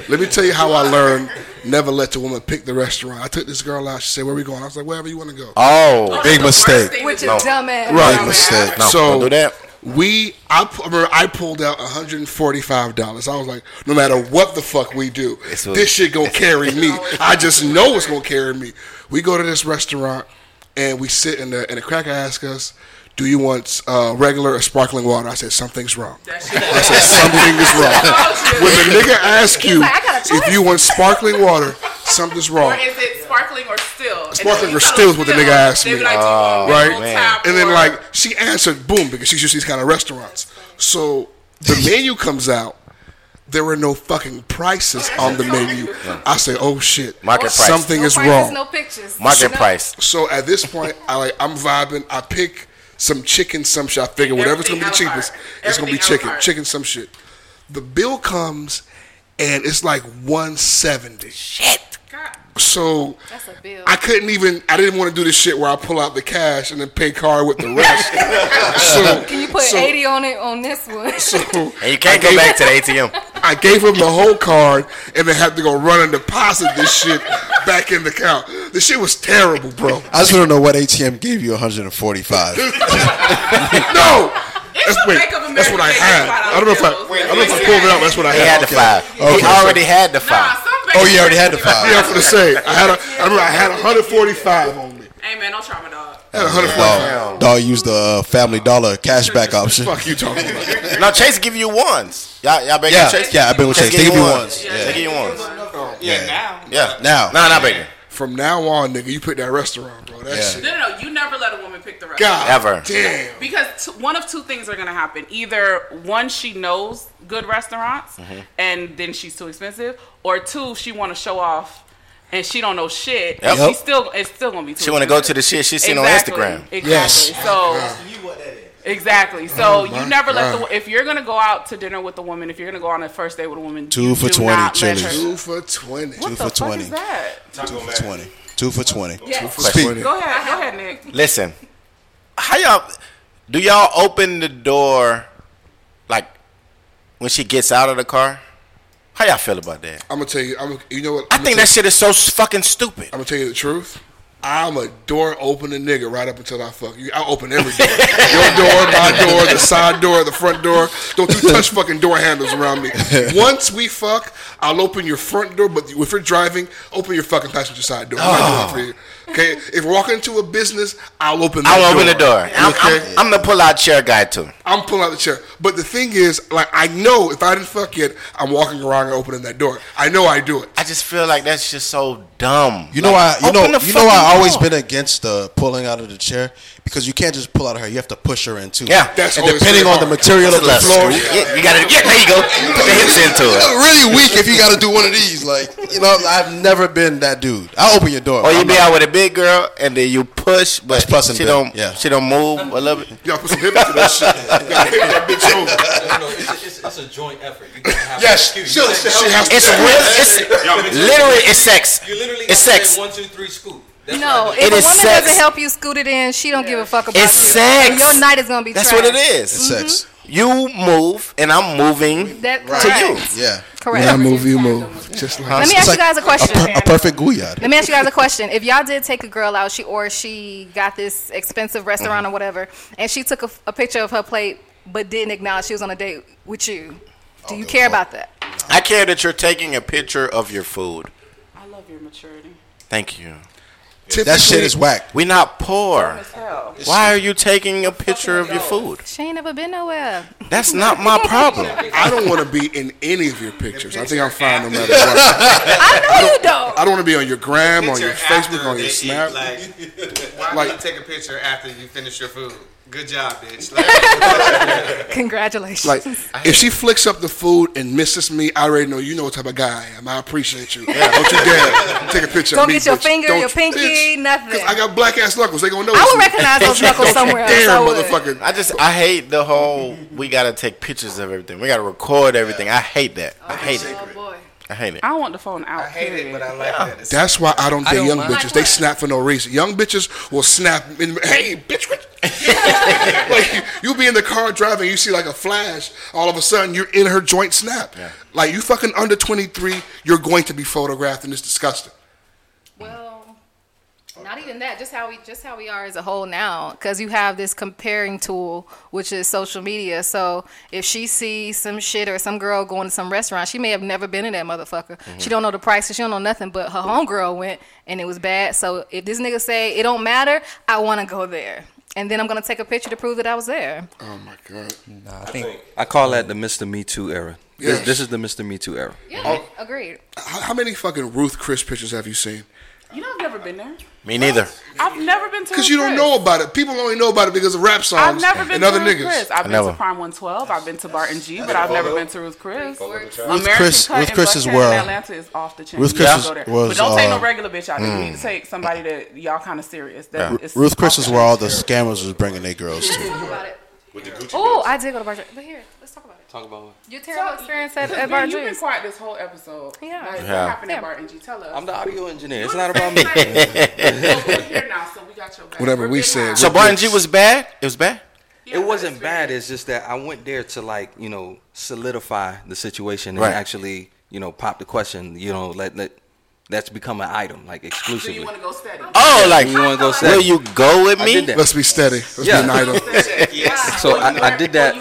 A: let me tell you how I learned. Never let the woman pick the restaurant. I took this girl out. She said, "Where we going?" I was like, "Wherever you want to go."
F: Oh,
H: Big mistake.
I: Which is
F: No.
I: dumbass.
A: Right.
I: Dumbass.
H: mistake.
F: No,
A: so
F: don't do that.
A: We, I pu- remember I pulled out one hundred and forty-five dollars. I was like, no matter what the fuck we do,
F: It's what-
A: this shit gonna carry me. I just know it's gonna carry me. We go to this restaurant and we sit in the and the cracker asks us, "Do you want uh, regular or sparkling water?" I said, "Something's wrong." I said, "Something is wrong." When the nigga asks you
G: like, "I got a
A: if you want sparkling water, something's wrong.
G: Or is it sparkling or still? And
A: Sparkling
G: if
A: or
G: it's
A: still is what the
G: still,
A: nigga asked
G: they
A: me.
G: be like, do you want
A: right?
G: full tap
A: And then
G: or-
A: like she answered, boom, because she's used to these kind of restaurants. So the menu comes out. There were no fucking prices on the menu. I say, oh shit,
F: Market price.
A: something
I: No
A: is
I: prices,
A: wrong.
I: No pictures.
F: Market
I: No.
F: price.
A: So at this point, I like I'm vibing. I pick some chicken, some shit. I figure whatever's gonna be the
G: Everything à la
A: cheapest,
G: carte.
A: it's gonna
G: Everything à
A: be
G: la
A: chicken,
G: carte.
A: chicken, some shit. The bill comes, and it's like 170.
F: Shit.
G: God
A: So
I: That's a bill.
A: I couldn't even. I didn't want to do this shit where I pull out the cash and then pay card with the rest. so
I: Can you put
A: so-
I: 80 on it on this one?
A: And
F: you can't go back to the ATM.
A: I gave him the whole card and then had to go run and deposit this shit back in the account. This shit was terrible, bro.
H: I just want to know what ATM gave you 145.
A: no. That's, wait, that's what I had. I don't know if I, I don't know if I pulled it out. That's what I
F: He
A: had.
F: had the five. He already had the five.
A: oh, you already had the five. Yeah, for the same. I had. A, I remember I had 145 on me.
G: Hey man, don't try my dog.
A: I had 145.
H: Dog, dog used the uh, Family Dollar cashback option.
A: Fuck you talking
F: about. no, Chase give you ones. Y'all, y'all been
H: Yeah,
F: with Chase?
H: yeah, I've been with Chase. They give you ones.
F: Yeah. They give you ones.
A: Yeah,
G: now.
F: Yeah.
H: Now.
F: Nah, not bigger.
A: From now on, nigga, you pick that restaurant, bro. That
G: No,
A: shit.
G: no, no. You never let a woman pick the rest.
A: God
F: Ever.
A: damn.
G: Because t- one of two things are gonna happen: either one, she knows good restaurants,
F: Mhm.
G: and then she's too expensive, or two, she want to show off, and she don't know shit.
F: Yep.
G: and She's still, it's still gonna be. Too
F: She wanna go to the
G: expensive.
F: shit she seen on
G: Exactly,
F: Instagram.
G: Exactly.
F: Yes.
A: Oh,
G: So exactly. So
H: Oh my
G: you never let
H: God.
G: the if you're gonna go out to dinner with a woman, if you're gonna go on a first date with a woman,
H: Two
G: you
H: for
G: do
H: 20
G: not let her-
H: Chili's.
A: Two for twenty.
G: What
H: Two
G: the
H: for
G: fuck
H: 20.
G: is that?
H: Two for 20. Two for 20.
G: Yeah.
F: Speak.
G: Go ahead. Go ahead, Nick.
F: Listen, how y'all do y'all open the door like when she gets out of the car? How y'all feel about that?
A: I'm gonna tell you. I'm. gonna- You know what?
F: I think that shit is so s- fucking stupid.
A: I'm gonna tell you the truth. I'm a door opening nigga right up until I fuck you. I open every door. Your door, my door, the side door, the front door. Don't you touch fucking door handles around me. Once we fuck, I'll open your front door, but if you're driving, open your fucking passenger side door. I'm not
F: Oh.
A: doing it for you. Okay? If we're walking into a business, I'll open that
F: I'll open the door.
A: Okay?
F: I'm, I'm- I'm the pull out chair guy too.
A: I'm pulling out the chair. But the thing is, like, I know if I didn't fuck yet, I'm walking around and opening that door. I know I do it.
F: I just feel like that's just so dumb.
H: You know
F: Like,
H: why? You know,
F: open the
H: you know why I
F: fucking
H: always
F: door.
H: been against the pulling out of the chair because you can't just pull out of her. You have to push her in too.
F: Yeah,
H: and depending on the material of the
F: That's a
H: floor,
F: lesson. Yeah, you gotta. Yeah, there you go. Put the hips into it.
H: You're really weak if you got to do one of these. Like you know, I've never been that dude. I open your door.
F: Or you
H: I'm
F: be
H: not-
F: out with a big girl and then you push, but
H: plus and
F: she
H: bill.
F: don't. She don't move. I love it.
A: Y'all put some hip into that shit. Y'all hip that bitch over.
D: No, no, it's, it's, it's a joint effort. You gotta have
A: Yes,
D: an excuse.
A: she-
D: You can't-
A: she has to-
F: It's real. It's
D: Y'all bitches-
F: literally. It's sex.
D: You literally
F: It's
D: gotta
F: sex.
D: say One, two, three, scoop. That's
I: No,
D: what I
I: if
D: do.
I: a
F: It
I: woman
F: is sex.
I: doesn't help you scoot it in, she don't give a fuck about you.
F: It's sex.
I: And Your night is gonna be.
F: That's
I: trash.
F: what it is.
I: Mhm.
F: You move and I'm moving
I: That
F: to
I: correct.
F: you.
H: Yeah.
I: Correct.
A: When I move, you move. Just like
I: Let me ask you guys a question.
H: a perfect gouillard.
I: Let me ask you guys a question. If y'all did take a girl out, she or she got this expensive
A: Mm-hmm.
I: restaurant or whatever, and she took a, a picture of her plate but didn't acknowledge she was on a date with you,
F: Oh,
I: do you care about that?
F: I care that you're taking a picture of your food.
G: I love your maturity.
F: Thank you.
H: That shit is whack.
F: We're not poor.
G: hell.
F: Why are you taking a picture of your food?
I: She ain't never been nowhere.
F: That's not my problem.
A: I don't want to be in any of your pictures. I think I'm fine no matter what.
I: I know you don't.
A: I don't want to be on your gram, on
B: Picture
A: your Facebook,
B: after
A: on your
B: they eat,
A: Snap.
B: Like, why
A: Like-
B: would you take a picture after you finish your food? Good job, bitch. Like,
I: Congratulations.
A: Like, if she flicks up the food and misses me, I already know you know what type of guy I am. I appreciate you. Don't you dare take a picture
I: don't
A: of me.
I: get your
A: bitch.
I: finger,
A: Don't
I: your
A: you-
I: pinky,
A: bitch.
I: nothing.
A: I got black ass knuckles. They gonna know.
I: I
A: it's
I: would
A: me.
I: recognize those knuckles somewhere else.
A: Damn,
I: I would.
A: motherfucker.
F: I just I hate the whole we gotta take pictures of everything. We gotta record everything. I hate that. I hate it.
I: Oh, boy.
F: I hate it.
G: I want the phone out. I hate it, but I like
F: Yeah.
A: That's why I don't
F: I
A: date
F: don't
A: young
F: mind.
A: bitches. They snap for no reason. Young bitches will snap. In, hey, bitch! What? like you'll be in the car driving, you see like a flash. All of a sudden, you're in her joint snap. Like you fucking under twenty three, you're going to be photographed, and it's disgusting.
I: Well, not even that. Just how we just how we are as a whole now, because you have this comparing tool, which is social media. So if she sees some shit or some girl going to some restaurant, she may have never been in that motherfucker.
D: Mm-hmm.
I: She don't know the prices. She don't know nothing. But her homegirl went and it was bad. So if this nigga say it don't matter, I want to go there. And then I'm gonna take a picture to prove that I was there.
A: Oh my god!
C: Nah, I think
D: I call that the Mr. Me Too era. This,
A: Yes.
D: this is the Mr. Me Too era.
I: Yeah, agreed.
A: How, how many fucking Ruth Chris pictures have you seen?
G: You know, I've never been there.
F: Me neither.
G: I've never been to
A: Because
G: a
A: you don't
G: Chris.
A: know about it. People only know about it because of rap songs
G: I've never been
A: and
G: to
A: other
G: Ruth
A: niggas.
G: Chris. I've
F: I
G: been
F: never.
G: to Prime 112. I've been to Barton G, but I've never been to Ruth Chris. Ruth
H: Chris- Ruth Chris is where-
G: Atlanta is off the chain.
H: Ruth
G: You
H: Chris
G: gotta
H: is-
G: go there.
H: was,
G: but don't take
H: uh,
G: no regular bitch out. there. You need
H: mm.
G: to take somebody that y'all kind of serious. That
H: Ru-
G: is
H: Ruth Chris is where all the scammers was bringing their girls to.
J: With the Gucci
I: Oh,
J: belts.
I: I did go to Bar But here, let's talk about it.
D: Talk about what?
I: Your terrible experience at,
G: Look,
I: at
G: man,
I: Bar
G: You've been quiet this whole episode.
I: Yeah.
G: Like,
D: Yeah.
G: What happened
I: Yeah.
G: at Bar NG? Tell us.
D: I'm the audio engineer. It's not about me.
A: Whatever we said.
F: So Barton G was bad. It was bad.
D: it wasn't bad. It's just that I went there to like you know solidify the situation and
F: Right.
D: actually you know pop the question. You know let let that's become an item like exclusively.
G: wanna go steady?
F: Oh, like
D: you want to go
F: will
D: steady?
F: you go with
D: I
F: me?
D: did that.
A: Let's be steady. Let's be an idol.
D: so I, I did that.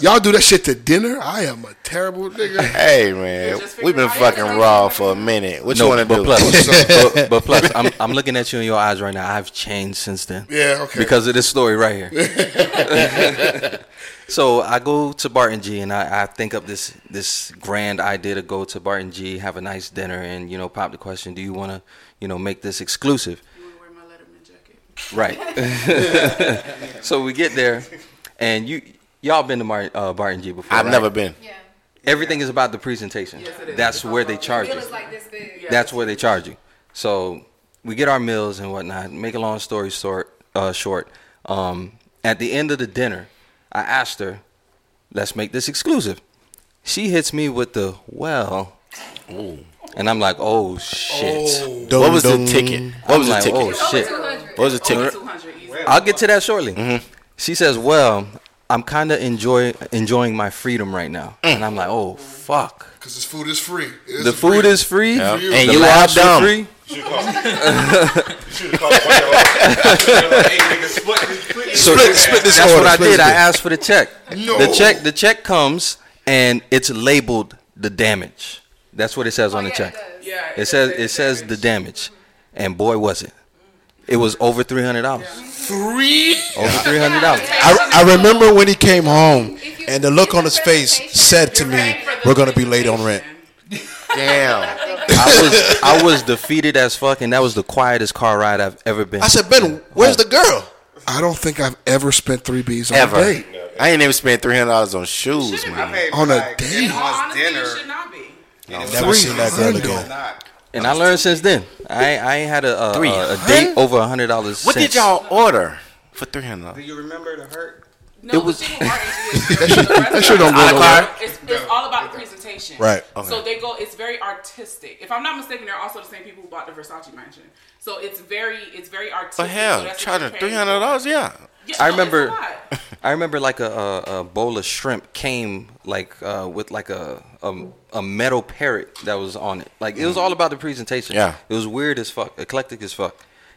A: Y'all do that shit to dinner? I am a terrible nigga.
F: Hey man, we've been fucking raw for a minute. What
D: No,
F: you want to
D: but
F: do?
D: Plus, but, but plus, I'm, I'm looking at you in your eyes right now. I've changed since then.
A: Yeah, okay.
D: Because of this story right here. so I go to Barton G, and I, I think up this this grand idea to go to Barton G, have a nice dinner, and you know, pop the question: Do you want to, you know, make this exclusive? Right. so we get there, and you y'all been to Mar- uh, Barton G before?
F: I've
D: right?
F: never been. Yeah.
D: Everything is about the presentation. That's where they charge you. That's where they charge you. So we get our meals and whatnot. Make a long story short. Uh, short. Um, at the end of the dinner, I asked her, "Let's make this exclusive." She hits me with the well, and I'm like, "Oh shit!"
F: What was the ticket? What was the
D: Oh. I'm like,
F: ticket?
D: Oh shit!
F: What was the ticket?
D: I'll get to that shortly. She says, "Well, I'm kind of enjoy enjoying my freedom right now," and I'm like, "Oh fuck."
A: Because this food is free. It's
D: the food is free,
F: Yeah.
D: the
F: And you
D: laughs
F: are
D: are
F: dumb.
D: free.
J: You should've called- you should've called one of y'all. Hey, nigga, split this- split this
D: So
J: order.
D: that's what I did. I asked for the check.
J: No.
D: The check, the check comes and it's labeled the damage. That's what Oh, it says on the check.
G: Yeah,
D: it says it says the damage, and boy was it. It was over three hundred dollars.
A: Three.
D: Over three hundred dollars.
H: I, I remember when he came home and the look on his face said to me, "We're gonna be late on rent."
F: Damn.
D: I was I was defeated as fuck, and that was the quietest car ride I've ever been.
H: I said, "Ben, where's the girl?"
A: I don't think I've ever spent three B's on
F: Ever.
A: a date.
F: I ain't even spent three hundred dollars on shoes, man.
B: paid
A: On a
B: like
A: date?
B: Everyone's dinner.
H: Never seen that girl again.
B: Not.
D: and I learned since then. I I ain't had a a, a, a
F: 300?
D: date over a hundred dollars.
F: What did y'all order for three hundred dollars?
B: Do you remember the hurt?
G: No, it
D: was-
G: was. that
A: shit don't go nowhere.
G: It's, it's all about presentation.
H: Right.
G: So they go. It's very artistic. If I'm not mistaken, they're also the same people who bought the Versace mansion. So it's very, it's very artistic.
F: But hell,
G: so that's what
F: charging
G: you're
F: three
G: paying
F: hundred dollars,
G: Yeah,
F: yeah.
D: I
G: no, it's a
D: remember-
G: lot.
D: I remember like a, a, a bowl of shrimp came like uh, with like a, a a metal parrot that was on it. Like it was all about the presentation.
F: Mm-hmm. Yeah.
D: it was weird as fuck, eclectic as fuck,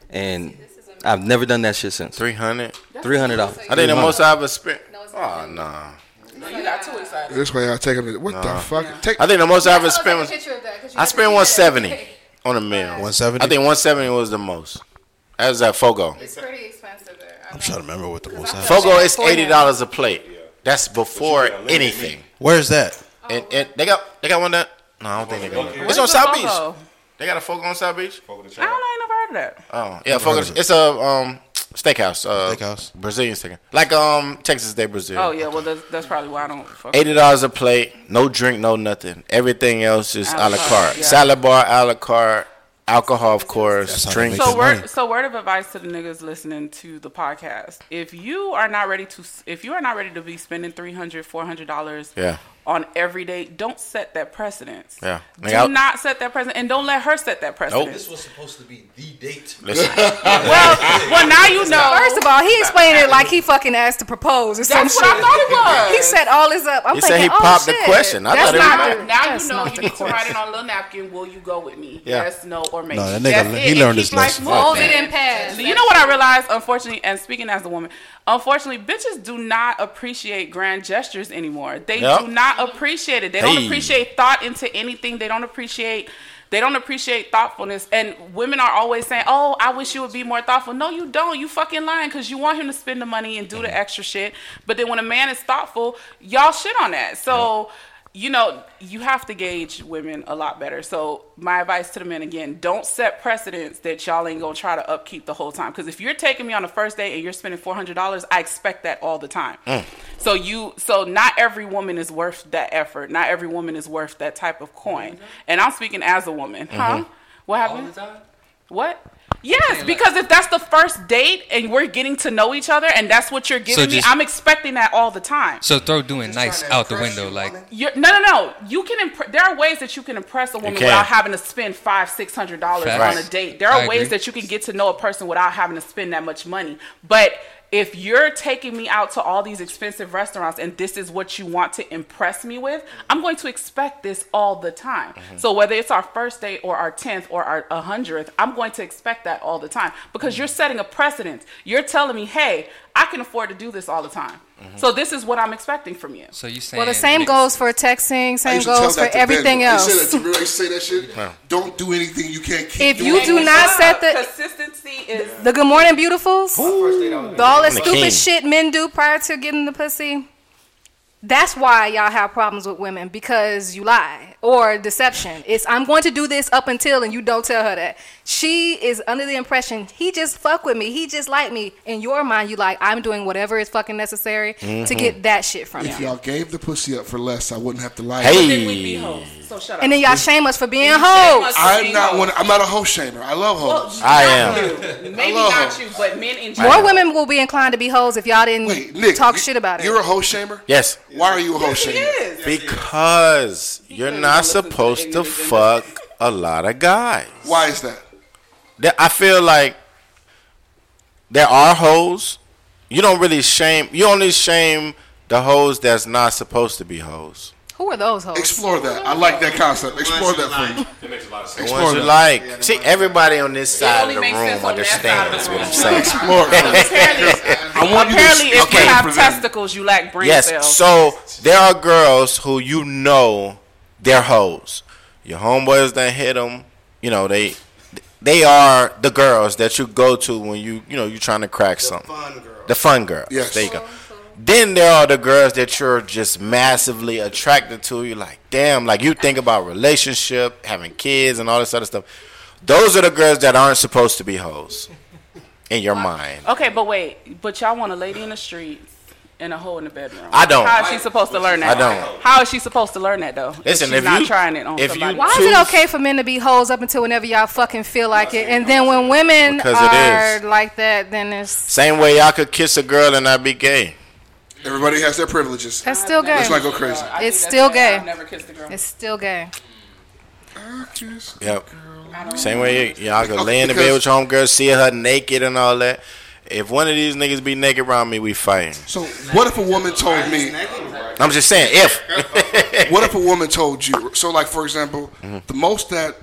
D: and I've never done that shit since.
F: Three hundred.
D: Three hundred dollars.
F: I think the most I ever spent. Oh no.
G: No, you got too excited.
A: This way I take them. to- What the fuck? Take.
F: I think the most I ever spent was
I: picture of that. 'cause you
F: I
I: never
F: spent
I: did
F: one
I: that.
F: seventy on a meal.
H: 170?
F: I think one seventy was the most. That was at Fogo.
I: It's pretty expensive there. I
H: I'm trying to remember what the most. I-
F: Fogo is eighty dollars a plate. That's before anything.
H: Where's that?
F: And, and they got they got one that no, I don't think they got. One. It's on
G: Where's
F: South
G: the
F: Beach.
G: logo?
F: They got a Fogo on South Beach.
G: I don't know. I ain't never heard of that.
F: Oh yeah, Fogo. It's a um steakhouse. Uh,
H: Steakhouse.
F: Brazilian steakhouse. Like um Texas Day Brazil.
G: Oh yeah. Well, that's, that's probably why I don't. Fuck
F: Eighty dollars a plate, no drink, no nothing. Everything else is a la carte.
G: yeah.
F: Salad bar, a la carte, alcohol, of course,
H: how they
F: drinks.
H: make
G: So
H: Good
G: word,
H: morning.
G: so word of advice to the niggas listening to the podcast: If you are not ready to, if you are not ready to be spending 300 dollars,
F: Yeah.
G: on every date, don't set that precedence.
F: Yeah.
G: do
F: Nigga, I-
G: not set that precedent, and don't let her set that precedent.
F: This
D: was supposed to be the date.
F: Listen,
G: Well, well, now you know.
I: First of all, he explained it like he fucking asked to propose or some
G: That's what I
I: shit.
G: thought it was.
I: He set all this up. I'm
F: He said
I: thinking,
F: he
I: oh,
F: popped the
I: shit.
F: question. I
I: That's
F: thought it
I: not
F: was-
I: the-
G: now you
I: that's
G: know
I: not
G: you
I: the
G: need to write
I: question.
G: it on a little napkin. Will you go with me?
F: Yeah.
G: Yes, no, or maybe.
H: No, that nigga
G: That's
H: le-
G: it,
H: he
G: and
H: learned
G: keep
H: his
G: life
H: lesson.
G: moving.
I: Hold it and pass.
G: You know what I realized, unfortunately, and speaking as a woman, unfortunately, bitches do not appreciate grand gestures anymore. They
F: Yep.
G: do not appreciate it. They don't
F: Hey.
G: appreciate thought into anything. They don't appreciate. They don't appreciate thoughtfulness. And women are always saying, "Oh, I wish you would be more thoughtful." No, you don't. You fucking lying because you want him to spend the money and do the extra shit. But then when a man is thoughtful, y'all shit on that. So. You know, you have to gauge women a lot better. So, my advice to the men again, don't set precedents that y'all ain't gonna try to upkeep the whole time. Because if you're taking me on the first date and you're spending $400, I expect that all the time.
C: Mm-hmm.
F: Mm.
G: So, you, so not every woman is worth that effort. Not every woman is worth that type of coin. And I'm speaking as a woman, huh? What happened? What? Yes, because if that's the first date and we're getting to know each other and that's what you're giving me,
C: just-
G: I'm expecting that all the time.
C: So throw doing nice out the window, like
G: You're, no, no, no. You can. Imp- there are ways that you can impress a woman
C: can.
G: without having to spend five, six hundred dollars
C: Facts.
G: on a date. There
C: I
G: are
C: agree.
G: ways that you can get to know a person without having to spend that much money. But if you're taking me out to all these expensive restaurants and this is what you want to impress me with, I'm going to expect this all the time.
C: Mm-hmm.
O: Mhm.
G: So whether it's our first date or our tenth or our a hundredth, I'm going to expect that all the time because
C: Mm-hmm.
G: you're setting a precedent. You're telling me, hey, I can afford to do this all the time.
C: Mhm.
G: So this is what I'm expecting from you.
C: so you saying.
I: Well, the same goes for texting,
A: I
I: same
A: used to tell
I: goes for
A: that to
I: everything
A: Ben. They
I: else.
A: Say that to me. I used to say that shit. Don't do anything you can't keep.
I: If
A: doing.
I: you do not set the
G: consistency is
I: the Good Morning Beautifuls, the- all that
A: I'm the
I: stupid
A: king.
I: shit men do prior to getting the pussy. That's why y'all have problems with women because you lie or deception. It's I'm going to do this up until and you don't tell her that. She is under the impression he just fuck with me, he just like me. In your mind, you like I'm doing whatever is fucking necessary to
A: Mhm.
I: get that shit from
A: If
I: you.
A: y'all gave the pussy up for less, I wouldn't have to lie.
I: Hey. But then we'd be hoes,
G: So shut
I: And then y'all shame us for being
G: And you shame
I: hoes.
G: us for
A: Oh, I'm not one. I'm not a hoe shamer. I love hoes.
I: I
G: am. Maybe
A: I love
G: not
A: hoes.
G: you, but men in
I: More
G: general.
I: women will be inclined to be hoes if y'all didn't
A: Nick,
I: talk shit about it.
A: You're a hoe shamer.
F: Yes.
A: Why are you a hoe shamer?
F: Because you're not supposed to fuck a lot of guys.
A: Why is that?
F: That- I feel like there are hoes. You don't really shame. You only shame the hoes that's not supposed to be hoes.
I: Who are those hoes?
A: Explore that. I like that concept. Explore that for me.
J: That makes a lot of sense.
F: The
A: Explore
F: ones you
A: that.
F: like. See, everybody on this side of
G: only
F: the
G: makes sense
F: room
G: on that side of the
F: understands what
G: room.
F: I'm saying.
G: Explore it.
F: I want you to
G: Apparently, if
F: explain
G: you
F: for
G: have
F: them.
G: testicles, you lack brain
F: yes.
G: cells.
F: So there are girls who you know they're hoes. Your homeboys that hit them, you know they they are the girls that you go to when you you know you're trying to crack something.
B: fun girls.
F: The fun girls.
B: Yes.
F: There you go. Then there are the girls that you're just massively attracted to. You're like, damn, like you think about relationship, having kids, and all this other stuff. Those are the girls that aren't supposed to be hoes in your mind.
G: Okay, but wait, but y'all want a lady in the streets and a hole in the bedroom.
F: I don't.
G: How is she supposed to learn that?
F: I don't.
G: How is she supposed to learn that though?
F: Listen,
G: she's
F: if
G: not
F: you-
G: trying it on
F: if you
G: somebody.
I: Why is it okay for men to be hoes up until whenever y'all fucking feel like it, and then when women
F: Because it
I: are
F: is.
I: like that, then it's
F: Same way y'all could kiss a girl and not be gay.
A: Everybody has their privileges.
I: That's still gay.
A: Let's not go crazy.
I: it's still gay. It's still gay.
F: Yep. Same way y- y'all could lay in the bed
A: Oh, Because-
F: with your homegirl, see her naked and all that. If one of these niggas be naked around me, we fighting.
A: So what if a woman told me?
F: I'm just saying, if. Mm-hmm.
A: what if a woman told you? So, like for example, the most that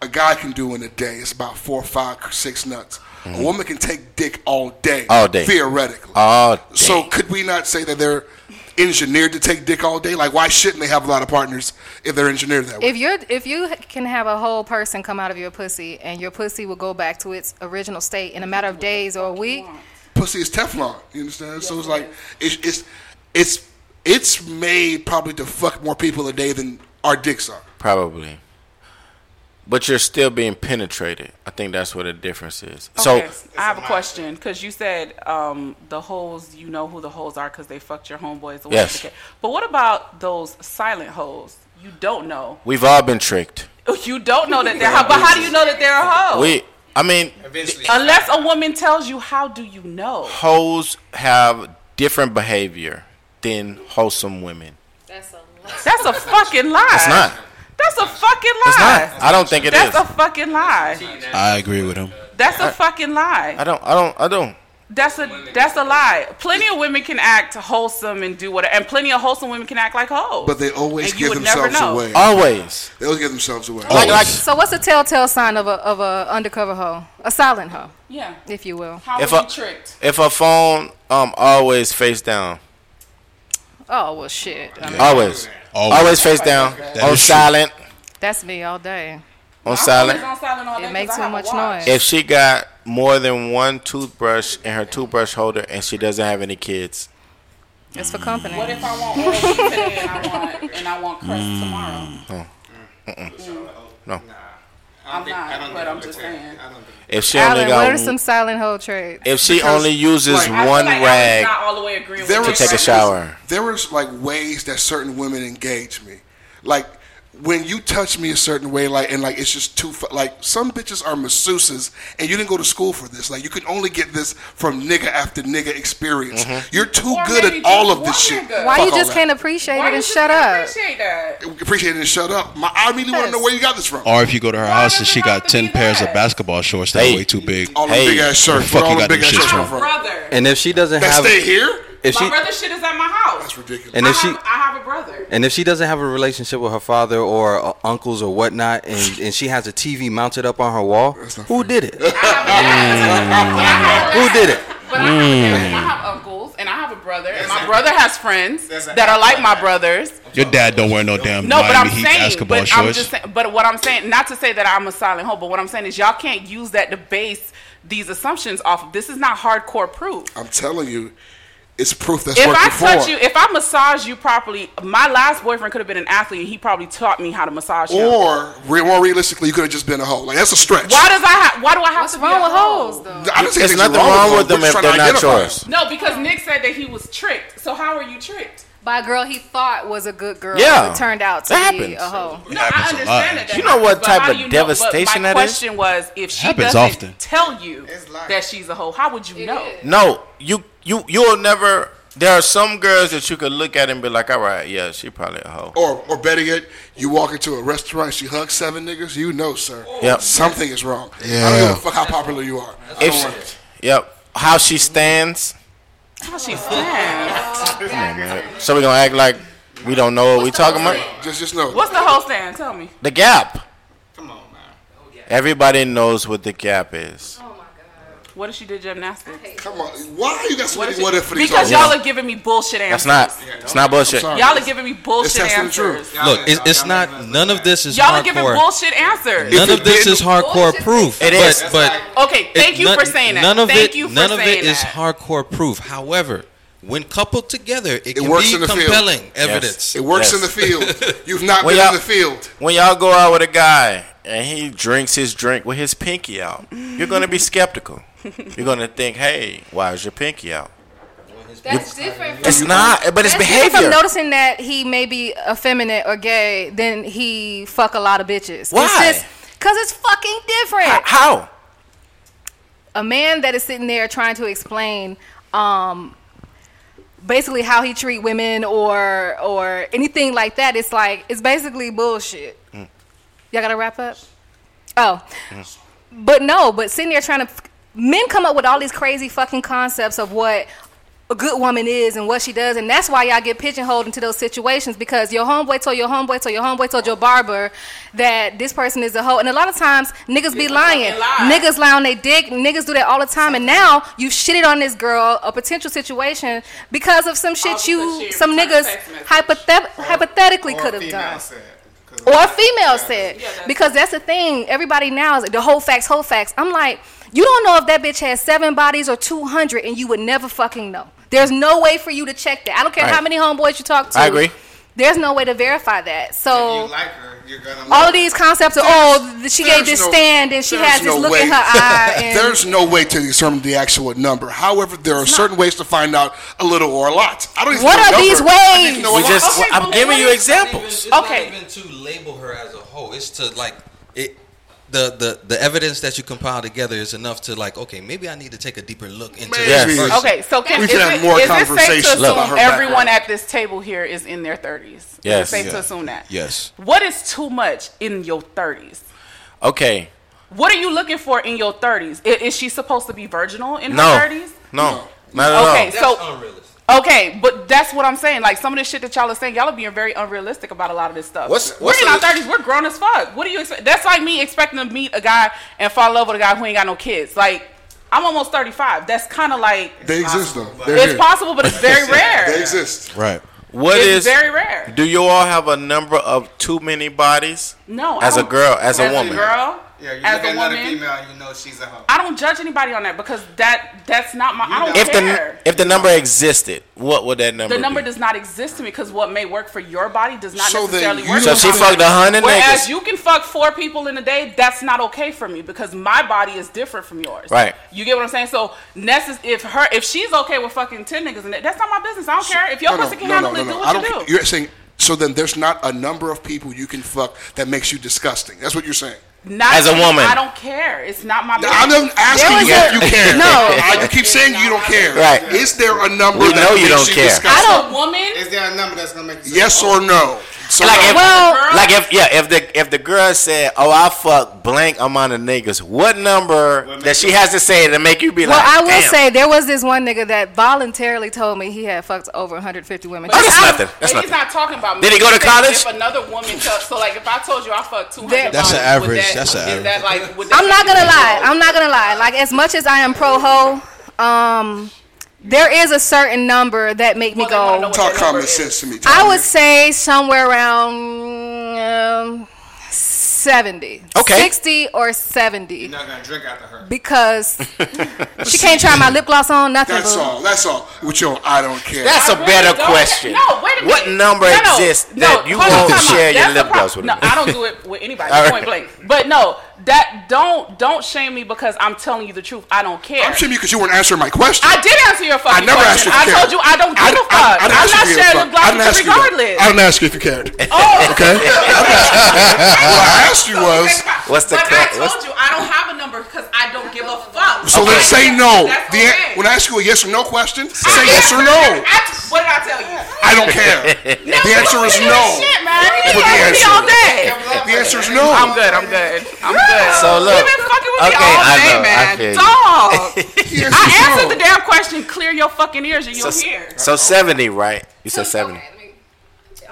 A: a guy can do in a day is about four, five, six nuts. A
F: Mhm.
A: woman can take dick all day.
F: All day.
A: theoretically.
F: All day.
A: So, could we not say that they're engineered to take dick all day? Like, why shouldn't they have a lot of partners if they're engineered that way?
I: If you're if you can have a whole person come out of your pussy, and your pussy will go back to its original state in a matter of days or a week,
A: Pussy is Teflon. You understand? so it's like it's, it's it's it's made probably to fuck more people a day than our dicks are.
F: Probably. But you're still being penetrated. I think that's where the difference is.
G: Okay,
F: So
G: I have a question because you said um, the hoes. You know who the hoes are because they fucked your homeboys. or whatever
F: Yes.
G: the ca- But what about those silent hoes? You don't know.
F: we've all been tricked.
G: You don't know that they're. But how do you know that they're a hoe?
F: We, I mean,
G: Unless a woman tells you, how do you know?
F: hoes have different behavior than wholesome women.
G: That's a fucking lie.
F: It's not.
G: That's a fucking lie.
F: It's not. I don't think it
G: That's
F: is.
G: a fucking lie.
H: I agree with him.
G: That's a fucking lie.
F: I don't. I don't. I don't.
G: That's a that's a lie. Plenty of women can act wholesome and do whatever, and plenty of wholesome women can act like hoes.
A: But they always
G: Oh. And you
A: give
G: would never
A: themselves
G: know.
A: away.
F: Always.
A: They always give themselves away.
I: so what's a telltale sign of a of a undercover hoe, a silent hoe?
G: Yeah,
I: if you will.
G: How
F: If a if a phone um always face down,
I: Oh well, shit. I mean,
F: always, always, face down,
I: That
F: on
I: is true.
F: silent,
I: That's me all day.
F: on silent.
I: It makes too much noise.
F: If she got more than one toothbrush in her toothbrush holder and she doesn't have any kids,
I: It's for company.
G: What if I want orange today and I want and I want crust tomorrow?
F: no, Mm-mm. no.
G: I'm not, but I'm just saying.
F: If she
I: Alan,
F: only
I: what are
F: got,
I: some silent hoe traits?
F: if she only uses
A: like, I feel
F: one
A: like Alan's
F: rag,
A: not
G: all the way agreeing
A: there
F: to
A: was-
F: take a shower.
A: There was like ways that certain women engage me. Like when you touch me a certain way, like and like it's just too fu- like some bitches are masseuses, and you didn't go to school for this. Like you can only get this from nigga after nigga experience. You're too
G: Or
A: good
G: maybe
A: at all
G: just
A: of this
G: one
A: shit.
G: nigga.
I: Mm-hmm. Why
A: Fuck
I: you
A: all
I: just
A: that.
I: can't appreciate
G: Why
I: it
G: you
I: and
G: just
I: shut
G: can't
I: up?
G: Appreciate that.
A: Appreciate it and shut up. My, I really want to know where you got this from.
H: Or if you go to her house and she got ten pairs of basketball shorts that are way too big.
A: All them Hey. big-ass shirts. Where
H: Where the fuck
A: all
H: you got
A: them
H: them
A: big-ass
H: shits
A: shirts
H: from?
A: from?
G: Brother.
D: And if she doesn't
A: That
D: have
A: stay here,
D: if
G: my
D: she
G: brother's shit is at my house. That's
A: ridiculous.
D: And if she-
G: I have, I have a brother.
D: and if she doesn't have a relationship with her father or uh, uncles or whatnot, and, and she has a TV mounted up on her wall, who did it? Who did it?
G: But I, have,
H: Mm. Hmm.
G: I have uncles and I have a brother, and my brother has friends that are like my brothers.
H: Your dad don't wear no damn
G: No, but I'm
H: Miami Heat
G: saying,
H: basketball
G: but I'm
H: shorts.
G: just saying, but what I'm saying, not to say that I'm a silent hoe, but what I'm saying is y'all can't use that to base these assumptions off of. This is not hardcore proof.
A: I'm telling you, it's proof that's
G: if
A: working
G: I
A: for.
G: touch you, if I massage you properly, my last boyfriend could have been an athlete, and he probably taught me how to massage him.
A: or re- more realistically, you could have just been a hoe. Like that's a stretch.
G: why does I have? Why do I have to be
I: wrong
G: a
I: with
G: hoe?
I: hoes, though?
A: I don't think there's
F: There's nothing
A: wrong with
F: wrong
A: them.
F: with them
A: We're
F: if
A: trying
F: they're
A: to
F: not
A: identify.
F: yours.
G: No, because Nick said that he was tricked. So how are you tricked?
I: By a girl he thought was a good girl,
F: Yeah.
I: but turned out to
F: That
I: be
F: happens.
I: a hoe.
G: No, I understand that. that
F: You know what
G: happens, but
F: type
G: how
F: of
G: do you
F: devastation
G: know, but
F: that
G: my
F: is?
G: question was, if she
F: Happens
G: doesn't
F: often.
G: tell you that she's a hoe, how would you know?
F: No, you you you'll never. There are some girls that you could look at and be like, all right, yeah, she probably a hoe.
A: Or, or better yet, you walk into a restaurant, she hugs seven niggas. You know, sir,
F: Yep.
A: something is wrong. I don't
F: Yeah.
A: give a fuck how popular you are.
F: If she- yep, how she stands.
G: How she stands?
F: Come on, man. So we gonna act like we don't know what we talking about?
A: Just, just know.
G: What's the whole stand? Tell me.
F: The gap. Come on, man. Everybody knows what the gap is.
G: What if she did gymnastics?
A: Come on. Why you got so many
G: she-
A: what if for these
G: Because
A: hoes?
G: y'all are giving me bullshit
F: That's
G: answers.
F: not. It's not
A: I'm
F: bullshit.
A: sorry.
G: Y'all are giving me bullshit answers.
D: Mm. Look, it's, it's not. None of this is
G: Y'all are giving
D: hardcore.
G: bullshit answers.
D: None of this is hardcore proof.
F: It is.
D: But, but
G: Okay, thank
D: It-
G: you
D: none-
G: for saying that.
D: None of
G: thank
D: it,
G: you for
D: none
G: saying
D: of it
G: that.
D: is hardcore proof. However, when coupled together, it, can
A: works
D: be
A: in the field.
D: compelling
A: Yes.
D: evidence.
A: It works in the field. You've not been in the field.
F: When y'all go out with a guy and he drinks his drink with his pinky out, you're gonna be skeptical. You're gonna think, hey, why is your pinky out?
I: That's different.
F: It's not, but it's
I: That's different
F: behavior.
I: From noticing that he may be effeminate or gay, then he fuck a lot of bitches.
F: Why?
I: It's just, Cause it's fucking different.
F: How?
I: A man that is sitting there trying to explain, um, basically how he treat women or or anything like that. It's like it's basically bullshit.
F: Mm.
I: Y'all gotta wrap up. Oh, but no, but sitting there trying to men come up with all these crazy fucking concepts of what a good woman is and what she does, and that's why y'all get pigeonholed into those situations because your homeboy told your homeboy told your homeboy told your barber that this person is a hoe, and a lot of times niggas be lying, niggas lie on they dick, niggas do that all the time, and now you shitted on this girl a potential situation because of some shit you some niggas hypothet- hypothetically could have done. Or a female said. because that's the thing. Everybody now is like, the whole facts, whole facts. I'm like, you don't know if that bitch has seven bodies or 200, and you would never fucking know. There's no way for you to check that. I don't care
F: Right.
I: how many homeboys you talk to.
F: I agree.
I: There's no way to verify that. So.
B: You're gonna
I: all of these concepts are oh th- she
B: there's
I: gave this
B: no-
I: stand and she
B: there's
I: has this
B: no
I: look
A: way.
I: in her eye and
A: There's no way to determine the actual number. However, there are certain ways to find out a little or a lot. I don't even
I: What
A: know
I: are
A: a number.
I: these
A: I need to
I: ways?
A: know a
F: We
A: lot.
F: just. I'm giving you examples.
D: It's okay. not even to label her as a hoe. It's to like it. The, the, the evidence that you compile together is enough to like okay maybe I need to take a deeper look into
F: Yes.
D: this person.
G: Okay, so can,
D: We
G: is,
D: should
G: it,
D: have more
G: is it safe to
D: conversations about
G: assume
D: her
G: everyone
D: background.
G: at this table here is in their 30s?
F: Yes.
G: Is it safe to
F: Yeah.
G: assume that?
F: Yes.
G: What is too much in your 30s?
F: Okay.
G: What are you looking for in your 30s? I- Is, she supposed to be virginal in
F: No.
G: her 30s?
F: No. Not at
G: Okay,
F: all.
G: so okay, but that's what I'm saying. Like some of this shit that y'all are saying, y'all are being very unrealistic about a lot of this stuff.
F: What's-
G: we're
F: what's
G: in
F: the-
G: our 30s, we're grown as fuck. What do you expect? That's like me expecting to meet a guy and fall in love with a guy who ain't got no kids. Like I'm almost 35. That's kind of like
A: They exist though. They're
G: it's
A: here.
G: possible, but it's very rare.
A: They exist.
F: Right. What
G: It's
F: is-
G: very rare.
F: Do you all have a number of too many bodies?
G: No, I
F: As a
G: don't-
F: girl, as a
G: as a
F: woman.
G: girl,
B: Yeah, you
G: as
B: look
G: a
B: at another
G: woman.
B: female, you know she's a hoe.
G: I don't judge anybody on that because that that's not my. I don't
F: If
G: care.
F: the if the number existed, what would that number?
G: the number
F: be?
G: does not exist to me because what may work for your body does not
F: So then
G: necessarily
F: you
G: work.
F: So
G: for
F: she
G: my
F: fucked
G: body.
F: a hundred
G: Whereas
F: niggas.
G: you can fuck four people in a day, that's not okay for me because my body is different from yours.
F: Right.
G: You get what I'm saying? So necess- if her if she's okay with fucking ten niggas in it, that's not my business. I don't care if your
A: No, no,
G: person can
A: no, no,
G: handle
A: no,
G: it.
A: no.
G: Do
A: I
G: what you
A: don't.
G: do.
A: You're saying So then there's not a number of people you can fuck that makes you disgusting. That's what you're saying.
G: Not
A: As a
G: me,
A: woman.
G: I don't care. It's not my.
A: Now, I'm
G: business.
A: not asking you
G: There was
A: if
G: a-
A: you care.
G: No.
A: Uh, you keep saying you don't care.
F: Right.
A: Is there a number
F: We
A: that
F: know you
A: makes
F: don't
A: you
F: care.
A: disgusting?
G: don't. Woman.
B: Is there a number that's gonna make you?
A: Yes or no? So
F: like
A: now-
F: if, like if yeah, if the if the girl said, "Oh, I fuck blank amount of niggas," what number that she has to say to make you be
I: well,
F: like,
I: I will
F: "Damn."
I: say there was this one nigga that voluntarily told me he had fucked over 150 women.
F: Oh, that's nothing. That's
G: But he's
F: nothing.
G: not talking about me.
F: Did he go to
G: He's saying
F: college?
G: If another woman, tell, so like, if I told you I fucked two hundred,
H: That's an average. That's an
G: Is
H: average.
G: that like? Would that
I: I'm not gonna lie. I'm not gonna lie. Like as much as I am pro ho, um, there is a certain number that make me go.
A: Talk common sense to me.
I: I would say somewhere around um, 70.
A: Okay.
I: 60 or 70.
B: You're not gonna drink after her.
I: Because she can't try my lip gloss on, nothing.
A: That's
I: boo.
A: all. That's all. With your I don't care.
F: That's
A: a
F: a better question.
G: No, wait a minute.
F: What number
G: No, no,
F: exists
G: no,
F: that you
G: hold on,
F: won't
G: time out.
F: share your
G: That's the
F: lip gloss with?
G: problem.
F: me?
G: No, I don't do it with anybody.
F: All
G: Point
F: right.
G: blank. But no, that don't don't shame me because I'm telling you the truth. I don't care.
A: I'm shaming you because you weren't answering my question.
G: I did answer your fucking
A: I never asked
G: question.
A: you if
G: I
A: you
G: told
A: cared.
G: you I don't give a fuck.
A: I, I didn't
G: am
A: ask
G: not
A: you if you
G: sharing
A: cared.
G: the
A: I didn't
G: gloves
A: ask you. that.
G: regardless.
A: I didn't ask you if you cared.
G: Oh.
A: Okay. what I asked you was.
F: What's the
G: But
F: cla-
G: I told you I don't have a number because I don't give a fuck.
A: So let's say no.
G: That's
A: The an-
G: okay.
A: when I ask you a yes or no question, say yes or no.
G: I- what did I tell you?
A: I don't care. The answer is no.
G: Shit, man. You fucking
A: Put the
G: me
A: answer.
G: all day.
A: The answer is no.
G: I'm good. I'm good. I'm good.
F: So look,
G: you been fucking with
F: okay,
G: me all
F: I
G: day,
F: know, I
G: man.
F: feel you.
G: Dog.
A: Yes,
G: I
A: it's
G: answered
A: no.
G: the damn question. Clear your fucking ears, and
F: So,
G: you'll hear.
F: so seventy, right? You said seventy.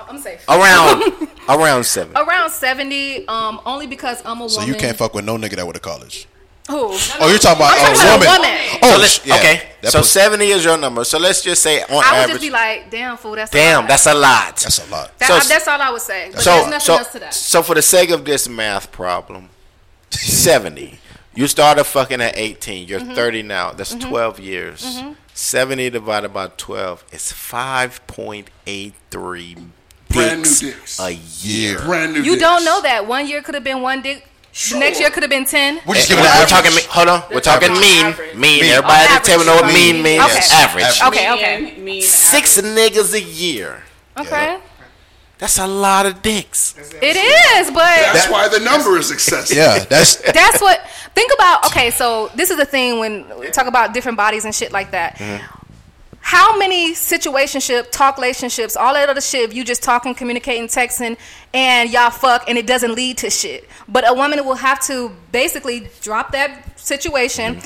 I: I'm safe.
F: Around around seventy.
I: Around 70, um, only because I'm a
H: So
I: woman.
H: you can't fuck with no nigga that went to college.
I: Who?
H: Oh, you're talking about
I: I'm
H: a
I: talking about
H: woman.
I: a
H: Oh,
F: So let's-
H: sh- yeah.
F: okay.
H: That
F: So
H: pussy-
F: seventy is your number. So let's just say on
I: I would
F: average.
I: just be like, damn, fool, that's a
F: Damn,
I: lot.
F: that's a lot. That's
H: a lot.
I: That-
F: so-
I: I- that's all I would say. But there's nothing
F: so,
I: else to that.
F: So for the sake of this math problem, seventy. You started fucking at eighteen. You're
I: Mhm.
F: thirty now. That's
I: Mhm.
F: twelve years.
I: Mhm.
F: Seventy divided by twelve is five point eight three
A: Brand new
F: dicks,
A: dicks.
F: a year.
A: Brand new.
I: you don't know that. One year could have been one dick. The next year could have been 10.
F: We're just giving we're talking. me- Hold on, we're talking mean, mean.
I: Mean.
F: Everybody
I: Oh,
F: at the table know what
I: average.
F: mean means.
I: Okay.
F: Average.
I: Okay, okay.
F: Six niggas a year.
I: Okay.
F: That's a lot of dicks.
I: It is, but
A: That's why the number is excessive.
H: Yeah, that's
I: that's what think about okay so this is the thing when we talk about different bodies and shit like that
H: Uh-huh.
I: how many situationship talk relationships all that other shit if you just talking communicating texting and y'all fuck and it doesn't lead to shit but a woman will have to basically drop that situation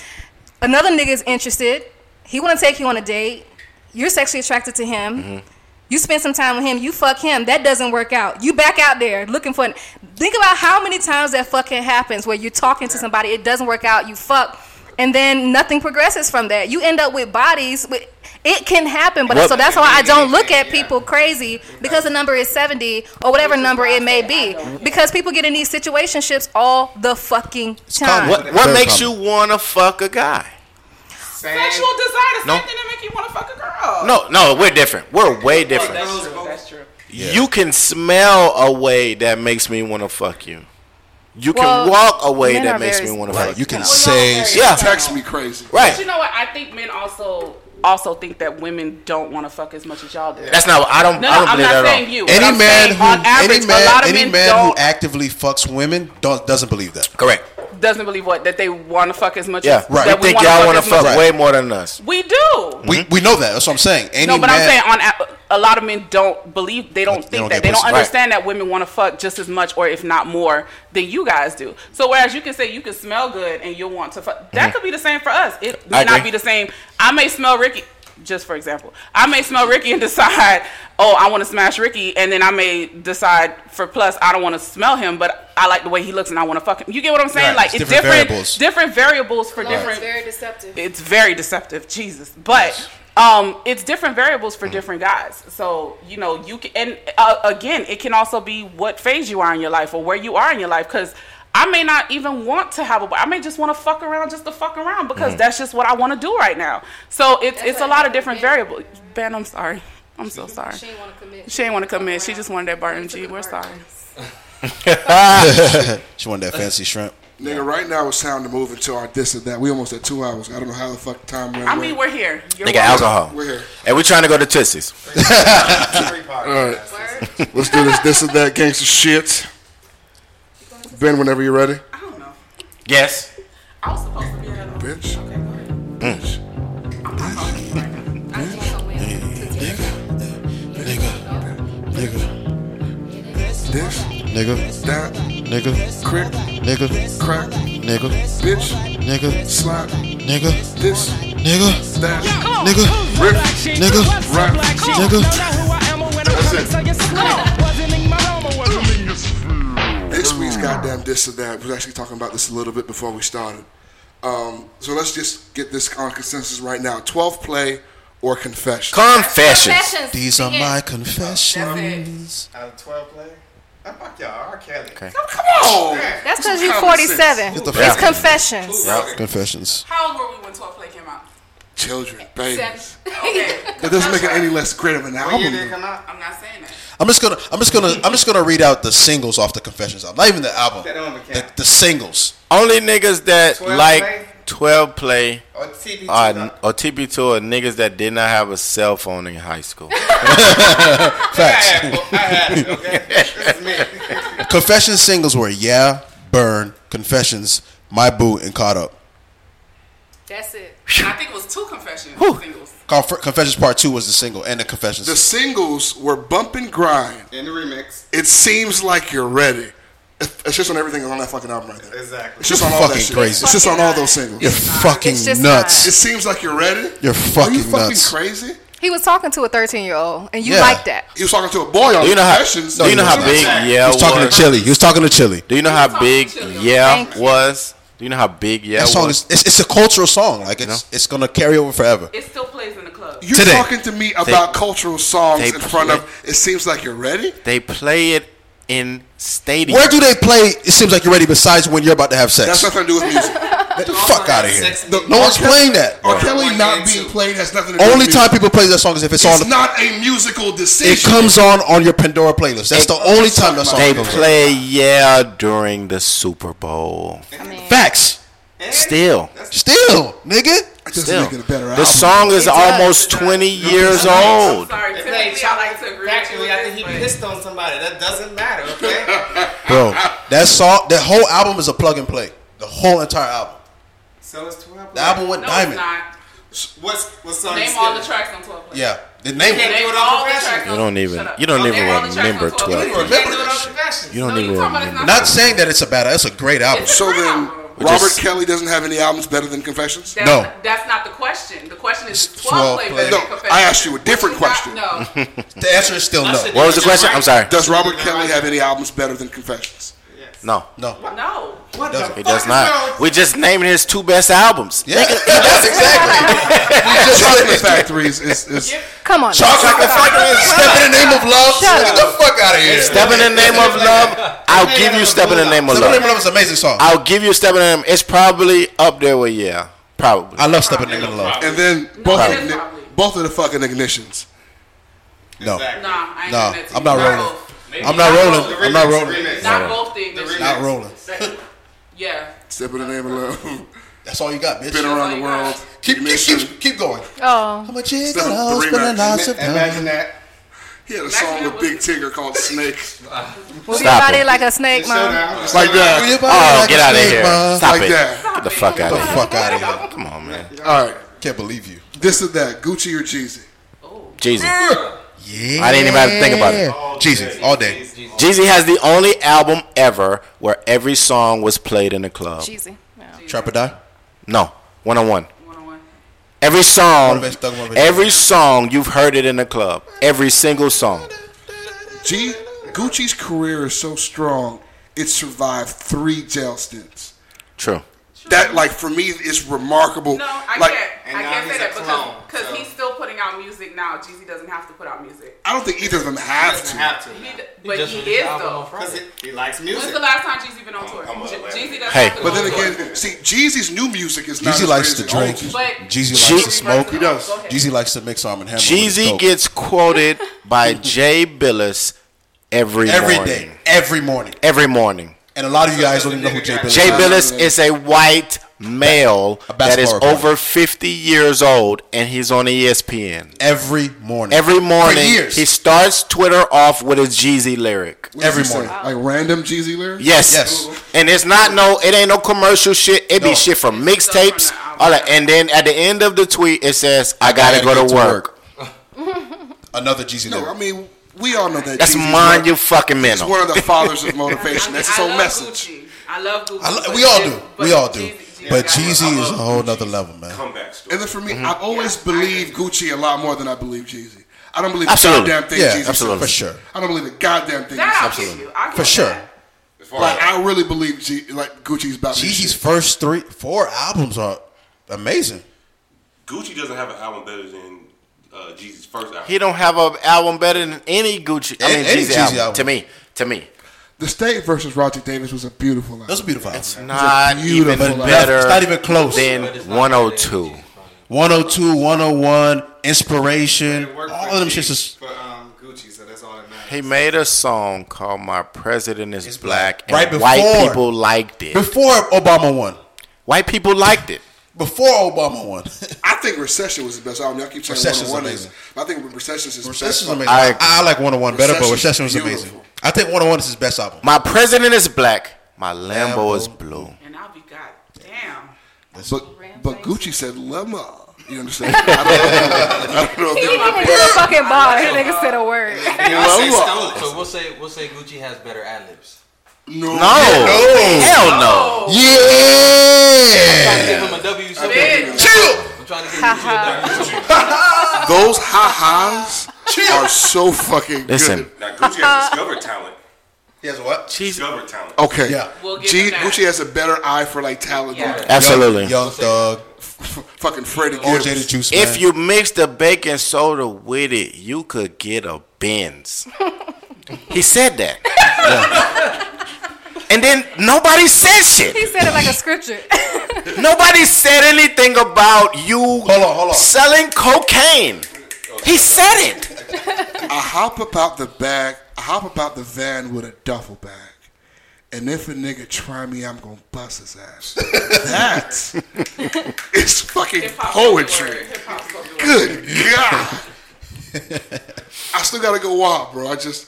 I: another nigga's interested he want to take you on a date you're sexually attracted to him
F: Mm-hmm.
I: you spend some time with him, you fuck him, that doesn't work out. You back out there looking for think about how many times that fucking happens where you're talking to somebody, it doesn't work out, you fuck, and then nothing progresses from that. You end up with bodies with it can happen, but
F: What-
I: so that's why I don't look at people crazy because the number is 70 or whatever number it may be. Because people get in these situationships all the fucking time.
F: What, what makes you want to fuck a guy?
G: Sexual desire is
F: No.
G: something that make you want to fuck a girl.
F: No, no, we're different. We're way different.
G: That's true. That's true.
F: You can smell a way that makes me want to fuck you. You can
G: Well,
F: walk a way
G: men
F: that
G: are
F: makes
G: very-
F: me want to
H: Right,
F: fuck
H: you can
F: say,
A: yeah.
F: yeah,
A: Text me crazy.
F: Right.
G: But you know what? I think men also also think that women don't want to fuck as much as y'all do.
F: That's not- I don't-
G: No,
F: I don't
G: no, I'm
F: believe
G: not
F: that at all.
G: saying you.
H: Any
G: I'm
H: man
G: saying
H: who
G: on average,
H: any
G: a lot
H: man,
G: of
H: any
G: men
H: man who
G: don't
H: actively fucks women don't, doesn't believe that.
F: Correct.
G: doesn't believe what that they want to fuck as much.
F: Yeah,
G: as,
H: Right.
F: You
G: That we
F: think
G: wanna
F: y'all want
G: as
F: to fuck
G: much-
F: way more than us? Mm-hmm.
G: We do.
H: We we know that. That's what I'm saying. Any
G: no, but
H: man,
G: I'm saying on a- a lot of men don't believe they don't think
H: don't
G: that
H: get
G: they don't
H: pussy. Right.
G: understand that women want to fuck just as much or if not more than you guys do. So whereas you can say you can smell good and you'll want to fuck, that
H: Mm-hmm.
F: Mhm.
G: could be the same for us. It
F: I
G: would not
F: agree.
G: be the same. I may smell Ricky. Just for example, I may smell Ricky and decide, oh, I want to smash Ricky, and then I may decide for plus, I don't want to smell him, but I like the way he looks and I want to fuck him. You get what I'm saying?
H: Right,
G: Like
H: it's
G: it's different,
H: different
G: different variables,
H: variables.
G: for
H: Right.
G: different.
H: It's
I: very deceptive.
G: It's very deceptive, Jesus. But um, it's different variables
F: Mm-hmm.
G: for different guys. So you know you can, and uh, again, it can also be what phase you are in your life or where you are in your life. Because I may not even want to have a, boy. I may just want to fuck around, just to fuck around, because
F: Mhm.
G: that's just what I want to do right now. So it's it's a lot of different variables. Ben, I'm sorry. I'm so sorry. She
I: didn't want to commit.
G: She didn't want to commit. She just wanted that bar MG. We're sorry.
H: she wanted that fancy shrimp.
A: Nigga, right now it's time to move into our this and that. We almost at two hours. I don't know how the fuck time went.
G: I
A: away.
G: mean, we're here. You're
F: Nigga,
G: welcome.
F: alcohol.
A: We're here.
F: And we're trying to go to Tootsie's.
A: All right. Let's do this this and that gangster shit. Ben, whenever you're ready.
F: Yes.
A: Bitch.
F: Bitch.
H: Nigga.
A: This.
H: Nigga.
A: That.
H: Nigga.
A: Crick.
H: Nigga.
A: Crack.
H: Nigga.
A: Bitch.
H: Nigga.
A: Slap.
H: Nigga.
A: This.
H: Nigga.
A: That.
H: Nigga.
A: Rip.
H: Nigga.
A: Rap.
H: Nigga.
A: This week's goddamn this and that was actually talking about this a little bit before we started. Um, so let's just get this on consensus right now. 12 play or confession?
F: Confessions.
I: Confessions.
H: These are
I: Begin.
H: my confessions.
J: Out of 12 play? I fuck y'all, R. Kelly.
H: Okay.
J: Come on!
I: That's because you're 47.
H: Get the fuck
I: It's
H: out.
I: confessions.
H: Confessions.
G: How old were we when 12 Play came out?
A: Children, baby.
G: Seven. Okay.
A: That doesn't make it any less great of an
G: When year
A: album.
G: did it
A: though.
G: come out? I'm not saying that.
H: I'm just gonna, I'm just gonna, I'm just gonna read out the singles off the Confessions album. Not even the album. The, the singles.
F: Only niggas that
H: 12
F: like
H: play?
F: 12 play
H: Or
F: or
H: TB2.
F: TB2 are, or TB2 are niggas that did not have a cell phone in high school.
H: Facts. Confession singles were Yeah, Burn, Confessions, My Boo, and Caught Up.
G: That's it. I think it was two confessions. Singles.
H: Conf- Confessions Part 2 was the single and the Confessions.
A: The singles were Bump and Grind.
J: In the remix.
A: It seems like you're ready. It's just on everything that's on that fucking album right there.
J: Exactly.
A: It's just
H: You're
A: on all that
H: fucking
A: shit.
H: crazy.
A: It's just on all those singles.
H: You're fucking It's just nuts. not.
A: It seems like you're ready.
H: You're
A: Are you
H: fucking
A: fucking
H: nuts.
A: crazy?
I: He was talking to a 13 year old, and you
H: Yeah.
I: like that.
A: He was talking to a boy on
F: Do you know how-
A: Confessions.
F: do you know how big Yeah
H: he was talking
F: was-
H: to Chili. He was talking to Chili.
F: Do you know how big
I: Thank
F: Yeah was? Do you know how big Yeah
H: that song
F: was?
H: is it's, it's a cultural song. Like it's it's gonna carry over forever.
G: It still plays in the club.
A: You're
H: Today.
A: talking to me about cultural songs
F: they
A: in front of. It seems like you're ready.
F: They play it in stadiums.
H: Where do they play? It seems like you're ready. Besides when you're about to have sex.
A: That's nothing to do with music.
H: Get the fuck out of here. No one's
A: Kelly-
H: playing that.
A: R. Kelly not being played has nothing to do
H: Only
A: with
H: time people play that song is if it's,
A: music. It's
H: on.
A: not a musical decision.
H: it comes on on your Pandora playlist. That's the only time that song
F: They
H: comes
F: play Yeah during the Super Bowl.
H: on. Facts.
F: Still.
H: Still, nigga.
F: Still.
A: make it a better
F: The
A: album.
F: song is
A: It does.
F: almost 20 years
G: I'm
F: old.
G: sorry,
J: It's
G: typically I like to agree with you.
J: Actually, I think he pissed on somebody. That doesn't matter, okay?
H: Bro, that song, that whole album is a plug and play. The whole entire album.
J: so it's 12
H: The album went
G: No,
H: diamond.
G: it's not.
J: What's, what song you
G: Name all the tracks on 12 Play.
H: Yeah, the name.
G: Yeah,
H: it.
G: name all the tracks
F: You
G: on Oh,
F: don't even you don't even remember 12. You don't even remember.
H: Not saying that it's a bad. That's a great album.
A: So then,
H: It
A: Robert
H: just-
A: Kelly doesn't have any albums better than Confessions.
G: That's,
H: No.
G: That's not the question. The question is, is 12 Play better than
A: No,
G: confessions?
A: I asked you a different question.
G: No.
H: The answer is still no.
F: What was the question? I'm sorry.
A: Does Robert Kelly have any albums better than Confessions?
F: No.
H: No.
G: No.
J: What
F: No, he does not. We just named his two best albums. Yeah, that's
A: Chocolate
F: exactly.
A: Factory is, is, is
I: Come on.
F: Chocolate Factory is
H: Step in the name of love.
I: Shut
H: Get
I: up.
H: the fuck out of here.
F: Step in the name of love. I'll give you Step in the name of
H: Step in the name of
F: love.
H: love is an amazing song. I,
F: I'll give you Step in the name. It's probably up there with yeah, probably.
H: love Step in the name of love.
A: and then both of, the, both of the fucking ignitions.
G: Nah,
H: No,
G: I ain't
H: no,
G: doing that to
H: I'm
G: you.
H: not rolling. I'm not rolling. I'm not rolling.
G: Not both the ignitions.
H: Not rolling.
G: Yeah.
A: Step in the name of love.
H: That's all you got, bitch.
A: Been around the world.
H: Keep, keep, keep, keep going.
I: Oh.
H: How much is
A: Step in
H: gonna
A: the
H: spend the
A: remix.
H: nights of
J: Imagine that.
A: He had a song with Big Tigger called Snake.
I: Move your
F: Stop
I: body
F: it.
I: like a snake, mom.
J: Showdown.
A: Like that.
F: Oh, get out of here!
H: man.
F: Stop
A: Like
F: it!
A: that.
F: Get the fuck
H: Get
F: out
H: the
F: of
H: fuck out of here.
F: here! Come on, man.
A: All right.
H: Can't believe you.
A: This is that. Gucci or Jeezy?
F: Oh. Jeezy,
H: Yeah.
F: I didn't even have to think about it.
H: Jeezy, all day.
F: Jeezy has the only album ever where every song was played in the club.
I: Cheesy. Yeah.
H: Trap or die.
F: No, one on one. Every song,
H: Motivation, thug motivation.
F: every song you've heard it in the club. Every single song.
A: G- Gucci's career is so strong, it survived three jail stints.
F: True.
A: That, like, for me, is remarkable.
G: No, I
A: like,
G: can't. I
J: now
G: can't
J: he's
G: say
J: a
G: that because
J: clone,
G: cause
J: so-
G: he's still putting out music now. Jeezy doesn't have to put out music.
A: I don't think either of them have to.
J: doesn't have to.
G: He
J: now.
G: d- but
N: just
G: he
N: released
G: is
N: an album
G: though.
N: on Friday.
J: Because he- he likes
G: When's
J: music.
G: the last time Jeezy been on tour? Je- Jeezy doesn't
F: Hey.
G: have to
A: But
G: go
A: then
G: on
A: again, see, Jeezy's new music is not.
H: Jeezy
A: as
H: likes
A: great
H: to
A: as old
H: drink.
A: Jeezy.
G: But-
H: Jeezy likes
F: Je-
H: to smoke.
A: He does.
G: tour. Go ahead.
H: Jeezy likes to mix arm and hammer. with his
F: Jeezy
H: coke.
F: gets quoted by Jay Billis every
H: every
F: morning.
H: day, every morning,
F: Every morning.
H: And a lot of you guys don't even know who Jay Billis
F: Jay
H: is.
F: Billis is a white male that is
H: basketball
F: over 50 years old, and he's on E ESPN.
H: Every morning.
F: Every morning.
H: For years.
F: He starts Twitter off with a Jeezy lyric.
A: What does he say? Like random Jeezy lyrics?
F: Yes. And it's not no, it ain't no commercial shit. It be
A: No.
F: shit from mixtapes. All that. And then at the end of the tweet, it says, I gotta, go to work.
H: Another Jeezy
A: No, I mean, we all know that.
F: That's
A: Jeezy's
F: mine,
A: one-
F: you fucking
A: He's
F: mental.
A: one of the fathers of motivation. That's his own message.
G: I love Gucci.
H: I lo- we all do. We all do. But Jeezy is a whole nother level, man.
A: And then for
H: Mm-hmm.
A: me, I've always believed Gucci a lot more than I believe Jeezy. I don't believe
H: Absolutely.
A: a goddamn thing
H: Yeah,
A: Jeezy said.
H: absolutely. For sure.
A: I don't believe a goddamn thing.
G: That
A: Jeezy
G: I'll
A: said.
G: give you. I
H: For sure.
A: Like I really believe G- like Gucci's about this
H: Jeezy's
A: shit.
H: first three, four albums are amazing.
J: Gucci doesn't have an album better than uh, Jeezy's first album.
F: He don't have an album better than any Gucci. I mean,
A: Any
F: Jeezy
A: Jeezy
F: album,
A: album.
F: To me, to me,
A: The State versus Roger Davis was a beautiful album.
H: That's a beautiful album. It's
F: not even better.
H: It's not even close.
F: Than 102.
H: 102, 101, Inspiration, all of them shits is
B: for um, Gucci, so that's all that matters.
F: He made a song called "My President Is Black," and
H: Right
F: white
H: before-
F: people liked it.
H: before Obama won.
F: White people liked it.
H: Before Obama won.
A: I think Recession was the best album. Y'all keep saying
H: Recession's
A: one is,
H: amazing.
A: but I think Recession's is
H: Recession is
A: best.
H: amazing. I, I like 101 better, but Recession was amazing. I think 101 is his best album.
F: My president is black. My Lambo, is blue.
A: But, but Gucci said lemma. You understand? I don't know. I don't know if
I: He didn't
A: they-
I: even do a fucking bar. That nigga said a word.
N: So we'll say we'll say Gucci has better ad libs.
A: No.
F: No. Hell no. Yeah.
N: Give him a W. so- I'm trying to give him a W.
A: Those ha ha's are so fucking
F: Listen.
A: good.
J: Now Gucci has discovered talent.
H: He has what?
J: Discovered talent.
A: Okay.
H: Yeah.
G: We'll give
A: G-
G: him that.
A: Gucci has a better eye for like talent. than
F: Yeah. Absolutely.
H: Young, Young Thug,
A: fucking Freddie Gibbs.
H: OJ the Juice Man.
F: If you mix the baking soda with it, you could get a Benz. he said that. And then nobody said shit.
I: He said it like a scripture.
F: Nobody said anything about you
H: hold on.
F: selling cocaine. He said it.
A: I hop about the bag, I hop about the van with a duffel bag. And if a nigga try me, I'm gonna bust his ass. that is fucking poetry. Good God. I still gotta go wild, bro. I just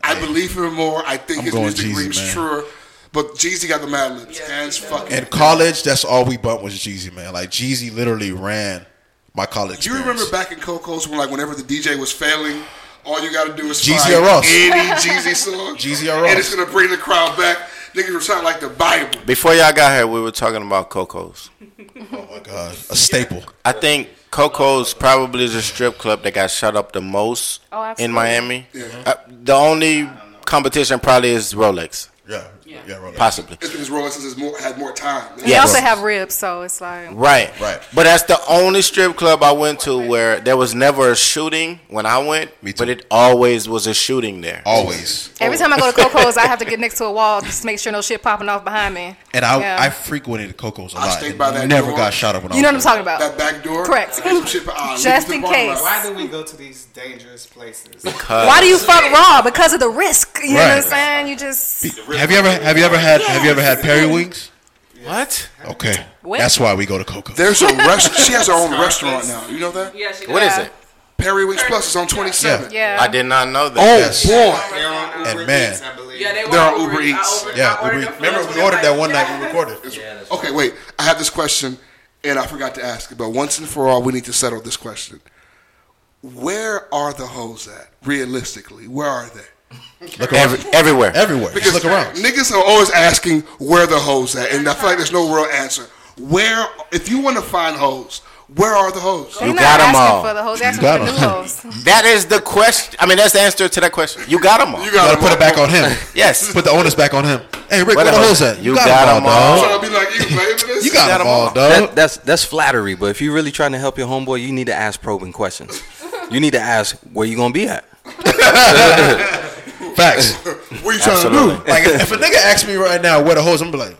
A: I believe him more. I think
H: I'm
A: his
H: going
A: music
H: Jeezy,
A: rings
H: man.
A: truer. But Jeezy got the mad libs. Hands fucking
H: In college, that's all we bumped was Jeezy, man. Like Jeezy literally ran my college.
A: Do you
H: experience.
A: remember back in Coco's when, like, whenever the DJ was failing, all you got to do is
H: Jeezy
A: find
H: or Ross.
A: any Jeezy song,
H: Jeezy or
A: and
H: Ross.
A: it's gonna bring the crowd back. Niggas were sounding like the Bible.
F: Before y'all got here, we were talking about Coco's.
H: Oh my god, a staple.
F: I think Coco's probably is a strip club that got shut up the most
I: Oh, absolutely.
F: in Miami.
A: Yeah.
F: Uh, the only competition probably is Rolex,
H: Yeah, yeah, Rolex.
F: possibly.
A: It's because Rolex has more, had more time.
I: They also
F: Yes.
I: have ribs, so it's like.
F: Right.
H: Right.
F: But that's the only strip club I went to where there was never a shooting when I went, but it always was a shooting there.
H: Always.
I: Every time I go to Coco's, I have to get next to a wall just to make sure no shit popping off behind me.
H: And I,
I: Yeah.
H: I frequented Coco's a
A: I
H: lot.
A: stayed
H: and
A: by that
H: never
A: door.
H: got shot up when
I: You know
H: I
I: what I'm
H: was
I: talking about.
A: That back door,
I: Correct.
A: I got some shit for- ah,
I: Just
A: leave
I: in
A: the bottom
I: case.
A: line.
B: Why do we go to these dangerous places?
I: Why do you fuck raw? Because of the risk. You know what I'm
H: Right.
I: saying? You just
H: talking. Have you ever have you ever had have you ever had Perry wings?
F: What?
H: Okay,
I: What?
H: that's why we go to Coco's.
A: There's a rest. She has her own restaurant now. You know that?
G: Yeah, she
F: What is it?
A: Perry Wings Plus is on 27.
I: yeah.
F: I did not know that.
A: Oh
H: Yes.
A: boy,
B: They're on Uber
H: And man.
B: Eats, I believe.
G: Yeah, they
A: They're
G: were
A: on Uber Eats.
G: I over- I
H: Yeah,
G: ordered
H: we,
G: the food,
H: remember
G: and
H: we ordered
G: they're
H: that one
G: like,
H: night we recorded.
A: Okay, wait. I have this question, and I forgot to ask it, but once and for all, we need to settle this question. Where are the hoes at? Realistically, where are they?
H: Look around.
F: Every, everywhere.
H: everywhere. Just look around.
A: Niggas are always asking where the hoes at, and I feel like there's no real answer. Where, if you want to find hoes, where are the hoes?
I: They're
F: You
I: not
F: got 'em
I: asking
F: all.
I: for the hoes. They're asking
H: got
I: for the
H: 'em.
I: new hoes.
F: That is the question. I mean, that's the answer to that question. You got them all.
A: You
H: Gotta
A: got
H: put it back on him.
F: yes.
H: Put the onus back on him. Hey Rick, where
F: What
H: the
F: the-
H: hoes at?
F: you got 'em all.
A: Trying to be like you, baby. This-
H: You got them all,
D: That,
H: dog.
D: that's that's flattery, but if you're really trying to help your homeboy, you need to ask probing questions. You need to ask where you gonna be at.
H: Facts.
A: What you trying to do?
H: Like if, if a nigga asks me right now where the hoes, I'm gonna be like,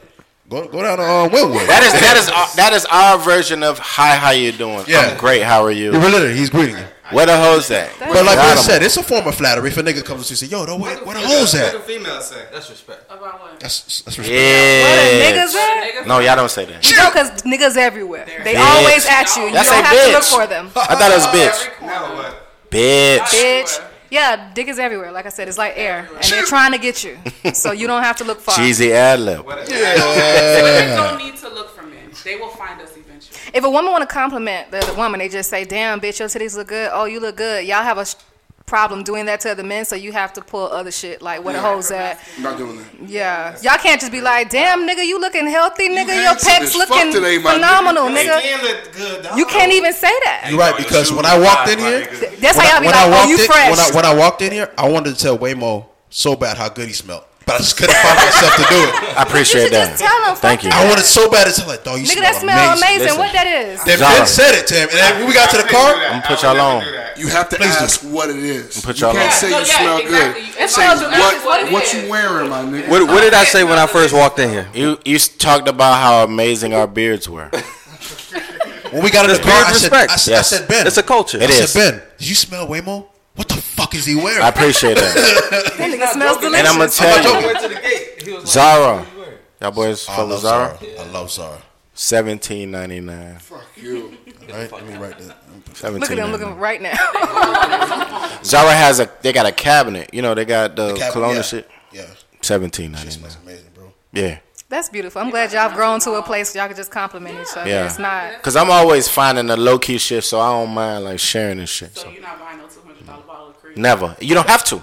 H: go go down to uh, Winwood.
F: That is that is our, that is our version of hi how you doing.
H: Yeah.
F: I'm great. How are you?
H: You're literally he's greeting you.
F: Where the hoes at?
H: But like I said, it's a form of flattery. If a nigga comes to you and say, "Yo, though, where, where the hoes
B: What do
H: at?"
B: females say?
N: That's respect.
G: About what?
H: That's, that's respect.
I: Yes. Where the niggas at?
F: No, y'all don't say that.
I: You know, because niggas everywhere. They
F: Bitch.
I: always at you. You
F: That's
I: don't
F: a
I: have to look
F: bitch.
I: for them.
F: I thought it was bitch. Bitch.
I: Bitch. Yeah, dick is everywhere. Like I said, it's like air, and they're trying to get you, so you don't have to look far.
F: Cheesy ad lib.
G: Women don't
F: Yeah.
G: need to look for men. They will find us eventually.
I: If a woman want to compliment the other woman, they just say, "Damn, bitch, your titties look good. Oh, you look good. Y'all have a sh- problem doing that to other men, so you have to pull other shit like where the
A: Yeah.
I: hoes at.
A: Not doing that.
I: Yeah, y'all can't just be like, "Damn, nigga, you looking healthy, nigga.
A: handsome
I: your
A: as
I: pecs
A: fuck
I: looking
A: today, my nigga.
I: phenomenal,
A: Your
I: nigga."
A: skin
I: You can't even say that.
H: You're right because when I walked in here,
I: That's
H: when
I: how y'all
H: I-
I: be
H: when
I: like,
H: I
I: "Oh,
H: walked
I: you
H: in-
I: fresh."
H: When I, when I walked in here, I wanted to tell Waymo so bad how good he smelled, but I just couldn't find myself to do it.
F: I appreciate
I: that. just tell him, fuck Thank you. that.
H: I wanted so bad to tell like, dog, you
I: nigga,
H: smell
I: that smell amazing.
H: amazing.
I: What that is?
H: Then Ben said it to him, and then when we got to the car, I'm
F: gonna put y'all on.
A: You have to ask what it is.
F: Put
A: you
F: y'all
A: can't
F: on.
A: say
F: No,
A: you
F: yeah,
A: smell
F: exactly.
A: good.
F: It's
A: say
F: all about
A: what,
F: what it
A: what
F: is.
A: you wearing, my nigga.
F: What, what did I say
A: when
F: I first walked in here? You you s- talked about how amazing our beards were.
H: when we got to the car, I said, I said, I
F: Yes.
H: said, Ben,
F: It's a culture.
H: I
F: It is.
H: said, Ben, did you smell Waymo? What the fuck is he wearing?
F: I appreciate that.
I: That nigga smells delicious.
F: And I'ma tell you. Zara, y'all boys
H: Oh, I
F: fuck with
H: love
F: Zara.
H: Zara. I love Zara.
F: Seventeen ninety nine.
A: You.
H: Right? Let me write that.
I: Look at him looking right now.
F: Zara has a. They got a cabinet. You know they got the,
I: cabinet,
F: cologne
I: yeah.
F: and shit.
H: Yeah.
F: Seventeen ninety nine.
H: Amazing, bro.
F: Yeah.
I: That's beautiful. I'm glad y'all grown to a place y'all can just compliment each other.
F: Yeah.
I: It's not.
F: Cause I'm always finding a low key shit, so I don't mind like sharing and shit. So, you're not buying no two hundred dollar bottle of cream. Never. You don't have to.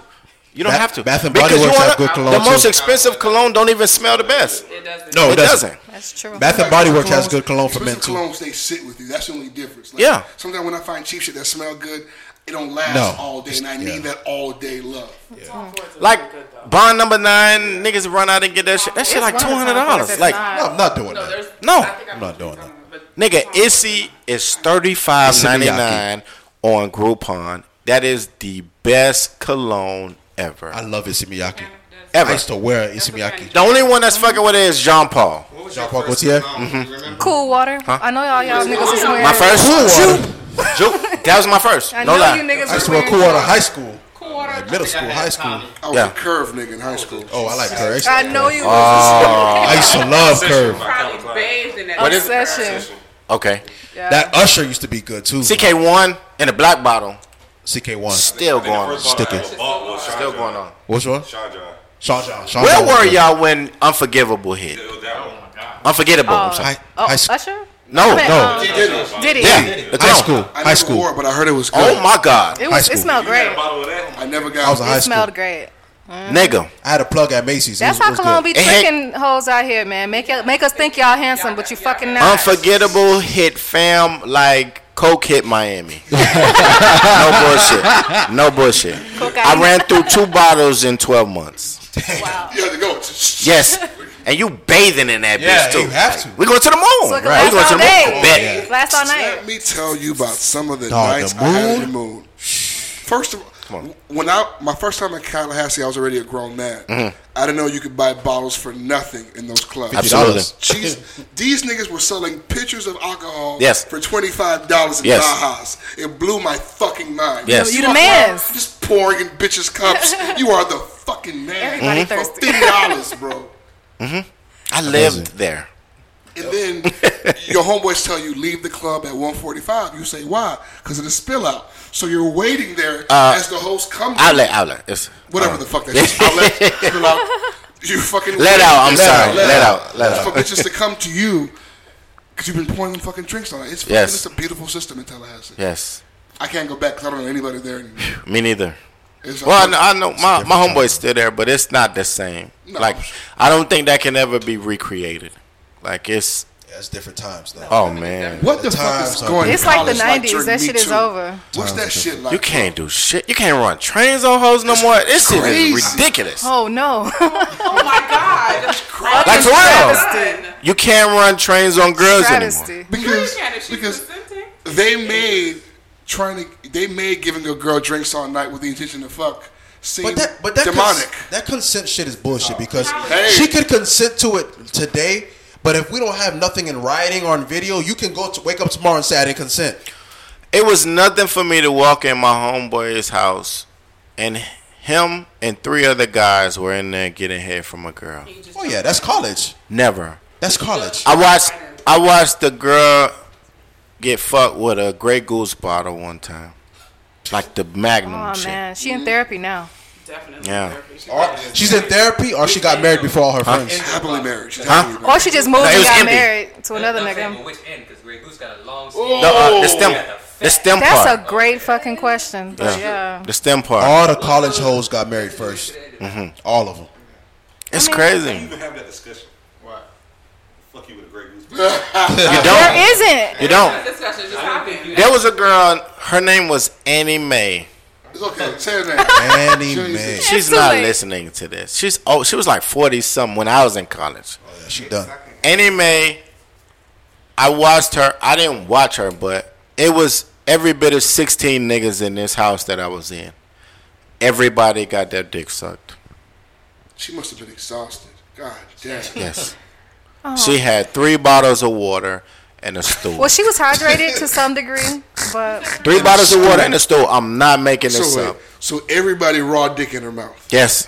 F: You don't
H: Bath-
F: have to.
H: Bath and
F: Because
H: Body
F: you
H: Works
F: wanna-
H: have good cologne,
F: The most
H: too.
F: expensive cologne don't even smell the best. It doesn't.
H: No, it
F: it
H: doesn't.
F: doesn't.
I: That's true.
H: Oh, Bath and Body Works has good cologne for men
A: Expensive
H: too.
A: colognes, they sit with you. That's the only difference.
H: Yeah.
A: Sometimes when I find cheap shit that smell good, it don't last
H: No.
A: all day, and I need that all day love. Yeah.
F: Like bond number nine, niggas run out and get that shit. That shit
A: It's
F: like two
A: wonderful,
F: hundred
A: but
F: dollars.
A: it's
F: Like
A: not. No, I'm
H: not doing that.
F: No,
H: I'm not doing that.
F: nigga, Issy is thirty five ninety nine
H: Miyake.
F: on Groupon. That is the best cologne ever. I
H: love Issey Miyake.
F: Ever.
H: I used to wear Issey Miyake.
F: The only one that's fucking with it is Jean Paul.
H: Jean Paul Gaultier.
F: Mm-hmm.
I: Cool water.
F: Huh?
I: I know y'all y'all niggas is wearing.
F: My first
H: Cool
F: Juke. Juke. That was my first.
I: I
F: no
I: know
F: lie.
I: you niggas
H: I used to wear cool water in high school, like middle school, high school.
A: I was
H: Yeah.
A: a curve nigga in high school.
H: Oh, I like curve. used to
I: I
H: like
I: know
H: curve.
I: you.
H: I used to love curve.
G: Probably bathed in that.
I: What is- Obsession.
F: Okay.
I: Yeah.
H: That Usher used to be good too.
F: CK1 in a black bottle.
H: CK1.
F: Still going on.
H: Sticky.
F: Still going on.
H: What's wrong?
F: Sean John.
H: Sean John. Sean
F: Where
H: John was
F: were
H: good.
F: y'all when Unforgivable hit?
H: Oh,
F: Unforgettable. I'm sorry.
H: High-
I: Oh,
H: high sch-
I: Usher?
F: No,
I: I meant,
F: no.
I: um, Diddy.
F: Yeah,
H: High school. High school.
A: but I heard it was
F: Oh my god.
I: It was. It smelled great.
A: I never
H: I was in high
I: It smelled
H: school.
I: great. Mm.
F: Nigga.
H: I had a plug at Macy's.
I: That's
H: it was,
I: how
H: it was
I: cologne be
H: good.
I: tricking hoes out here, man. Make y'all, make us think y'all handsome, but you fucking not.
F: Unforgettable hit fam like Coke hit Miami. no bullshit. No bullshit. I ran through two bottles in 12 months.
A: You had to go.
F: Yes. And you bathing in that
A: Yeah,
F: bitch too.
A: you have to.
F: We going to the moon.
A: So it can
F: right. We
A: last
F: going to the
A: all day.
F: moon. Bet.
A: Yeah.
I: Last all night.
A: Let me tell you about some of the
F: Dog, the
A: nights I had in the
F: moon?
A: moon. First of all, when I my first time in Tallahassee, I was already a grown man.
F: Mhm.
A: I didn't know you could buy bottles for nothing in those clubs.
F: Absolutely.
A: Jeez, these niggas were selling pictures of alcohol
F: Yes.
A: for twenty five dollars in
F: Yes.
A: Baja's. It blew my fucking mind.
F: Yes. You the
A: walk
F: man.
A: around Just pouring in bitches' cups. you are the fucking man.
F: Everybody Mhm.
A: for
F: thirsty.
A: thirty dollars, bro.
F: Mm-hmm. I lived there.
A: And then your homeboys tell you leave the club at 1:45. You say why? Because of the spill out. So you're waiting there
F: Uh,
A: as the host comes.
F: Outlet, outlet. It's,
A: Whatever
F: uh,
A: the fuck that is. Outlet, spill out. You fucking
F: Let out, I'm
A: Let
F: sorry. Let out, let
A: for
F: out.
A: bitches to come to you because you've been pouring them fucking drinks on it. It's fucking,
F: Yes.
A: it's a beautiful system in Tallahassee.
F: Yes.
A: I can't go back because I don't know anybody there anymore.
F: Me neither.
A: It's
F: well, I
A: like-
F: know, I know my, my homeboy's still there, but it's not the same.
A: No.
F: Like, I don't think that can ever be recreated. Like, it's.
H: Yeah, it's different times though.
F: Oh, man.
A: What the fuck is
F: Times are
A: going?
I: It's
A: on
I: like
A: in
I: the
A: college, like
I: 90s.
A: during
I: that
A: Me
I: shit is
A: Too?
I: over.
A: What's that shit like?
F: You can't do shit. You can't run trains on hoes no more. This shit is ridiculous.
I: Oh no.
F: Like, for real. You can't run trains on girls anymore.
A: Because, because they made trying to they made giving a girl drinks all night with the intention to fuck seem
H: But that, but that
A: demonic.
H: cons- that consent shit is bullshit because
A: Hey.
H: she could consent to it today, but if we don't have nothing in writing or in video, you can go to wake up tomorrow and say I didn't consent.
F: It was nothing for me to walk in my homeboy's house, and him and three other guys were in there getting head from a girl.
H: Oh yeah, that's college.
F: Never.
H: That's college.
F: I watched. I watched the girl get fucked with a Grey Goose bottle one time, like the Magnum
I: Oh
F: shit.
I: man, she
A: Mm-hmm.
I: in therapy now.
F: Yeah.
H: Or, she's in therapy, or she got married before all her
F: Huh?
H: friends.
A: Happily married. She's
F: Huh? happily
I: Or she just moved
F: No, it
I: and
F: was
I: got
F: empty.
I: married to another nigga.
N: Which end? Because Grey Goose got a long.
A: Oh.
F: The, uh, the stem. The stem
I: That's
F: part.
I: a great fucking question.
F: Yeah.
I: But yeah.
F: The stem part. Mm-hmm.
H: All the college hoes got married 1st All of them.
F: It's
J: Why do you
F: crazy.
J: even have that discussion? Why? Fuck you with a great goose. you
F: You
J: don't.
F: don't.
I: isn't.
F: You don't. There was a girl. Her name was Annie Mae.
A: It's okay. Say her name.
H: Annie
A: Mae.
F: She's not listening to this. She's oh, she was like forty something when I was in college. Oh
H: yeah, she done.
F: Annie Mae. I watched her. I didn't watch her, but it was every bit of sixteen niggas in this house that I was in. Everybody got their dick sucked.
A: She must have been exhausted. God damn.
F: Yes.
I: Oh.
F: She had three bottles of water and a stool.
I: Well, she was hydrated to some degree, but
F: three bottles of water and a stool. I'm not making this
A: So, wait,
F: up.
A: so everybody raw dick in her mouth.
F: Yes.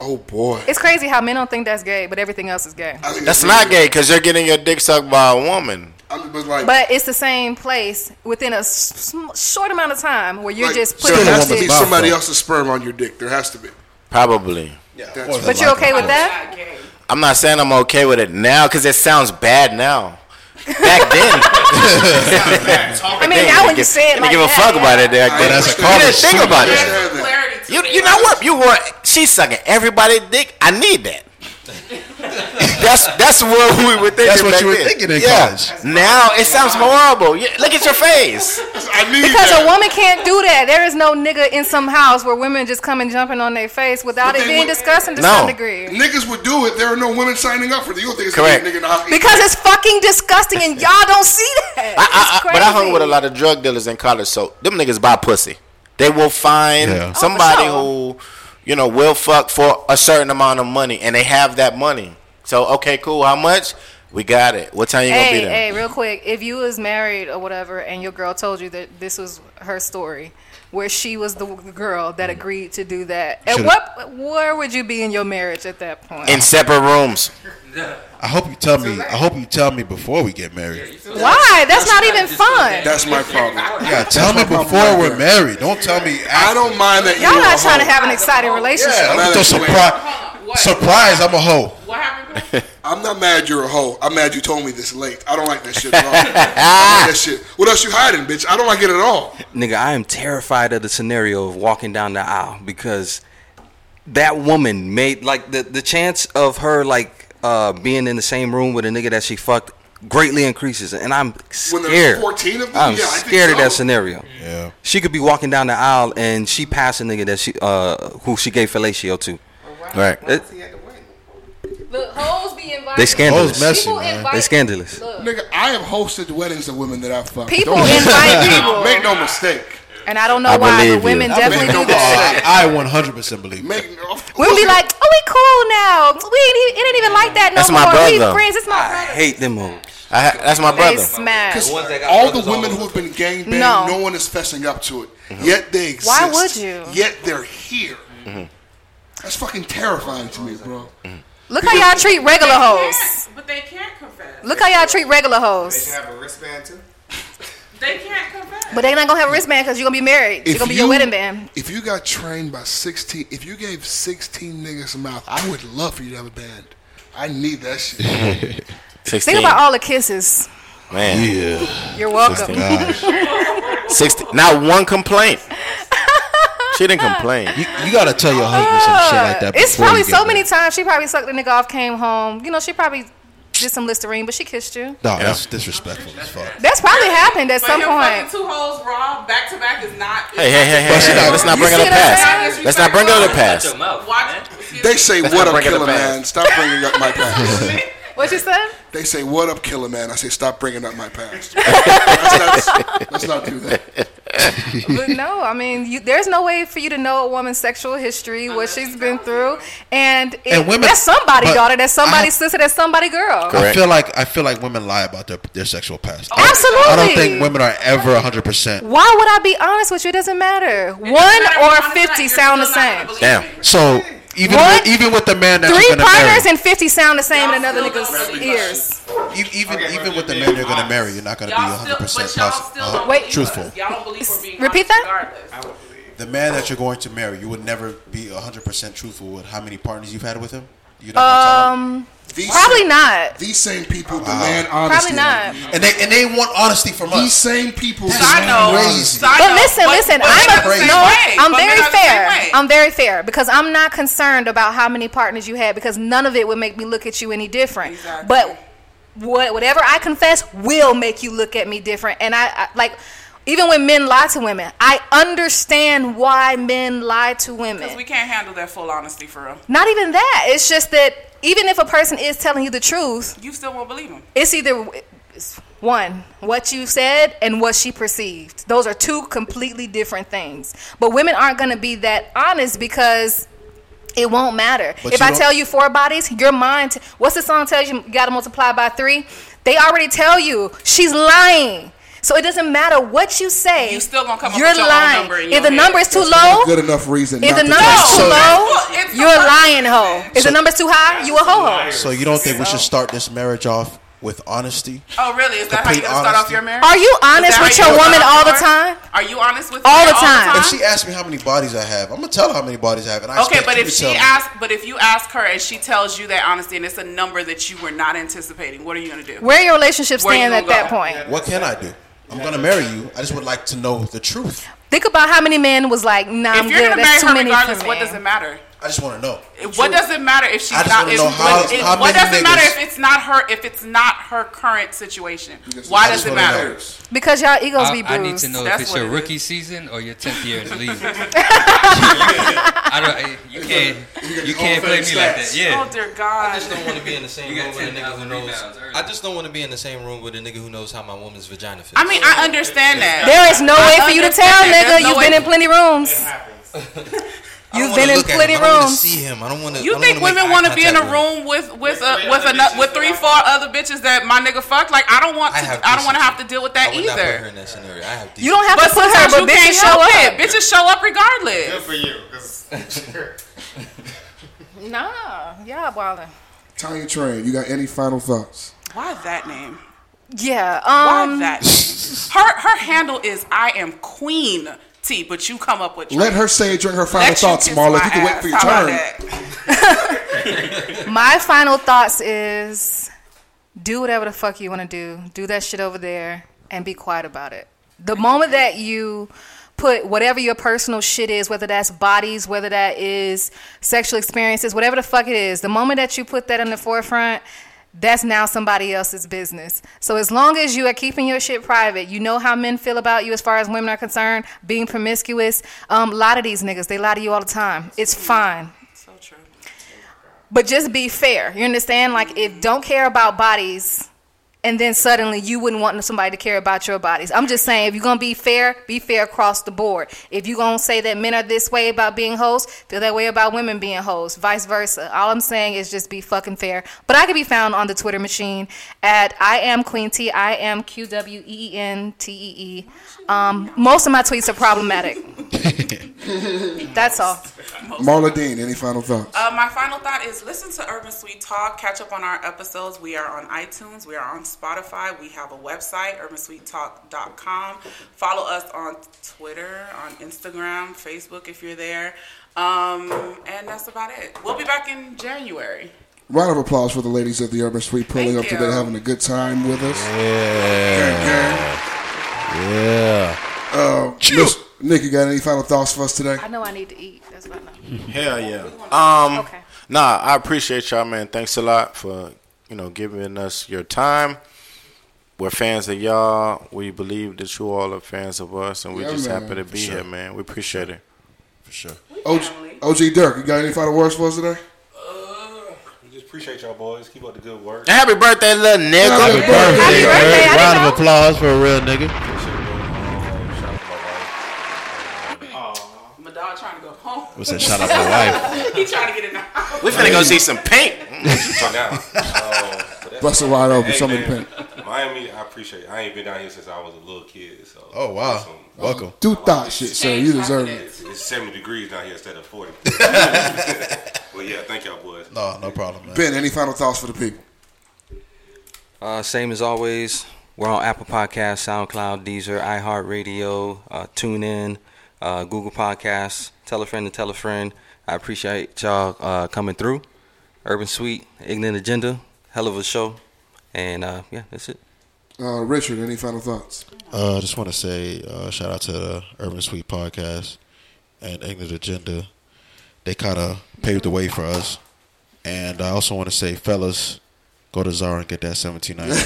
A: Oh boy.
I: it's crazy how men don't think that's gay, but everything else is gay.
F: That's not gay because you're getting your dick sucked by a woman.
A: I mean, but like,
I: But it's the same place within a s- sm- short amount of time where you're
A: like,
I: just
A: so there
I: putting. your
A: has to be
I: dick-
A: somebody else's sperm on your dick. There has to be.
F: Probably.
A: That's
I: But you're okay with that?
F: I'm not saying I'm okay with it now because it sounds bad now. Back then,
I: I mean, now when you say it
F: didn't
I: like
F: give a
I: that,
F: fuck about it. There,
H: But that's a
F: you
H: college
F: didn't think
H: student.
F: about
H: Yeah.
F: it. You, you know what? You want she's sucking everybody's dick. I need that. that's that's what we were thinking.
H: That's what
F: back
H: you were
F: then.
H: thinking in
F: yeah.
H: college.
F: Now it sounds horrible. Yeah, look at your face.
A: I need
I: Because a woman can't do that. There is no nigga in some house where women just come and jumping on their face without
A: But
I: it
A: they
I: being
A: would-
I: disgusting to
F: No.
I: some degree.
A: Niggas would do it. There are no women signing up for it. You don't think it's
F: Correct.
A: a nigga in the house?
I: Because it's fucking disgusting and y'all don't see that.
F: I,
I: It's
F: I, I, but I hung
I: crazy.
F: with a lot of drug dealers in college, so them niggas buy pussy. They will find
H: Yeah.
I: Oh, for
F: somebody
I: sure.
F: who, you know, will fuck for a certain amount of money, and they have that money. So okay, cool. How much? We got it. What time you gonna
I: Hey,
F: be there?
I: hey, real quick. If you was married or whatever, and your girl told you that this was her story, where she was the w- girl
F: Mm.
I: that agreed to do that, at
H: Should've-
I: what where would you be in your marriage at that point?
F: In separate rooms.
H: I hope you tell me. I hope you tell me before we get married.
I: Why? That's not even fun.
A: That's my problem.
H: Yeah, tell me before we're married. Don't tell me.
A: I don't mind that you
I: Y'all
A: are
I: not
A: a
I: trying to
A: hoe.
I: have an exciting relationship.
H: Yeah,
A: Now
H: I'm
A: that
H: so
A: you ain't.
H: surprised. Surprise! I'm a hoe.
G: What happened?
A: I'm not mad you're a hoe. I'm mad you told me this late. I don't like that shit at all. I don't like that shit. What else you hiding, bitch? I don't like it at all.
D: Nigga, I am terrified of the scenario of walking down the aisle because that woman made like the the chance of her like uh being in the same room with a nigga that she fucked greatly increases and I'm
A: When
D: scared.
A: there's 14 of them?
D: I'm
A: Yeah, I think
D: scared of that
A: so.
D: scenario.
H: Yeah.
D: She could be walking down the aisle and she passed a nigga that she uh who she gave fellatio to.
F: Right.
D: It-
I: Look, hoes be invited.
D: They scandalous.
H: messy,
I: People
H: man.
I: invite-
D: They scandalous.
I: Look,
A: Nigga, I have hosted weddings of women that I fucked.
I: People
A: Don't-
I: invite people.
A: Make no mistake.
I: and I don't know
F: I
I: why,
F: believe
I: but
F: you.
I: women
F: I
I: definitely
A: believe
I: do
A: you.
I: that.
H: I 100% believe. it.
A: Make no.
I: We'll be like, oh, we cool now. We ain't, e- it ain't even like that no
F: That's my
I: more. We
F: brother.
I: friends. It's my brother.
D: Hate them hoes.
F: I ha- that's my
I: They
F: brother.
I: smash.
A: all the women who have been gangbanged,
I: No.
A: no. no one is fessing up to it. Yet they exist.
I: Why would you?
A: Yet they're here. That's fucking terrifying to me, bro.
B: Mm-hmm.
I: Look how y'all treat regular hoes.
G: But they can't confess.
I: Look how y'all treat regular hoes.
B: have a wristband too.
G: They can't confess.
I: But they not gonna have a wristband because you're gonna be married. You're gonna be your wedding band.
A: If you got trained by 16, if you gave 16 niggas a mouth, I would love for you to have a band. I need that shit.
F: Sixteen.
I: Think about all the kisses.
F: Man.
I: You're welcome.
F: Sixteen. Not one complaint. She didn't complain.
H: You, you gotta tell your husband some shit like that.
I: It's
H: before
I: probably
H: you get
I: so many
H: married.
I: times she probably sucked the nigga off, came home. You know, she probably did some Listerine, but she kissed you.
H: No, that's disrespectful as fuck.
I: That's probably happened at
G: But
I: some
G: him fucking
I: point.
G: two hoes raw back to back is not.
F: Hey, hey, hey, hey,
H: But she
F: hey,
H: not-
F: Let's not
H: You
F: bring it
I: see
F: up
I: what I'm
F: past.
I: saying?
F: Let's not bring it up past.
N: Your mouth.
G: Watch.
A: They say,
F: Let's
A: what up,
F: not bring it up
A: killer
F: past.
A: man? Stop bringing up my past.
I: What you said?
A: They say, "What up, Killer Man?" I say, "Stop bringing up my past." let's, not, let's not do that.
I: but no, I mean, you, there's no way for you to know a woman's sexual history, what she's been through, and, it,
H: And women-
I: that's somebody
H: but
I: daughter, that's
H: I
I: somebody
H: have-
I: sister, that's somebody girl.
H: I feel like I feel like women lie about their, their sexual past. I-
I: Absolutely.
H: I don't think women are ever hundred percent.
I: Why would I be honest with you? It doesn't matter. One or fifty sound the same.
H: Damn. So even
I: One-
H: with, even with the man that
I: Three
H: you're gonna
I: partners
H: marry,
I: and fifty sound the same in another nigga's ears.
H: E-, even even with the man you're gonna marry, you're not gonna be hundred percent
I: don't
H: possible.
I: believe
H: truthful.
I: Repeat that.
H: The man that you're going to marry, you would never be hundred percent truthful with how many partners you've had with him. You know what I'm talking about?
I: Um, probably not.
A: These same people
H: demand
I: Um, Probably not.
H: and they and they want honesty from us. These same people.
I: I know.
H: Crazy.
I: But listen, listen. I'm
H: crazy.
I: no,
H: way.
I: I'm
H: But men
I: very
H: are the same
I: fair.
H: way.
I: I'm very fair because I'm not concerned about how many partners you had because none of it would make me look at you any different. But what, whatever I confess will make you look at me different. And I, I like even when men lie to women, I understand why men lie to women.
G: Because we can't handle that full honesty for real.
I: Not even that. It's just that even if a person is telling you the truth,
G: You still won't believe him.
I: it's either it's one what you said and what she perceived those are two completely different things but women aren't going to be that honest because it won't matter
P: But
I: if
P: you
I: i
P: don't-
I: tell you four bodies your mind what's the song tells you you got to multiply by three they already tell you she's lying so it doesn't matter what you say. You
G: still gonna come up
I: You're
G: with your own
I: lying.
G: number in
I: if
G: your
I: the
G: head.
I: number is too
A: That's not a
I: low,
A: good enough reason.
I: if
A: not
I: the
A: to
I: number
A: talk.
I: is too low, you're a lying hoe. If the number's too high, you a hoe hoe.
H: So you don't think we should start this marriage off with honesty?
G: Oh, really? Is that how you
H: Complete
G: gonna start off
H: honesty.
G: your marriage?
I: Are you
G: Is that
I: honest
G: how
I: with
G: you
I: your
G: gonna
I: woman
G: start
I: all the
G: off
I: time?
G: Are you honest with
I: All
G: her
I: the time.
H: If she asks me how many bodies I have, I'm gonna tell her how many bodies I have. And I
G: okay,
H: expect
G: but
H: you
G: if
H: to
G: she
H: tell me.
G: asks, but if you ask her and she tells you that honesty and it's a number that you were not anticipating, what are you gonna do?
I: Where your relationship
G: Where you
I: stand at
G: gonna
I: that
G: go?
I: point?
H: what can I do? I'm gonna marry you. I just would like to know the truth.
I: Think about how many men was like, nah, I'm
G: If you're
I: good.
G: gonna marry
I: That's too
G: her
I: many
G: regardless,
I: for
G: what
I: me.
G: does it matter?
H: I just want to know.
G: What does it matter if she's
H: I just
G: not?
H: wanna
G: If,
H: know how-
G: what, it-
H: how
G: what
H: many
G: does it matter
H: niggas-
G: if it's not her? If it's not her current situation, why
H: I
G: does
H: just
G: it
H: wanna know.
G: matter?
I: Because y'all egos be
C: I, I
I: bruised.
C: need to know if it's your rookie season or your tenth year in the league. I don't. I- You can't. You can't play me like that. Yeah.
G: Oh dear God.
N: I just don't want to be in the same
C: You got
N: room with a nigga
C: 10,000
N: who knows.
C: rebounds early.
N: I just don't want to be in the same room with a nigga who knows how my woman's vagina feels.
G: I mean, I understand that.
I: There is no
G: I
I: way for you to tell,
G: understand that.
I: nigga.
G: There's no
I: You've
G: way-
I: been in plenty rooms.
N: I don't
I: You've
N: wanna
I: been in
N: look at
I: plenty
N: him. I don't wanna
I: rooms.
N: see him. I don't want to.
G: You think women want to be in a room with with a, with a, with three four other bitches that my nigga fucked? Like I don't want to.
N: have
G: I, don't want to have to deal with that
N: I would not put her
G: either.
N: in that scenario. I have
I: You don't have to put her,
G: sometimes
I: but
G: you
I: bitches
G: can't
I: show
G: help
I: up.
G: it. Bitches show up regardless. Good
B: for you. 'cause-
G: Ah,
I: Nah, y'all wildin'.
A: Tanya Train, you got any final thoughts?
G: Why that name?
I: Yeah.
G: Why
I: Um.
G: that? name? her her handle is I am Queen T, but you come up with
A: Let her say it during her final
G: Let you
A: thoughts,
G: kiss
A: Marla.
G: my
A: You can wait for your
G: ass. How about
A: turn.
I: My final thoughts is do whatever the fuck you want to do. Do that shit over there and be quiet about it. The moment that you put whatever your personal shit is, whether that's bodies, whether that is sexual experiences, whatever the fuck it is, the moment that you put that in the forefront, that's now somebody else's business. So as long as you are keeping your shit private, you know how men feel about you as far as women are concerned, being promiscuous. Um, a lot of these niggas, they lie to you all the time. It's fine. But just be fair. You understand? Like, if don't care about bodies, and then suddenly you wouldn't want somebody to care about your bodies. I'm just saying, if you're gonna be fair, be fair across the board. If you're gonna say that men are this way about being hoes, feel that way about women being hoes, vice versa. All I'm saying is just be fucking fair. But I can be found on the Twitter machine at I am Queen T. I am Q W E E N T E E. Um, most of my tweets are problematic. That's all.
A: Marla Dean, any final thoughts?
G: Uh, my final thought is listen to Urban Sweet Talk. Catch up on our episodes. We are on iTunes. We are on Spotify. We have a website, urbansweettalk.com. Follow us on Twitter, on Instagram, Facebook if you're there. Um, and that's about it. We'll be back in January.
A: Round of applause for the ladies of the Urban Suite pulling up
G: Thank
A: today,
G: you.
A: having a good time with us.
F: Yeah.
A: Uh, Miss, Nick, you got any final thoughts for us today?
I: I know I need to eat. That's what I know.
F: Hell yeah. Um, Nah, I appreciate y'all, man. Thanks a lot for you know giving us your time. We're fans of y'all. We believe that you all are fans of us, and we're
A: Yeah,
F: just
A: man.
F: happy to
A: For
F: be
A: sure.
F: here, man. We appreciate it.
H: For sure.
A: OG, OG Dirk, you got any final words for us today?
J: just appreciate y'all boys. Keep up the good work.
F: Happy birthday, little nigga.
O: Happy birthday.
J: birthday.
O: man. Round of applause for a real nigga.
G: My dog trying to go home.
O: We said shout out my wife.
G: he trying to get in the house.
F: We finna go see some pink.
A: Bust it wide open, some of the pink.
J: Miami, I appreciate it. I ain't been down here since I was a little kid. So
A: Oh, wow.
J: So,
A: Welcome. Do thought shit, sir. You deserve it.
J: It's, it's 70 degrees down here instead of 40. but yeah, thank y'all boys.
H: No, no problem, man.
A: Ben, any final thoughts for the people?
D: Uh, same as always, we're on Apple Podcasts, SoundCloud, Deezer, iHeartRadio, uh, TuneIn, uh, Google Podcasts. Tell a friend to tell a friend. I appreciate y'all uh, coming through. Urban Suite, Ignorant Agenda, hell of a show. And uh, yeah, that's it.
A: Uh, Richard, any final thoughts?
O: Uh, just want to say uh, shout out to the Urban Sweet Podcast and Ignorant Agenda. They kind of paved the way for us. And I also want to say, fellas, go to Zara and get that seventeen ninety.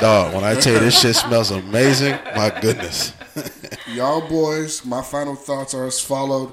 O: Dog, when I tell you this shit smells amazing, my goodness.
A: Y'all boys, my final thoughts are as followed.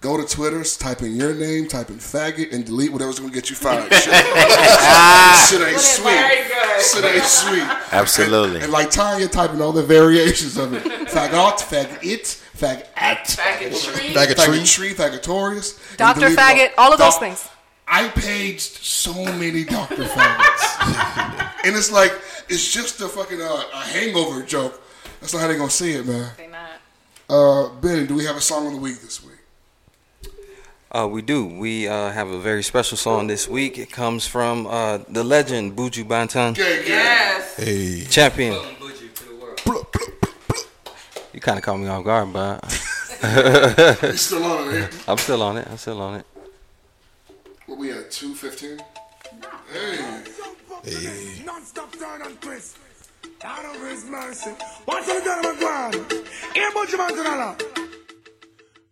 A: Go to Twitter, type in your name, type in faggot, and delete whatever's gonna get you fired. Shit,
F: Ah.
A: shit ain't sweet. Shit ain't sweet.
F: Absolutely.
A: And like Tanya typing all the variations of it. Faggot, faggot it, faggot at
G: Faggotry.
A: Faggotry, faggotorious. and
I: Doctor
A: delete
I: faggot, all of those
A: Doc-
I: things.
A: I paged so many Dr. Faggots. and it's like, it's just a fucking uh, a hangover joke. That's not how they gonna see it, man. They
I: not.
A: Uh, ben, do we have a song of the week this week?
D: Uh, we do. We uh, have a very special song this week. It comes from uh, the legend Buju Banton.
G: Yes.
D: Hey. Champion. You kind of caught me off guard, but.
A: You still on it, eh?
D: I'm still on it. I'm still on it.
A: What we at, 215? Hey.
E: Non-stop turn on Chris. Out of his mercy. What's the deal with God? Here, bunch of man, Allah.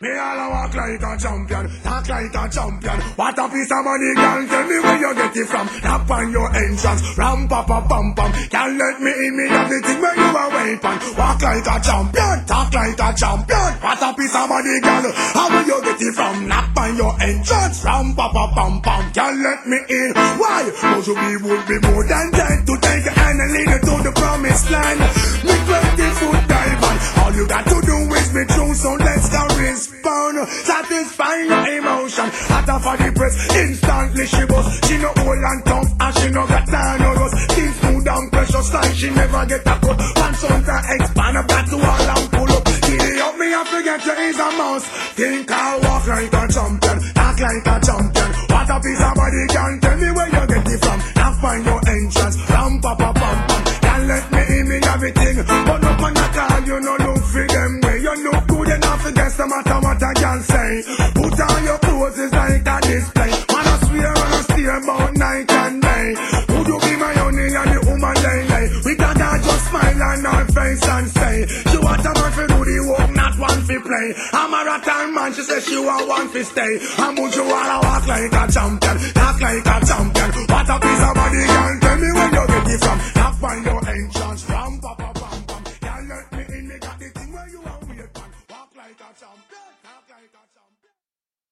E: Me all a walk like a champion, talk like a champion. What a piece of money, girl, tell me where you get it from. Tap on your entrance, ram pa pa pam pam. Can't let me in, me have the thing when you are weapon. Walk like a champion, talk like a champion. What a piece of money, girl, how will you get it from? Knock on your entrance, ram pa pa pam pam. Can't let me in, why? Cause we would be more than dead to take your hand and lead you to the promised land. Me 20 foot diamond, all you got to do is be true, so let's go respond. Satisfy your emotion. Hot off of the press, instantly she was. She no old and dumb, and she no got time no rust. Things smooth and precious, like she never get a cut. Pants on the expand, her back to all and pull up. Giddy up, me I forget to is a mouse. Think I walk like a champion, talk like a champion. What a piece of body can tell me where you get it from. Now find your entrance, ram pa pa pam pam. Can't let me in me everything, but no on a call, you no look for them way. You look good enough, it doesn't matter what I can say. Put on your clothes, it's like a display. Man, I swear, man, I steer about night and day. Would you be my honey and the woman lay lay? With a dad, just smile on her face and say, She want a man for do the work, not one for play. I'm a marathon man, she says she want one for stay. I'm you wanna walk like a champion, talk like a champion. What